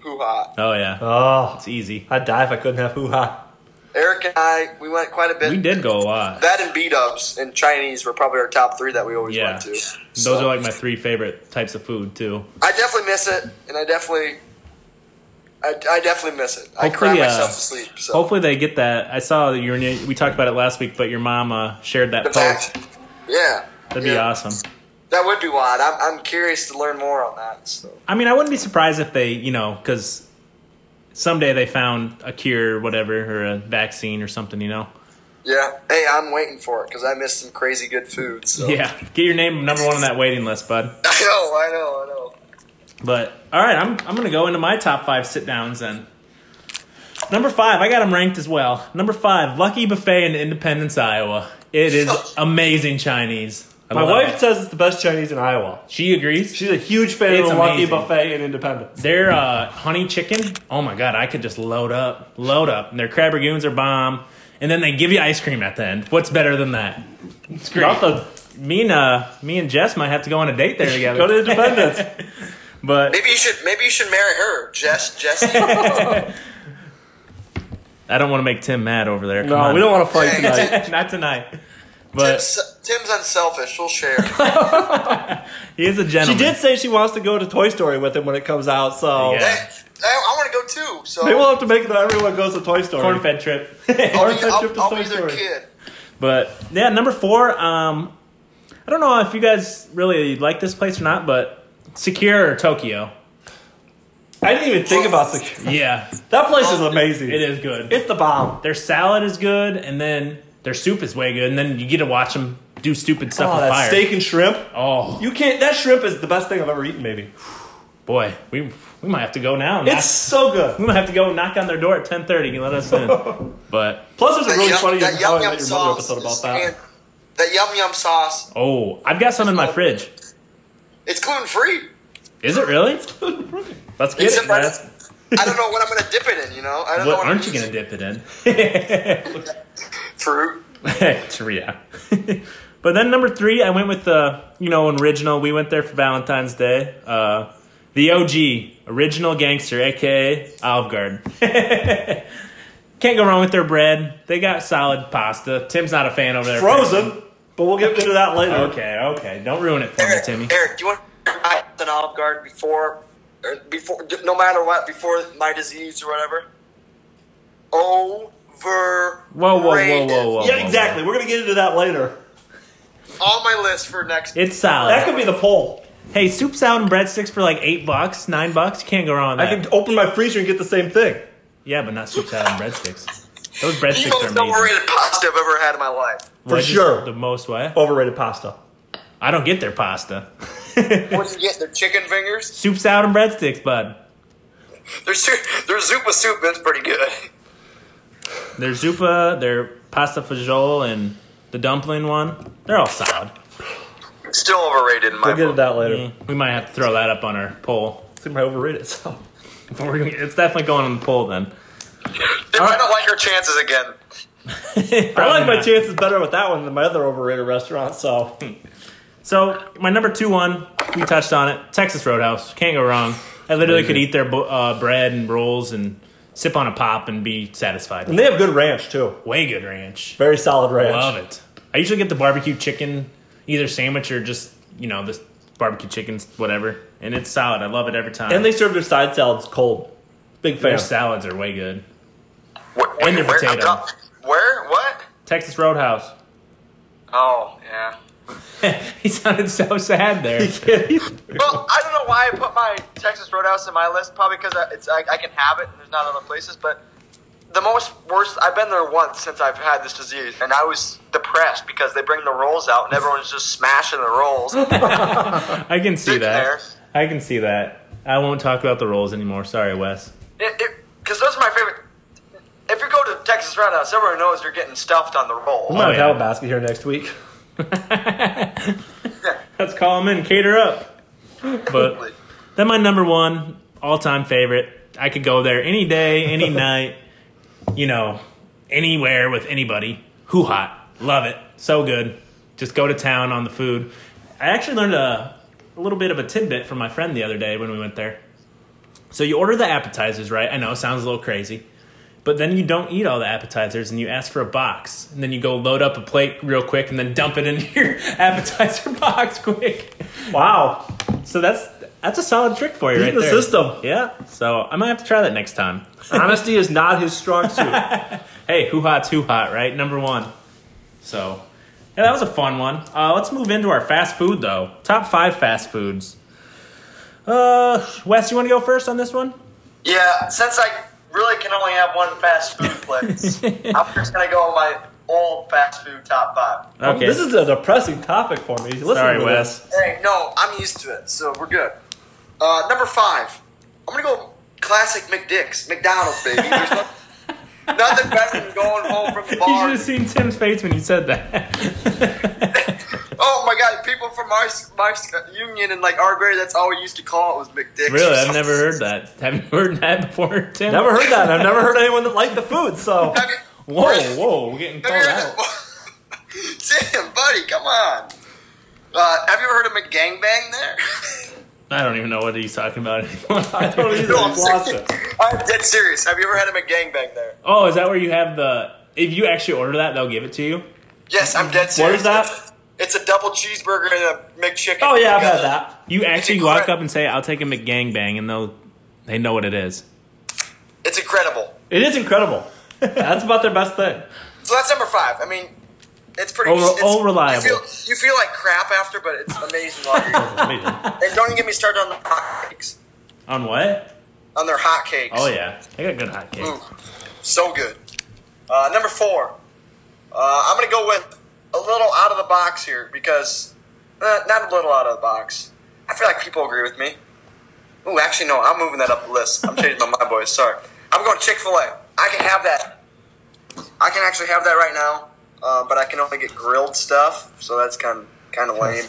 Speaker 3: hoo ha.
Speaker 1: Oh yeah,
Speaker 2: Oh,
Speaker 1: it's easy.
Speaker 2: I'd die if I couldn't have hoo ha.
Speaker 3: Eric and I, we went quite a bit.
Speaker 1: We did go a lot.
Speaker 3: That and B dubs and Chinese were probably our top three that we always
Speaker 1: Yeah.
Speaker 3: went to.
Speaker 1: Those
Speaker 3: So,
Speaker 1: are like my three favorite types of food too.
Speaker 3: I definitely miss it, and I definitely, I, I definitely miss it. I cry
Speaker 1: Hopefully, uh,
Speaker 3: myself to sleep. So
Speaker 1: Hopefully they get that. I saw your new- we talked about it last week, but your mom uh, shared that
Speaker 3: the
Speaker 1: post.
Speaker 3: fact, yeah,
Speaker 1: That'd be
Speaker 3: Yeah.
Speaker 1: awesome.
Speaker 3: That would be wild. I'm, I'm curious to learn more on that. So
Speaker 1: I mean, I wouldn't be surprised if they, you know, because someday they found a cure, or whatever, or a vaccine or something, you know.
Speaker 3: yeah, hey, I'm waiting for it because I miss some crazy good food. So
Speaker 1: Yeah, get your name number one on that waiting list, bud.
Speaker 3: I know, I know, I know.
Speaker 1: But all right, I'm I'm gonna go into my top five sit downs then. Number five, I got them ranked as well. Number five, Lucky Buffet in Independence, Iowa. It is amazing Chinese. I
Speaker 2: My
Speaker 1: love
Speaker 2: wife
Speaker 1: it.
Speaker 2: says it's the best Chinese in Iowa.
Speaker 1: she agrees.
Speaker 2: She's a huge fan
Speaker 1: It's
Speaker 2: of the
Speaker 1: amazing.
Speaker 2: Lucky Buffet in Independence.
Speaker 1: Their uh, honey chicken, oh my god, I could just load up, load up. And their crab ragoons are bomb. And then they give you ice cream at the end. What's better than that? It's great.
Speaker 2: Nothing.
Speaker 1: me and uh, me and Jess might have to go on a date there together.
Speaker 2: Go to Independence.
Speaker 1: but
Speaker 3: Maybe you should, maybe you should marry her, Jess. Jesse.
Speaker 1: I don't want to make Tim mad over there. Come
Speaker 2: no,
Speaker 1: on.
Speaker 2: we don't want to fight tonight.
Speaker 1: want. Not tonight. But
Speaker 3: Tim's, Tim's unselfish. She'll share.
Speaker 1: he is a
Speaker 2: She
Speaker 1: gentleman.
Speaker 2: did say she wants to go to Toy Story with him when it comes out, so
Speaker 1: Yeah.
Speaker 3: Hey, I, I want to go too. So
Speaker 2: maybe we'll have to make it that everyone goes to Toy Story.
Speaker 1: corn fed trip.
Speaker 3: I'll be,
Speaker 2: Arthur Chip
Speaker 3: I'll,
Speaker 2: to
Speaker 3: I'll
Speaker 2: Toy
Speaker 3: be their
Speaker 2: Story.
Speaker 3: kid.
Speaker 1: but yeah, number four. Um, I don't know if you guys really like this place or not, but Secure or Tokyo.
Speaker 2: I didn't even think about the.
Speaker 1: Yeah,
Speaker 2: That place is amazing.
Speaker 1: it is good.
Speaker 2: It's the bomb.
Speaker 1: their salad is good, and then their soup is way good, and then you get to watch them do stupid stuff
Speaker 2: Oh,
Speaker 1: with
Speaker 2: that
Speaker 1: fire.
Speaker 2: steak and shrimp.
Speaker 1: Oh
Speaker 2: You can't. That shrimp is the best thing I've ever eaten. Maybe
Speaker 1: boy, we we might have to go now. and
Speaker 2: it's so
Speaker 1: knock-
Speaker 2: good.
Speaker 1: we might have to go knock on their door at ten thirty and let us in. But
Speaker 2: Plus, there's a really
Speaker 3: yum-
Speaker 2: funny
Speaker 3: that
Speaker 2: How I
Speaker 3: yum
Speaker 2: Met Your
Speaker 3: yum
Speaker 2: Mother
Speaker 3: sauce.
Speaker 2: episode about
Speaker 3: is-
Speaker 2: that.
Speaker 3: and that yum yum sauce.
Speaker 1: oh, I've got some in my fridge.
Speaker 3: It's gluten free.
Speaker 1: Is it really? Let's get it,
Speaker 3: Except I
Speaker 1: Brad.
Speaker 3: I don't know what I'm gonna dip it in. You know, I don't know.
Speaker 1: What
Speaker 3: What
Speaker 1: aren't you gonna dip it in?
Speaker 3: do? Fruit.
Speaker 1: Tria. but then number three, I went with the you know original. We went there for Valentine's Day. Uh, the OG original gangster, aka Olive Garden. Can't go wrong with their bread. They got solid pasta. Tim's not a fan over there.
Speaker 2: Frozen, but we'll get into that later.
Speaker 1: Okay, okay. Don't ruin it for me,
Speaker 3: Eric,
Speaker 1: Timmy.
Speaker 3: Eric, do you want to buy an Olive Garden before, or before, no matter what, before my disease or whatever? Over.
Speaker 1: Whoa, whoa, whoa, whoa, whoa.
Speaker 2: Yeah, exactly. We're gonna get into that later.
Speaker 3: On my list for next.
Speaker 1: It's solid.
Speaker 2: That could be the poll.
Speaker 1: hey, soup salad and breadsticks for like eight bucks, nine bucks. You can't go wrong. With
Speaker 2: I
Speaker 1: that.
Speaker 2: could open my freezer and get the same thing.
Speaker 1: Yeah, but not soup salad and breadsticks. Those
Speaker 3: you
Speaker 1: breadsticks are
Speaker 3: most
Speaker 1: amazing.
Speaker 3: overrated pasta I've ever had in my life.
Speaker 2: For
Speaker 1: What is
Speaker 2: sure.
Speaker 1: The most what?
Speaker 2: Overrated pasta.
Speaker 1: I don't get their pasta.
Speaker 3: What do you get? Their chicken fingers.
Speaker 1: soup salad and breadsticks, bud.
Speaker 3: Their soup, their soup with soup is pretty good.
Speaker 1: Their zuppa, their pasta fagioli, and the dumpling one. They're all solid.
Speaker 3: Still overrated in my
Speaker 2: We'll get
Speaker 3: book.
Speaker 2: into that later.
Speaker 1: Mm, We might have to throw that up on our poll.
Speaker 2: Seem I overrated. So
Speaker 1: We're gonna- It's definitely going on the poll then.
Speaker 3: Dude, I don't like your chances again.
Speaker 2: I like my
Speaker 1: Probably not.
Speaker 2: chances better with that one than my other overrated restaurant. So
Speaker 1: So my number two one, we touched on it. Texas Roadhouse can't go wrong. I literally could eat their bo- uh, bread and rolls and sip on a pop and be satisfied.
Speaker 2: and they have good ranch too.
Speaker 1: Way good ranch.
Speaker 2: Very solid ranch.
Speaker 1: Love it. I usually get the barbecue chicken, either sandwich or just you know this barbecue chicken, whatever, and it's solid. I love it every time.
Speaker 2: And they serve their side salads cold. Big fan.
Speaker 1: their salads are way good.
Speaker 3: Where,
Speaker 1: And their
Speaker 3: where- I'm
Speaker 1: potato.
Speaker 3: not- Where? What?
Speaker 1: Texas Roadhouse.
Speaker 3: Oh, yeah.
Speaker 1: he sounded so sad there. Oh,
Speaker 3: Well, I don't know why I put my Texas Roadhouse in my list. Probably because it's I, I can have it, and there's not other places. But the most worst, I've been there once since I've had this disease, and I was depressed because they bring the rolls out, and everyone's just smashing the rolls.
Speaker 1: I can see
Speaker 3: Sitting
Speaker 1: that.
Speaker 3: there.
Speaker 1: I can see that. I won't talk about the rolls anymore. Sorry, Wes.
Speaker 3: Because those are my favorite. If you go to Texas Roadhouse, everyone knows you're getting stuffed on the
Speaker 2: We
Speaker 3: roll.
Speaker 2: might
Speaker 1: Oh, yeah.
Speaker 2: have a basket here next week.
Speaker 1: Let's call them in, cater up. But then my number one all time favorite. I could go there any day, any night, you know, anywhere with anybody. Hoo hot. Love it. So good. Just go to town on the food. I actually learned a, a little bit of a tidbit from my friend the other day when we went there. So you order the appetizers, right? I know, it sounds a little crazy. But then you don't eat all the appetizers and you ask for a box. And then you go load up a plate real quick and then dump it in your appetizer box quick.
Speaker 2: Wow.
Speaker 1: So that's that's a solid trick for you right
Speaker 2: Beating the
Speaker 1: there.
Speaker 2: system.
Speaker 1: Yeah. So I might have to try that next time.
Speaker 2: Honesty is not his strong suit.
Speaker 1: Hey, who hot's who hot, right? Number one. So yeah, that was a fun one. Uh, let's move into our fast food though. Top five fast foods. Uh, Wes, you want to go first on this one?
Speaker 3: Yeah, since I really can only have one fast food
Speaker 2: Oh,
Speaker 3: place, I'm just gonna go on my old fast food top five.
Speaker 1: Okay.
Speaker 2: This is a depressing topic for me. Listen
Speaker 1: Sorry,
Speaker 2: to this.
Speaker 1: Wes.
Speaker 3: Hey, no, I'm used to it, so we're good. Uh, number five, I'm gonna go classic McDicks, McDonald's, baby. There's no, nothing better than going home from the
Speaker 1: You should
Speaker 3: bar.
Speaker 1: have seen Tim's face when you said that.
Speaker 3: Oh my god, people from our my union and like our grade, that's all we used to call it was McDicks.
Speaker 1: really, I've never heard that. Have you heard that before, Tim?
Speaker 2: Never heard that. I've never heard anyone that liked the food. So
Speaker 3: Have you,
Speaker 1: Whoa, whoa, we're getting
Speaker 3: have
Speaker 1: called
Speaker 3: you
Speaker 1: out.
Speaker 3: heard of, Tim, buddy, come on. Uh, have you ever heard of McGangbang there?
Speaker 1: I don't even know what he's talking about anymore.
Speaker 2: I don't either.
Speaker 3: No, I'm
Speaker 2: I've lost
Speaker 3: serious.
Speaker 2: it.
Speaker 3: I'm dead serious. Have you ever had a McGangbang there?
Speaker 1: Oh, is that where you have the? If you actually order that, they'll give it to you.
Speaker 3: Yes, I'm dead serious.
Speaker 2: is that?
Speaker 3: It's, it's a double cheeseburger and a McChicken.
Speaker 2: Oh yeah, I've had that.
Speaker 1: You actually
Speaker 3: It's
Speaker 1: walk
Speaker 3: incredible.
Speaker 1: up and say, "I'll take a McGangbang," and they'll they know what it is.
Speaker 3: It's incredible.
Speaker 2: It is incredible. That's about their best thing.
Speaker 3: So that's number five. I mean, it's pretty.
Speaker 1: Oh,
Speaker 3: it's,
Speaker 1: oh, reliable.
Speaker 3: You feel, you feel like crap after, but it's amazing. lager.
Speaker 2: Amazing.
Speaker 3: and don't even get me started on the hotcakes.
Speaker 1: On what?
Speaker 3: On their hotcakes.
Speaker 1: Oh yeah, they got good hot cakes.
Speaker 3: Ooh, so good. Uh, number four. Uh, I'm gonna go with a little out of the box here because uh, not a little out of the box. I feel like people agree with me. Ooh, actually no, I'm moving that up the list. I'm changing my mind, boys. Sorry. I'm going Chick Fil A. I can have that. I can actually have that right now, uh, but I can only get grilled stuff, so that's kind of kind of lame.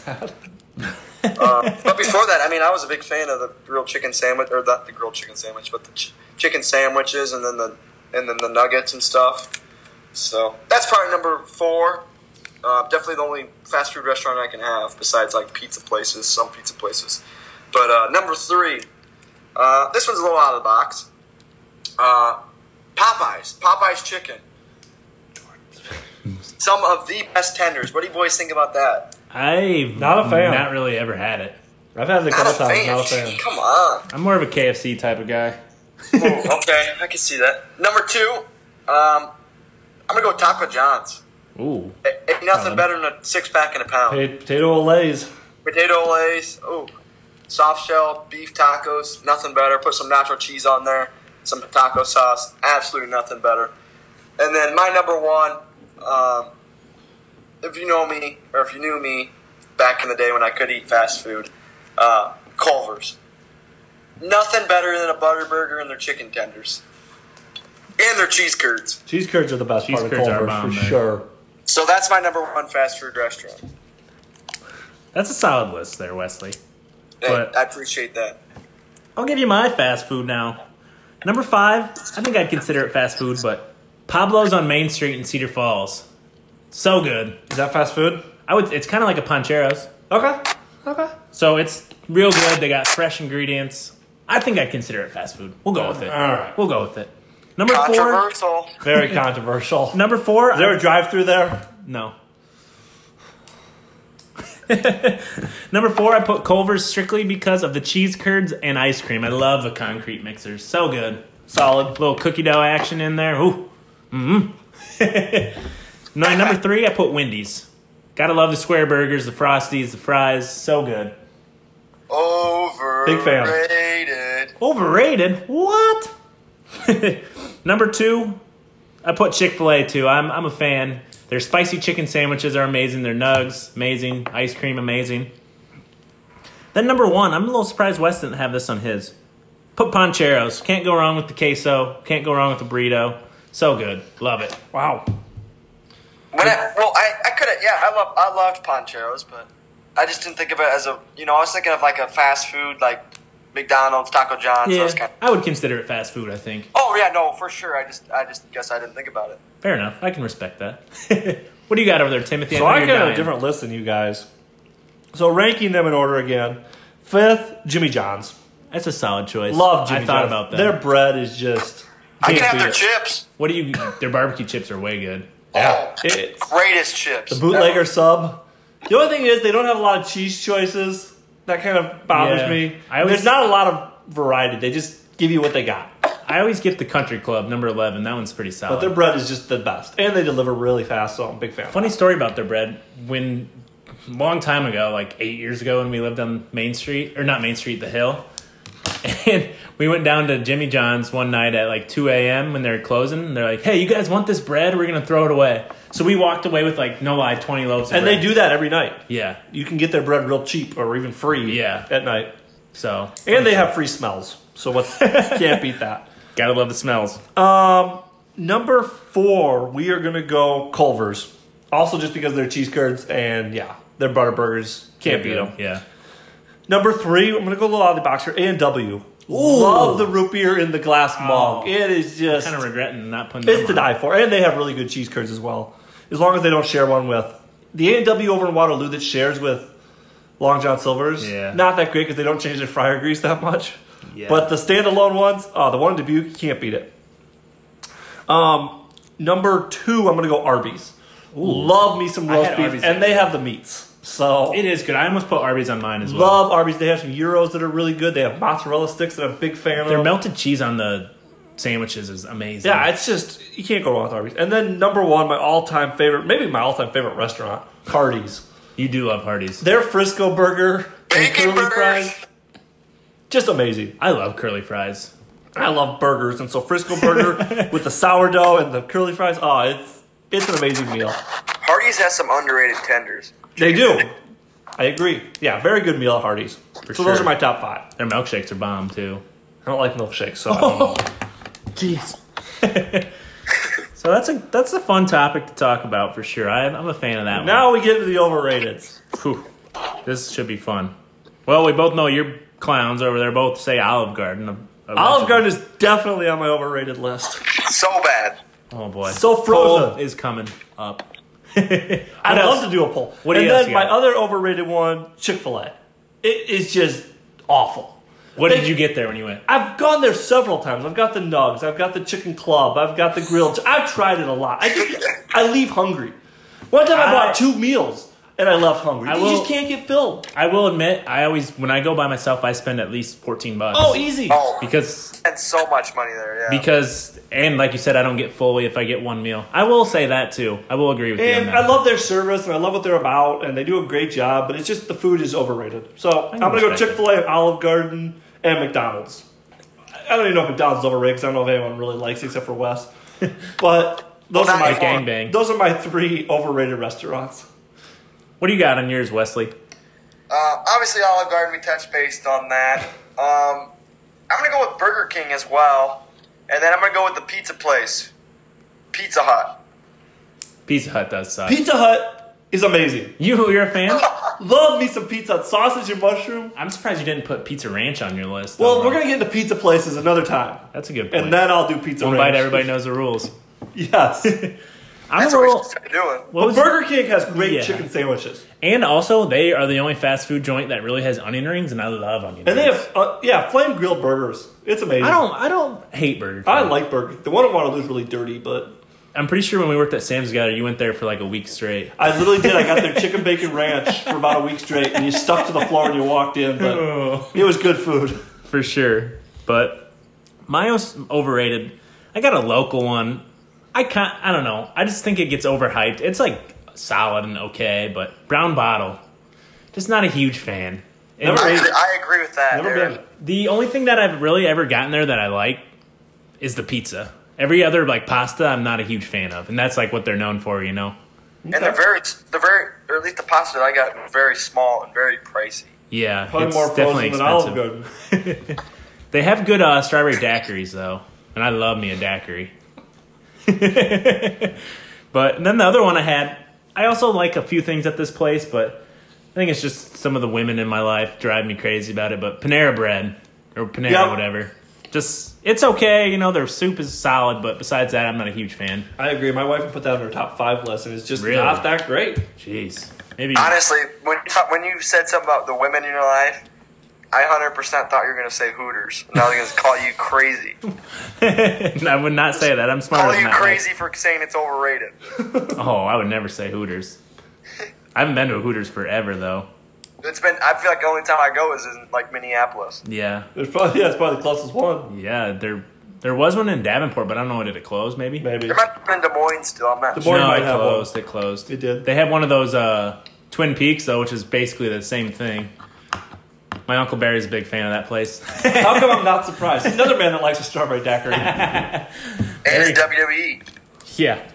Speaker 3: Uh, but before that, I mean, I was a big fan of the grilled chicken sandwich, or not the grilled chicken sandwich, but the ch- chicken sandwiches, and then the and then the nuggets and stuff. So that's probably number four. Uh, definitely the only fast food restaurant I can have besides like pizza places, some pizza places. But uh, number three, uh, this one's a little out of the box. Uh, Popeyes, Popeyes chicken. Some of the best tenders. What do you boys think about that?
Speaker 1: I've
Speaker 2: Not a fan.
Speaker 1: Not really ever had it.
Speaker 2: I've had it a
Speaker 3: Not
Speaker 2: couple
Speaker 3: a
Speaker 2: times.
Speaker 3: fan.
Speaker 2: Not a fan.
Speaker 3: Come on.
Speaker 1: I'm more of a KFC type of guy.
Speaker 3: Ooh, okay, I can see that. Number two, um, I'm gonna go Taco John's.
Speaker 1: Ooh,
Speaker 3: A- Ain't nothing
Speaker 1: Um,
Speaker 3: better than a six pack and a pound.
Speaker 2: Potato- Potato Olays.
Speaker 3: Potato lays, oh, soft shell beef tacos, nothing better. Put some nacho cheese on there, some taco sauce, absolutely nothing better. And then my number one, um, if you know me or if you knew me back in the day when I could eat fast food, uh, Culver's. Nothing better than a butter burger and their chicken tenders, and their cheese curds.
Speaker 2: Cheese curds are the best
Speaker 1: Cheese
Speaker 2: part of
Speaker 1: curds are
Speaker 2: Culver's
Speaker 1: bomb,
Speaker 2: for
Speaker 1: man.
Speaker 2: sure.
Speaker 3: So that's my number one fast food restaurant.
Speaker 1: that's a solid list there, Wesley.
Speaker 3: Hey,
Speaker 1: But-
Speaker 3: I appreciate that.
Speaker 1: I'll give you my fast food now. Number five, I think I'd consider it fast food, but Pablo's on Main Street in Cedar Falls. So good.
Speaker 2: Is that fast food?
Speaker 1: I would. It's kind of like a Pancheros.
Speaker 2: Okay. Okay.
Speaker 1: So it's real good. They got fresh ingredients. I think I'd consider it fast food. We'll go with it.
Speaker 2: All right.
Speaker 1: We'll go with it. Number four.
Speaker 3: Controversial.
Speaker 2: Very controversial. Is
Speaker 1: Number four.
Speaker 2: there a drive through there?
Speaker 1: No. Number four, I put Culver's strictly because of the cheese curds and ice cream. I love the concrete mixers. So good. Solid. Little cookie dough action in there. Ooh. Mm-hmm. no, number three, I put Wendy's. Gotta love the square burgers, the frosties, the fries. So good.
Speaker 3: Overrated.
Speaker 2: fan.
Speaker 1: Overrated? What? Number two, I put Chick fil A too. I'm, I'm a fan. Their spicy chicken sandwiches are amazing. Their nugs, amazing. Ice cream, amazing. Then number one, I'm a little surprised Wes didn't have this on his. Put Poncheros. Can't go wrong with the queso. Can't go wrong with the burrito. So good. Love it.
Speaker 2: Wow.
Speaker 3: When I, well, I, I could have, yeah, I love I loved Pancheros, but I just didn't think of it as a, you know, I was thinking of like a fast food, like McDonald's, Taco John's,
Speaker 1: Yeah,
Speaker 3: those kind.
Speaker 1: I would consider it fast food, I think.
Speaker 3: Oh yeah, no, for sure. I just, I just guess I didn't think about it.
Speaker 1: Fair enough. I can respect that. what do you got over there, Timothy?
Speaker 2: So
Speaker 1: know
Speaker 2: I
Speaker 1: you're
Speaker 2: got a
Speaker 1: dying.
Speaker 2: different list than you guys. So ranking them in order again. Fifth, Jimmy John's.
Speaker 1: That's a solid choice.
Speaker 2: Love Jimmy
Speaker 1: I thought
Speaker 2: John's.
Speaker 1: about that.
Speaker 2: Their bread is just.
Speaker 3: I can
Speaker 2: can't
Speaker 3: have their
Speaker 2: beat it.
Speaker 3: chips.
Speaker 1: What do you? Their barbecue chips are way good.
Speaker 3: Yeah.
Speaker 2: It-
Speaker 3: Oh, Greatest chips.
Speaker 2: the bootlegger sub. The only thing is they don't have a lot of cheese choices. That kind of bothers
Speaker 1: Yeah.
Speaker 2: me.
Speaker 1: I always-
Speaker 2: There's not a lot of variety. They just give you what they got.
Speaker 1: I always get the Country Club number eleven. That one's pretty
Speaker 2: But their
Speaker 1: solid.
Speaker 2: bread is just the best, and they deliver really fast. So I'm a big fan.
Speaker 1: Funny story about their bread. When long time ago, like eight years ago, when we lived on Main Street or not Main Street, the Hill, and we went down to Jimmy John's one night at like two a.m. when they were closing. And they're like, "Hey, you guys want this bread? We're gonna throw it away." So we walked away with like no lie twenty loaves. Of
Speaker 2: And
Speaker 1: bread.
Speaker 2: they do that every night.
Speaker 1: yeah.
Speaker 2: You can get their bread real cheap or even free.
Speaker 1: Yeah.
Speaker 2: At night,
Speaker 1: So
Speaker 2: and they have free smells. So what's can't beat that.
Speaker 1: gotta love the smells.
Speaker 2: Number four, we are gonna go Culver's. Also, just because their cheese curds and yeah, their butter burgers can't beat them.
Speaker 1: Yeah.
Speaker 2: Number three, I'm gonna go a little out of the box here. A and W. Love the root beer in the glass mug. It is just
Speaker 1: Kind of regretting not putting.
Speaker 2: it's
Speaker 1: them
Speaker 2: to
Speaker 1: on.
Speaker 2: die for, and they have really good cheese curds as well. As long as they don't share one with the A and W over in Waterloo that shares with Long John Silver's.
Speaker 1: Yeah.
Speaker 2: not that great because they don't change their fryer grease that much.
Speaker 1: Yeah.
Speaker 2: But the standalone ones, oh, the one in Dubuque, you can't beat it. Um, number two, I'm gonna go Arby's. Love me some roast
Speaker 1: had
Speaker 2: beef,
Speaker 1: Arby's.
Speaker 2: and they have the meats. So
Speaker 1: It is good. I almost put Arby's on mine as well.
Speaker 2: love Arby's. They have some euros that are really good. They have mozzarella sticks that I'm a big fan
Speaker 1: Their
Speaker 2: of.
Speaker 1: melted cheese on the sandwiches is amazing.
Speaker 2: Um, Yeah, it's just you can't go wrong with Arby's. And then number one, my all-time favorite, maybe my all-time favorite restaurant, Hardee's.
Speaker 1: you do love Hardee's.
Speaker 2: Their Frisco burger, and
Speaker 3: Bacon
Speaker 2: curly
Speaker 3: burgers.
Speaker 2: fries, just amazing.
Speaker 1: I love curly fries.
Speaker 2: I love burgers, and so Frisco burger with the sourdough and the curly fries. Oh, it's it's an amazing meal.
Speaker 3: Hardee's has some underrated tenders.
Speaker 2: They do. I agree. Yeah, very good meal at Hardee's. so those
Speaker 1: sure.
Speaker 2: are my top five.
Speaker 1: Their milkshakes are bomb too.
Speaker 2: I don't like milkshakes, so I don't know.
Speaker 1: Jeez. so that's a that's a fun topic to talk about for sure. I, I'm a fan of that
Speaker 2: now we get to the overrated.
Speaker 1: one. Whew. This should be fun. Well, we both know your clowns over there both say Olive Garden.
Speaker 2: Olive Garden is definitely on my overrated list.
Speaker 3: So bad.
Speaker 1: Oh boy.
Speaker 2: So frozen.
Speaker 1: Poll is coming up.
Speaker 2: I'd
Speaker 1: What else?
Speaker 2: love to do a poll.
Speaker 1: What
Speaker 2: and
Speaker 1: else
Speaker 2: then
Speaker 1: you
Speaker 2: my
Speaker 1: got?
Speaker 2: other overrated one, Chick Fil A. It is just awful.
Speaker 1: What
Speaker 2: They-
Speaker 1: did you get there when you went?
Speaker 2: I've gone there several times. I've got the nugs. I've got the chicken club. I've got the grilled. ch- I've tried it a lot. I just I leave hungry. One time I,
Speaker 1: I-
Speaker 2: bought two meals and I left hungry.
Speaker 1: I
Speaker 2: you
Speaker 1: will-
Speaker 2: just can't get filled.
Speaker 1: I will admit, I always when I go by myself, I spend at least fourteen bucks.
Speaker 2: Oh, easy.
Speaker 4: Oh,
Speaker 1: because
Speaker 4: and so much money there. Yeah.
Speaker 1: because and like you said, I don't get full if I get one meal. I will say that too. I will agree with you. On
Speaker 2: And
Speaker 1: that.
Speaker 2: I love their service and I love what they're about and they do a great job. But it's just the food is overrated. So I'm
Speaker 1: can
Speaker 2: gonna go
Speaker 1: respect
Speaker 2: Chick Fil A, Olive Garden, and McDonald's. I don't even know if McDonald's is overrated 'cause I don't know if anyone really likes it except for Wes. But those
Speaker 4: Well,
Speaker 2: are
Speaker 4: not
Speaker 2: my
Speaker 4: anymore.
Speaker 1: Gangbang.
Speaker 2: Those are my three overrated restaurants.
Speaker 1: what do you got on yours, Wesley?
Speaker 4: Uh, obviously, Olive Garden. We touched based on that. Um, I'm gonna go with Burger King as well, and then I'm gonna go with the pizza place, Pizza Hut.
Speaker 1: Pizza Hut does suck.
Speaker 2: Pizza Hut is amazing.
Speaker 1: you you're a fan?
Speaker 2: Love me some pizza, Hut sausage and mushroom.
Speaker 1: I'm surprised you didn't put Pizza Ranch on your list.
Speaker 2: Well,
Speaker 1: though,
Speaker 2: we're
Speaker 1: bro.
Speaker 2: gonna get into pizza places another time,
Speaker 1: That's a good point.
Speaker 2: and then I'll do pizza.
Speaker 1: One
Speaker 2: ranch.
Speaker 1: bite, everybody knows the rules.
Speaker 2: Yes,
Speaker 1: I'm
Speaker 4: That's
Speaker 1: a
Speaker 4: what we
Speaker 1: real.
Speaker 4: should start doing.
Speaker 1: What
Speaker 2: but
Speaker 1: was
Speaker 2: Burger King has great
Speaker 1: Yeah.
Speaker 2: chicken sandwiches,
Speaker 1: And also, they are the only fast food joint that really has onion rings, and I love onion
Speaker 2: and they
Speaker 1: rings.
Speaker 2: have uh, yeah flame grilled burgers. It's amazing.
Speaker 1: I don't. I don't hate burgers.
Speaker 2: I like burger. The one in Waterloo is really dirty, but
Speaker 1: I'm pretty sure when we worked at Sam's together, you went there for like a week straight.
Speaker 2: I literally did. I got their chicken bacon ranch for about a week straight, and you stuck to the floor and you walked in, but it was good food.
Speaker 1: for sure. But Mayo's overrated. I got a local one. I can I don't know. I just think it gets overhyped. It's like solid and okay, but Brown Bottle, just not a huge fan. And
Speaker 2: Never
Speaker 4: I,
Speaker 2: ate it.
Speaker 4: I agree with that.
Speaker 2: Never
Speaker 4: Aaron.
Speaker 2: been.
Speaker 1: the only thing that I've really ever gotten there that I like is the pizza. Every other like pasta, I'm not a huge fan of, and that's like what they're known for, you know.
Speaker 4: And they're very, they're very, or at least the pasta that I got were very small and very pricey.
Speaker 1: Yeah,
Speaker 2: Probably
Speaker 1: it's
Speaker 2: more
Speaker 1: definitely
Speaker 2: frozen than Olive
Speaker 1: expensive.
Speaker 2: Garden.
Speaker 1: They have good uh, strawberry daiquiris though, and I love me a daiquiri. but and then the other one I had, I also like a few things at this place, but I think it's just some of the women in my life drive me crazy about it. But Panera Bread or Panera
Speaker 2: Yep.
Speaker 1: whatever, just it's okay. You know their soup is solid, but besides that, I'm not a huge fan.
Speaker 2: I agree. My wife put that on her top five list, and it's just
Speaker 1: Really?
Speaker 2: not that great.
Speaker 1: Jeez, maybe
Speaker 4: Honestly, when you thought, when you said something about the women in your life, I hundred percent thought you were gonna say Hooters, and I was gonna call you crazy,
Speaker 1: I would not say that. I'm smarter
Speaker 4: call
Speaker 1: than
Speaker 4: you
Speaker 1: that.
Speaker 4: crazy for saying it's overrated.
Speaker 1: Oh, I would never say Hooters. I haven't been to a Hooters forever though.
Speaker 4: It's been, I feel like the only time I go is in like Minneapolis.
Speaker 1: Yeah,
Speaker 2: There's probably yeah, it's probably the closest one.
Speaker 1: Yeah, there there was one in Davenport, but I don't know did it close. Maybe
Speaker 2: Maybe
Speaker 4: There might have been Des Moines still. I'm not.
Speaker 2: The
Speaker 4: sure.
Speaker 2: Moines-
Speaker 1: no,
Speaker 2: might
Speaker 1: it
Speaker 2: have
Speaker 1: closed. It closed.
Speaker 2: It did.
Speaker 1: They have one of those uh, Twin Peaks though, which is basically the same thing. My uncle Barry's a big fan of that place.
Speaker 2: How come I'm not surprised? Another man that likes a strawberry daiquiri.
Speaker 4: And WWE.
Speaker 1: yeah,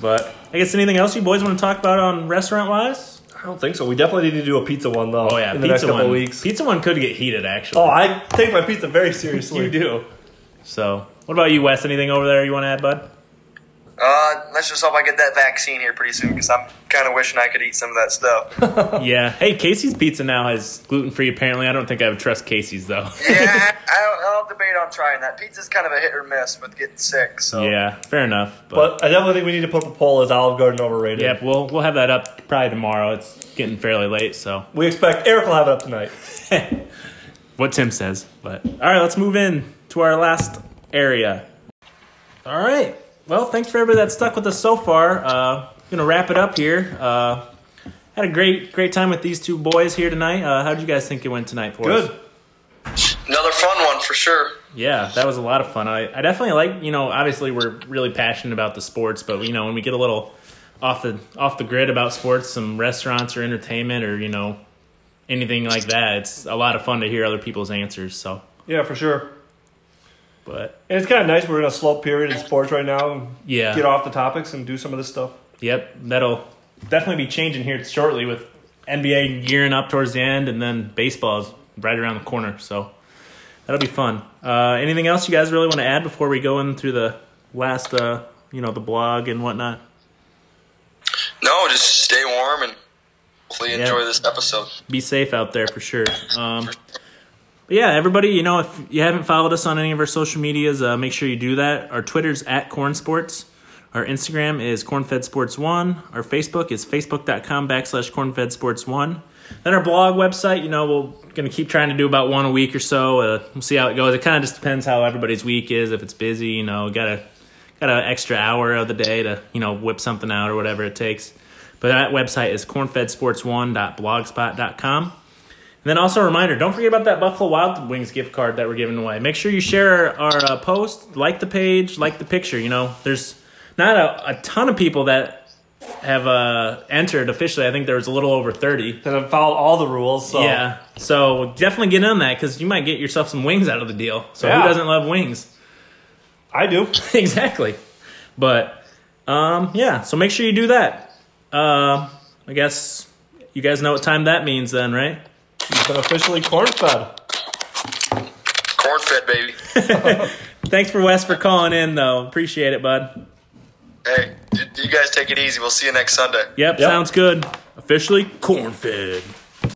Speaker 1: but I guess anything else you boys want to talk about on restaurant wise?
Speaker 2: I don't think so. We definitely need to do a pizza one though.
Speaker 1: Oh yeah,
Speaker 2: in the
Speaker 1: pizza
Speaker 2: next couple
Speaker 1: one.
Speaker 2: weeks.
Speaker 1: Pizza one could get heated actually.
Speaker 2: oh, I take my pizza very seriously.
Speaker 1: you do. So, what about you, Wes? Anything over there you want to add, bud?
Speaker 4: Uh, let's just hope I get that vaccine here pretty soon because I'm kind of wishing I could eat some of that stuff.
Speaker 1: Yeah. Hey, Casey's Pizza now has gluten free. Apparently, I don't think I would trust Casey's though.
Speaker 4: yeah, I, I'll, I'll debate on trying that. Pizza's kind of a hit or miss with getting sick. So
Speaker 1: yeah, fair enough.
Speaker 2: But I definitely think we need to put up a poll is Olive Garden overrated.
Speaker 1: Yep, we'll we'll have that up probably tomorrow. It's getting fairly late, so
Speaker 2: We expect Eric will have it up tonight.
Speaker 1: what Tim says. But all right, let's move in to our last area. All right. Well, thanks for everybody that stuck with us so far. Uh, gonna wrap it up here. Uh, had a great great time with these two boys here tonight. Uh, how did you guys think it went tonight for us?
Speaker 2: Good.
Speaker 4: another fun one for sure.
Speaker 1: Yeah, that was a lot of fun. I, I definitely like you know obviously we're really passionate about the sports, but you know when we get a little off the off the grid about sports, some restaurants or entertainment or you know anything like that, it's a lot of fun to hear other people's answers. So,
Speaker 2: Yeah, for sure.
Speaker 1: but
Speaker 2: And it's kind of nice. We're in a slow period in sports right now. and
Speaker 1: Yeah.
Speaker 2: Get off the topics and do some of this stuff.
Speaker 1: yep, that'll definitely be changing here shortly with NBA gearing up towards the end, and then baseball's right around the corner. So that'll be fun. Uh, anything else you guys really want to add before we go into the last uh, you know the blog and whatnot?
Speaker 4: No, just stay warm and hopefully enjoy this episode.
Speaker 1: be safe out there for sure. Um, but yeah, everybody, you know, if you haven't followed us on any of our social medias, uh, make sure you do that. Our Twitter's at Corn Sports. Our Instagram is CornFedSports1. Our Facebook is facebook.com backslash CornFedSports1. Then our blog website, you know, we're going to keep trying to do about one a week or so. Uh, we'll see how it goes. It kind of just depends how everybody's week is. If it's busy, you know, got to got an extra hour of the day to you know whip something out or whatever it takes. But that website is cornfedsports1.blogspot.com. And then also a reminder, don't forget about that Buffalo Wild Wings gift card that we're giving away. Make sure you share our, our uh, post, like the page, like the picture. You know, there's not a, a ton of people that have uh, entered officially. I think there was a little over 30.
Speaker 2: That have followed all the rules. So.
Speaker 1: Yeah. So definitely get in that because you might get yourself some wings out of the deal. So
Speaker 2: Yeah.
Speaker 1: who doesn't love wings?
Speaker 2: I do.
Speaker 1: exactly. But um, yeah, so make sure you do that. Um, I guess you guys know what time that means, then, right?
Speaker 2: You've been officially corn fed.
Speaker 4: Corn fed, baby.
Speaker 1: Thanks for Wes for calling in, though. Appreciate it, bud.
Speaker 4: Hey, you guys take it easy. We'll see you next Sunday.
Speaker 1: Yep,
Speaker 2: Yep.
Speaker 1: sounds good. Officially corn fed.